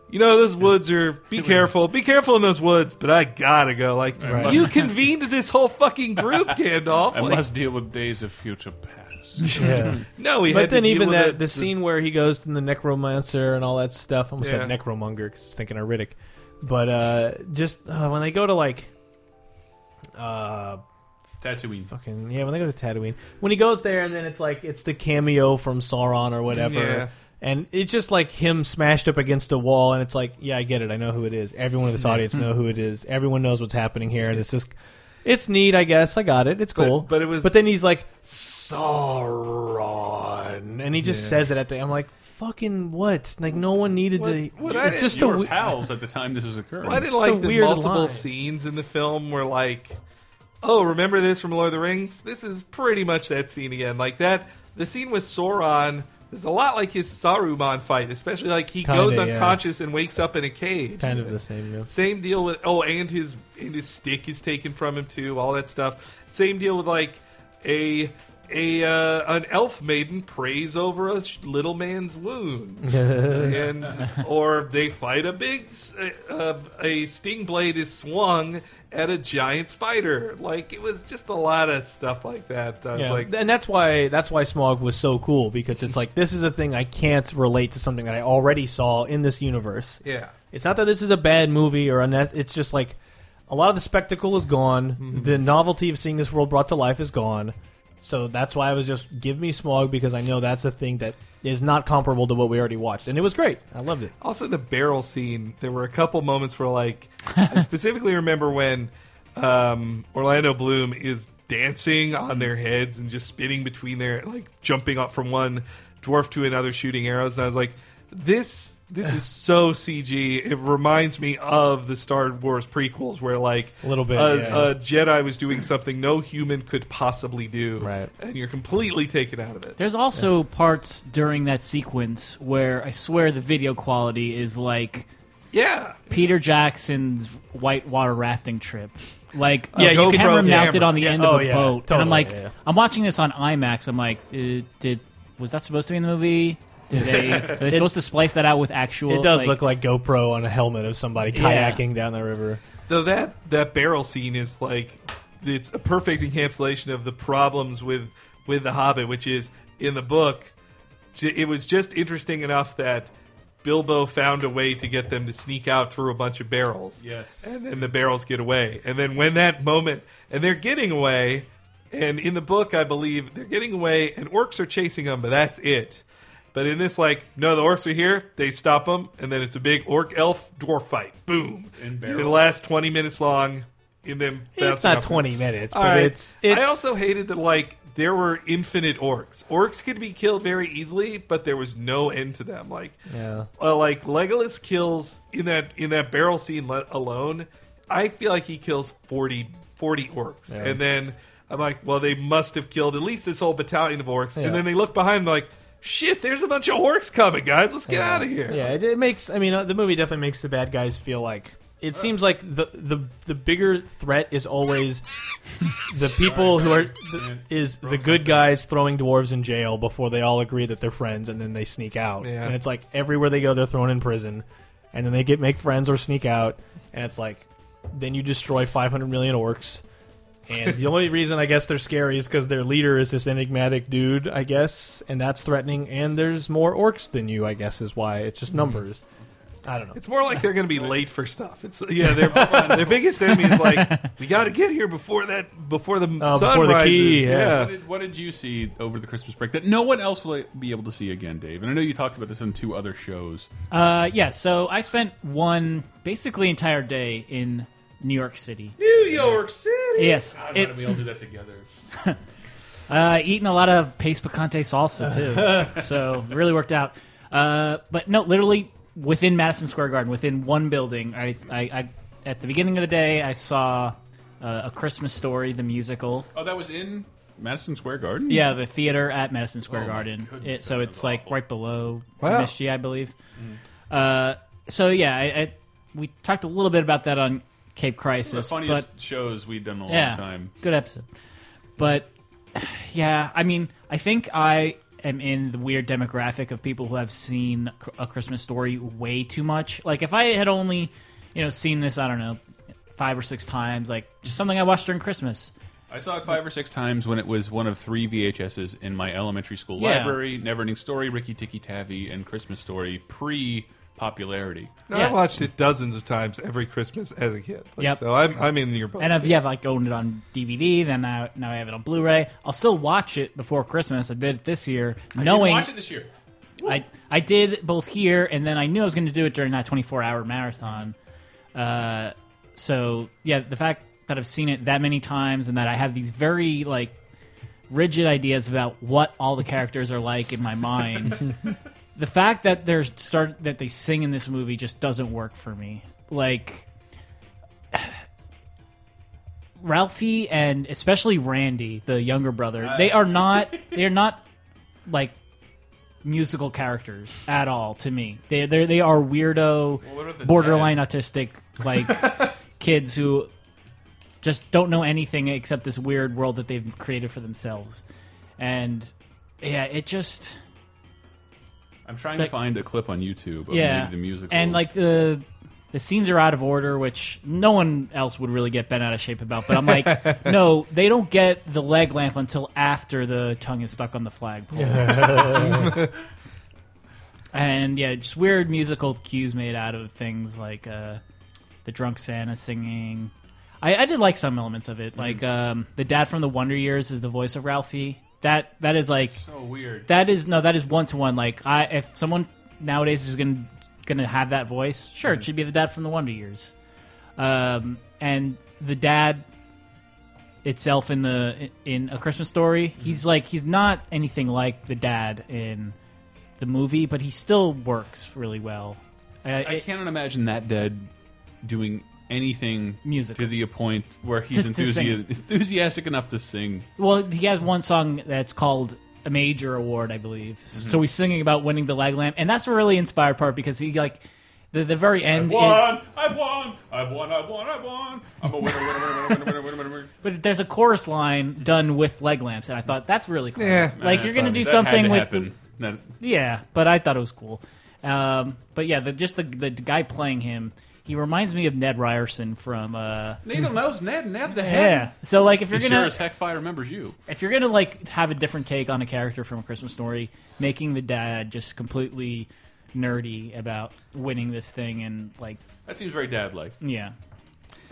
Speaker 2: You know those woods are. Be careful, be careful in those woods. But I gotta go. Like
Speaker 3: Right.
Speaker 2: you convened this whole fucking group, Gandalf.
Speaker 1: I
Speaker 2: Like,
Speaker 1: must deal with Days of Future Past.
Speaker 3: yeah.
Speaker 2: no, he had
Speaker 3: But
Speaker 2: to
Speaker 3: then
Speaker 2: deal
Speaker 3: even
Speaker 2: with
Speaker 3: that
Speaker 2: it.
Speaker 3: the, scene where he goes to the necromancer and all that stuff. I almost said
Speaker 2: Yeah.
Speaker 3: necromonger because I was thinking of Riddick. But uh, just uh, when they go to like, uh,
Speaker 1: Tatooine.
Speaker 3: fucking yeah, when they go to Tatooine, when he goes there and then it's like it's the cameo from Sauron or whatever.
Speaker 2: Yeah.
Speaker 3: And it's just like him smashed up against a wall, and it's like, yeah, I get it. I know who it is. Everyone in this audience know who it is. Everyone knows what's happening here. This is, it's neat, I guess. I got it. It's
Speaker 2: But-
Speaker 3: cool.
Speaker 2: but it was-
Speaker 3: But then he's like Sauron, and he just says it at the. I'm like, fucking what? Like no one needed
Speaker 2: What-
Speaker 3: to.
Speaker 2: what I
Speaker 3: it's
Speaker 2: did-
Speaker 3: just
Speaker 1: you
Speaker 3: a
Speaker 1: were
Speaker 3: we-
Speaker 1: pals at the time this was occurring.
Speaker 2: I didn't
Speaker 3: just a
Speaker 2: like the
Speaker 3: weird
Speaker 2: multiple
Speaker 3: line.
Speaker 2: scenes in the film were like, oh, remember this from Lord of the Rings? This is pretty much that scene again. Like that, the scene with Sauron is a lot like his Saruman fight, especially like he
Speaker 3: Kinda,
Speaker 2: goes
Speaker 3: yeah.
Speaker 2: unconscious and wakes up in a cage.
Speaker 3: kind of the same. Yeah.
Speaker 2: Same deal with oh, and his and his stick is taken from him too. All that stuff. Same deal with like a a uh, an elf maiden prays over a sh- little man's wound, and or they fight a big s- uh, a sting blade is swung at a giant spider. Like it was just a lot of stuff like that. I was
Speaker 3: Yeah.
Speaker 2: like,
Speaker 3: and that's why that's why Smog was so cool because it's like this is a thing I can't relate to something that I already saw in this universe.
Speaker 2: yeah,
Speaker 3: It's not that this is a bad movie or unnes- it's just like a lot of the spectacle is gone. The novelty of seeing this world brought to life is gone. So that's why I was just give me Smog because I know that's a thing that is not comparable to what we already watched, and it was great. I loved it.
Speaker 2: Also, the barrel scene. There were a couple moments where, like, I specifically remember when um, Orlando Bloom is dancing on their heads and just spinning between their like jumping up from one dwarf to another, shooting arrows. And I was like, this this is so CG. It reminds me of the Star Wars prequels, where like
Speaker 5: A little bit,
Speaker 2: a,
Speaker 5: yeah.
Speaker 2: a Jedi was doing something no human could possibly do,
Speaker 5: Right.
Speaker 2: And you're completely taken out of it.
Speaker 4: There's also parts during that sequence where I swear the video quality is like
Speaker 2: Yeah,
Speaker 4: Peter Jackson's whitewater rafting trip. Like
Speaker 2: Yeah,
Speaker 4: you
Speaker 2: GoPro
Speaker 4: camera mounted
Speaker 2: camera.
Speaker 4: on the
Speaker 2: Yeah,
Speaker 4: end of
Speaker 5: oh,
Speaker 4: a
Speaker 5: yeah,
Speaker 4: boat, and I'm
Speaker 5: totally,
Speaker 4: like,
Speaker 5: yeah, yeah.
Speaker 4: I'm watching this on IMAX. I'm like, uh, did was that supposed to be in the movie? Did they are they supposed to splice that out with actual?
Speaker 5: It does
Speaker 4: like,
Speaker 5: look like GoPro on a helmet of somebody
Speaker 4: Yeah.
Speaker 5: kayaking down the river.
Speaker 2: Though that that barrel scene is like it's a perfect encapsulation of the problems with with the Hobbit, which is in the book. j- It was just interesting enough that Bilbo found a way to get them to sneak out through a bunch of barrels.
Speaker 1: Yes.
Speaker 2: and then the barrels get away, and then when that moment and they're getting away, and in the book I believe they're getting away, and orcs are chasing them, but that's it. But in this, like, no, the orcs are here. They stop them, and then it's a big orc elf dwarf fight. Boom!
Speaker 1: And barrels.
Speaker 2: It'll last twenty minutes long. In them,
Speaker 5: It's
Speaker 2: bouncing
Speaker 5: not
Speaker 2: up-
Speaker 5: 20 minutes,
Speaker 2: All
Speaker 5: but
Speaker 2: right.
Speaker 5: it's, it's
Speaker 2: I also hated that like there were infinite orcs. Orcs could be killed very easily, but there was no end to them. Like,
Speaker 5: Yeah.
Speaker 2: uh, like Legolas kills in that in that barrel scene le- alone. I feel like he kills 40, 40 orcs, and then I'm like, well, they must have killed at least this whole battalion of orcs.
Speaker 5: Yeah.
Speaker 2: And then they look behind, and like, shit, there's a bunch of orcs coming, guys. Let's get out of here.
Speaker 5: Yeah, it, it makes. I mean, uh, the movie definitely makes the bad guys feel like. It seems like the the the bigger threat is always the people who are the, is the good guys throwing dwarves in jail before they all agree that they're friends and then they sneak out.
Speaker 2: Yeah.
Speaker 5: And it's like everywhere they go, they're thrown in prison, and then they get make friends or sneak out, and it's like then you destroy 500 million orcs. And the only reason I guess they're scary is because their leader is this enigmatic dude, I guess, and that's threatening. And there's more orcs than you, I guess, is why it's just numbers. I don't know.
Speaker 2: It's more like they're going to be late for stuff. It's yeah, their their biggest enemy is like we got to get here before that before the
Speaker 5: Oh,
Speaker 2: sun
Speaker 5: before the
Speaker 2: rises.
Speaker 5: key,
Speaker 2: yeah.
Speaker 5: yeah.
Speaker 1: What did, what did you see over the Christmas break that no one else will be able to see again, Dave? And I know you talked about this on two other shows.
Speaker 4: Uh, yeah. So I spent one basically entire day in New York City.
Speaker 2: New York City.
Speaker 4: Yes, it,
Speaker 1: we all do that together?
Speaker 4: Uh, eating a lot of paste picante salsa too, so really worked out. Uh, but no, literally within Madison Square Garden, within one building, I, I, I at the beginning of the day, I saw uh, a Christmas Story, the musical.
Speaker 1: Oh, that was in Madison Square Garden.
Speaker 4: Yeah, the theater at Madison Square
Speaker 1: Oh, my
Speaker 4: Garden.
Speaker 1: goodness,
Speaker 4: It, so
Speaker 1: that
Speaker 4: it's
Speaker 1: sounds
Speaker 4: like
Speaker 1: awful.
Speaker 4: right below
Speaker 2: Wow.
Speaker 4: MSG, I believe.
Speaker 1: Mm-hmm.
Speaker 4: Uh, so yeah, I, I, we talked a little bit about that on Cape
Speaker 1: the
Speaker 4: Crisis, but
Speaker 1: funniest shows we've done in a long time.
Speaker 4: Good episode. But yeah, I mean, I think I am in the weird demographic of people who have seen Cr- a Christmas story way too much. Like if I had only, you know, seen this, I don't know, five or six times, like just something I watched during Christmas.
Speaker 1: I saw it five or six times when it was one of three VHSs in my elementary school
Speaker 4: Yeah.
Speaker 1: library: Neverending Story, Ricky Tikki Tavi, and Christmas Story pre-popularity.
Speaker 2: No,
Speaker 4: Yeah.
Speaker 2: I watched it dozens of times every Christmas as a kid. Like,
Speaker 4: Yep.
Speaker 2: So I'm I'm in your boat.
Speaker 4: And I've yeah, like owned it on DVD, then now now I have it on Blu-ray. I'll still watch it before Christmas. I did it this year, knowing
Speaker 1: watch it this year.
Speaker 4: I I did both here and then I knew I was going to do it during that 24 hour marathon. Uh, so yeah, the fact that I've seen it that many times and that I have these very like rigid ideas about what all the characters are like in my mind. the fact that there's start that they sing in this movie just doesn't work for me. Like Ralphie and especially Randy, the younger brother,
Speaker 1: Uh,
Speaker 4: they are not they are not like musical characters at all to me. They they they are weirdo,
Speaker 1: what about the
Speaker 4: borderline autistic like kids who just don't know anything except this weird world that they've created for themselves. And yeah, it just
Speaker 1: I'm trying to
Speaker 4: Like-
Speaker 1: find a clip on YouTube of
Speaker 4: yeah
Speaker 1: the musical
Speaker 4: and like the the scenes are out of order which no one else would really get bent out of shape about but i'm like no they don't get the leg lamp until after the tongue is stuck on the flagpole and yeah just weird musical cues made out of things like uh the drunk santa singing i, I did like some elements of it
Speaker 1: Mm.
Speaker 4: like um the dad from the wonder years is the voice of ralphie that that is like
Speaker 1: so weird.
Speaker 4: that is no, that is one to one. Like I, if someone nowadays is gonna gonna have that voice, sure, it should be the dad from the Wonder Years. Um, and the dad itself in the in a Christmas story. He's like he's not anything like the dad in the movie, but he still works really well. Uh, I,
Speaker 1: I
Speaker 4: I,
Speaker 1: cannot imagine that dad doing anything
Speaker 4: Musical.
Speaker 1: to the point where he's
Speaker 4: Just to sing.
Speaker 1: enthusi- enthusiastic enough to sing.
Speaker 4: well, he has one song that's called a major award, I believe. S- So he's singing about winning the leg lamp, and that's the really inspired part because he like the the very end is
Speaker 1: Won, I've won, I've won, I've won, I've won. I'm a winner, winner, winner, winner, winner, winner, winner, winner.
Speaker 4: But there's a chorus line done with leg lamps, and I thought that's really cool.
Speaker 2: Yeah.
Speaker 4: like you're gonna do
Speaker 1: That
Speaker 4: something
Speaker 1: had to
Speaker 4: with,
Speaker 1: happen. That-
Speaker 4: yeah. But I thought it was cool. Um, but yeah, the, just the the guy playing him, he reminds me of Ned Ryerson from uh,
Speaker 1: Needle nose Ned, Ned the head.
Speaker 4: yeah. So like if you're
Speaker 1: He
Speaker 4: gonna
Speaker 1: sure as heck fire remembers you.
Speaker 4: if you're gonna like have a different take on a character from a Christmas story, making the dad just completely nerdy about winning this thing and like
Speaker 1: That seems very dad like.
Speaker 4: yeah,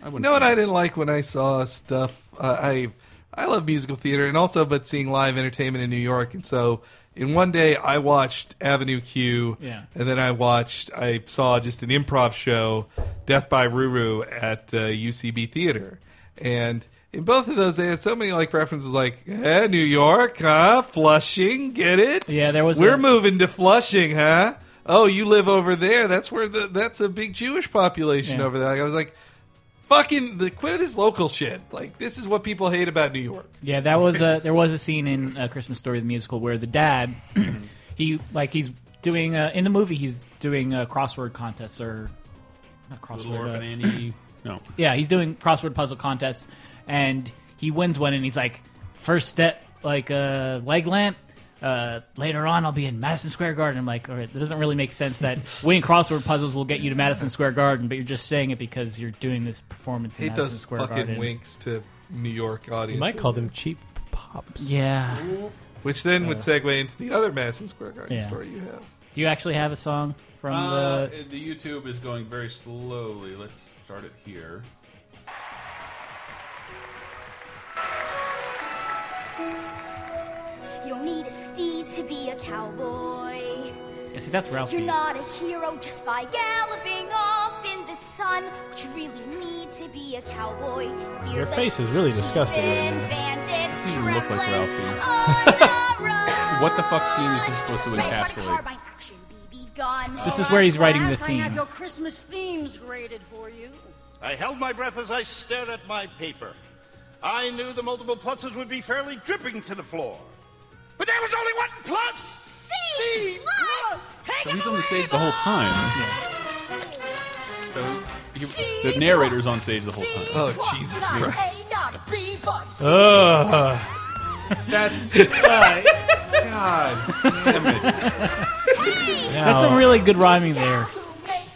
Speaker 1: I wouldn't.
Speaker 2: You know what I didn't like when I saw stuff. Uh, I I love musical theater and also, but seeing live entertainment in New York, and so in one day I watched Avenue Q,
Speaker 4: Yeah.
Speaker 2: and then I watched I saw just an improv show, Death by Ruru at uh, UCB Theater, and. In both of those, they had so many like references, like eh, New York, huh? Flushing, get it?
Speaker 4: Yeah, there was
Speaker 2: We're
Speaker 4: a-
Speaker 2: moving to Flushing, huh? Oh, you live over there. That's where the that's a big Jewish population
Speaker 4: Yeah.
Speaker 2: over there. Like, I was like, fucking the quit this local shit. Like this is what people hate about New York.
Speaker 4: Yeah, that was a there was a scene in uh, Christmas Story the musical where the dad he like he's doing uh, in the movie he's doing a crossword contests or not
Speaker 1: Little
Speaker 4: crossword.
Speaker 1: Orphan
Speaker 4: uh,
Speaker 1: Annie. No.
Speaker 4: yeah, he's doing crossword puzzle contests and he wins one and he's like first step like uh, leg lamp. Uh, later on, I'll be in Madison Square Garden. I'm like, all right, that doesn't really make sense that winning crossword puzzles will get you to Madison Square Garden, but you're just saying it because you're doing this performance in
Speaker 2: Hate
Speaker 4: Madison
Speaker 2: those
Speaker 4: Square
Speaker 2: fucking
Speaker 4: Garden.
Speaker 2: winks to New York audience.
Speaker 5: You might call them uh, cheap pops.
Speaker 4: Yeah.
Speaker 2: which then would segue into the other Madison Square Garden
Speaker 4: Yeah.
Speaker 2: story you have.
Speaker 4: Do you actually have a song from
Speaker 1: Uh,
Speaker 4: the?
Speaker 1: the YouTube is going very slowly. Let's start it here.
Speaker 6: You don't need a steed to be a cowboy.
Speaker 4: Yeah, see, that's Ralph.
Speaker 6: You're not a hero just by galloping off in the sun. What you really need to be a cowboy.
Speaker 5: Your face is really disgusting right
Speaker 6: thieving
Speaker 5: now.
Speaker 6: bandits
Speaker 1: doesn't even look like
Speaker 6: trampling
Speaker 1: Ralphie.
Speaker 6: on the
Speaker 1: What the fuck scene is this supposed to
Speaker 6: road. Race by the car
Speaker 1: encapsulate?
Speaker 6: by action, BB gun.
Speaker 4: This is where he's writing the
Speaker 7: Class, I have
Speaker 4: theme.
Speaker 7: your Christmas themes graded for you.
Speaker 8: I held my breath as I stared at my paper. I knew the multiple pluses would be fairly dripping to the floor. But there was only one plus!
Speaker 6: C, plus. Take
Speaker 1: So
Speaker 6: him
Speaker 1: he's on the
Speaker 6: away,
Speaker 1: stage the whole time. So he, the narrator's on stage the whole time.
Speaker 2: Oh, Jesus Christ.
Speaker 6: Oh.
Speaker 2: That's God damn it.
Speaker 4: That's some really good rhyming there.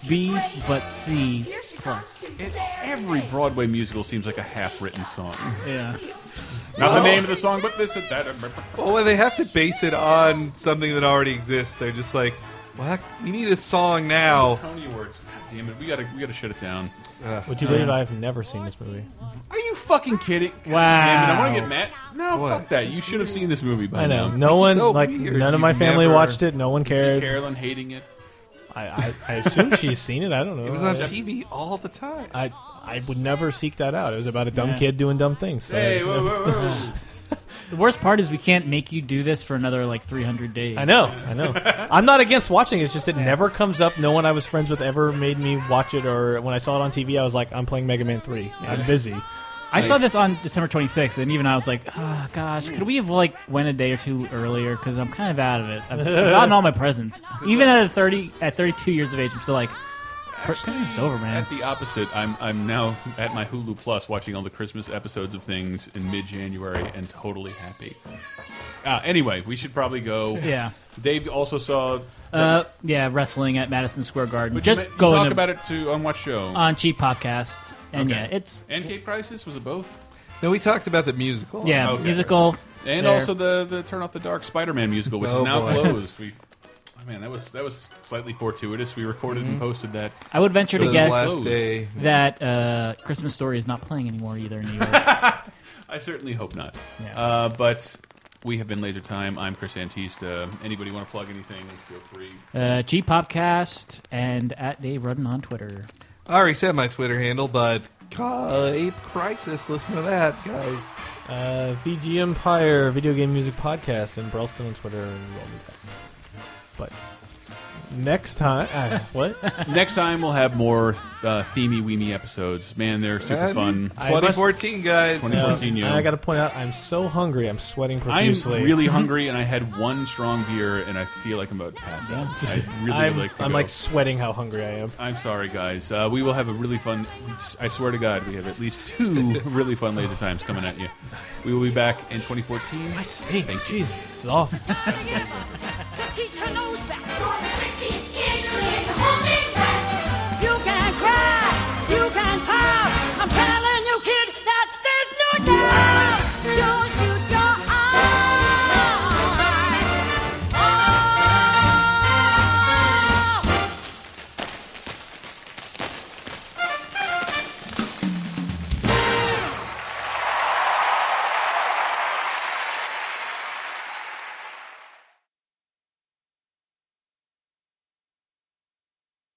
Speaker 4: B but C.
Speaker 6: plus.
Speaker 1: Every Broadway musical seems like a half-written song.
Speaker 4: Yeah.
Speaker 1: Not the name of the song, but this and that.
Speaker 2: Well, when they have to base it on something that already exists, they're just like, well, heck, we need a song now.
Speaker 1: Tony Awards. God damn it, we gotta we gotta shut it down.
Speaker 5: Would you believe I've never seen this movie?
Speaker 1: Are you fucking kidding? God
Speaker 4: Wow.
Speaker 1: Damn it, I want to get mad. No,
Speaker 2: What?
Speaker 1: fuck that. You should have seen this movie by
Speaker 5: I know.
Speaker 1: now.
Speaker 5: No one,
Speaker 2: so
Speaker 5: like,
Speaker 2: weird.
Speaker 5: none of
Speaker 2: You
Speaker 5: my family
Speaker 2: never-
Speaker 5: watched it. No one
Speaker 1: See
Speaker 5: cared.
Speaker 1: Carolyn hating it.
Speaker 5: I, I, I assume she's seen it. I don't know.
Speaker 2: It was on
Speaker 5: I-
Speaker 2: TV all the time.
Speaker 5: I, I would never seek that out. It was about a dumb
Speaker 4: Yeah.
Speaker 5: kid doing dumb things. So
Speaker 1: Hey,
Speaker 5: it's-
Speaker 1: whoa, whoa, whoa.
Speaker 4: The worst part is we can't make you do this for another like 300 days.
Speaker 5: I know, I know. I'm not against watching it. It's just it never comes up. No one I was friends with ever made me watch it, or when I saw it on TV, I was like, I'm playing Mega Man 3. I'm busy.
Speaker 4: I saw this on December 26th, and even I was like, oh, gosh, could we have like went a day or two earlier? Because I'm kind of out of it. I've, I've gotten all my presents. Even at 30, at 32 years of age, I'm still like, Christmas is over, man.
Speaker 1: At the opposite, I'm I'm now at my Hulu Plus watching all the Christmas episodes of things in mid-January and totally happy. Uh, anyway, we should probably go.
Speaker 4: Yeah.
Speaker 1: Dave also saw.
Speaker 4: Uh, yeah, wrestling at Madison Square Garden.
Speaker 1: But
Speaker 4: Just
Speaker 1: you, ma- you
Speaker 4: go
Speaker 1: talk
Speaker 4: in a- Uh,
Speaker 1: about it to on what show?
Speaker 4: on cheap podcasts, and
Speaker 1: Okay.
Speaker 4: yeah, it's
Speaker 1: and Cape Crisis was it both?
Speaker 2: No, we talked about the musical. Oh,
Speaker 4: yeah
Speaker 1: Okay.
Speaker 4: musical
Speaker 1: And
Speaker 4: there.
Speaker 1: also the the Turn Off the Dark Spider-Man musical, which
Speaker 2: Oh,
Speaker 1: is now
Speaker 2: boy.
Speaker 1: closed. We, oh, man, that was that was slightly fortuitous. We recorded
Speaker 2: Mm-hmm.
Speaker 1: and posted that.
Speaker 4: I would venture to
Speaker 2: The
Speaker 4: guess
Speaker 2: last day.
Speaker 4: that uh, Christmas Story is not playing anymore either in New York.
Speaker 1: I certainly hope not.
Speaker 4: Yeah.
Speaker 1: Uh, but we have been Laser Time. I'm Chris Antista. Anybody want to plug anything? Feel free.
Speaker 4: uh, G Popcast and at Dave Rudden on Twitter.
Speaker 2: I already said my Twitter handle, but Ca- Ape Crisis. Listen to that, guys.
Speaker 5: Uh, VG Empire video game music podcast and Brelston on Twitter and all of that. But next time, uh, what?
Speaker 1: Next time we'll have more uh, themey weemy episodes. Man, they're super
Speaker 2: And
Speaker 1: fun.
Speaker 2: 2014, guys.
Speaker 1: I must- 14, yeah.
Speaker 5: I got to point out, I'm so hungry. I'm sweating
Speaker 1: I'm
Speaker 5: profusely.
Speaker 1: really hungry, and I had one strong beer, and I feel like I'm about to pass out. I really
Speaker 5: I'm,
Speaker 1: would like to
Speaker 5: I'm
Speaker 1: go.
Speaker 5: like sweating how hungry I am.
Speaker 1: I'm sorry, guys. Uh, we will have a really fun. I swear to God, we have at least two really fun laser times coming at you. We will be back in 2014.
Speaker 5: I stink. Jesus, it's awful.
Speaker 7: Teacher, no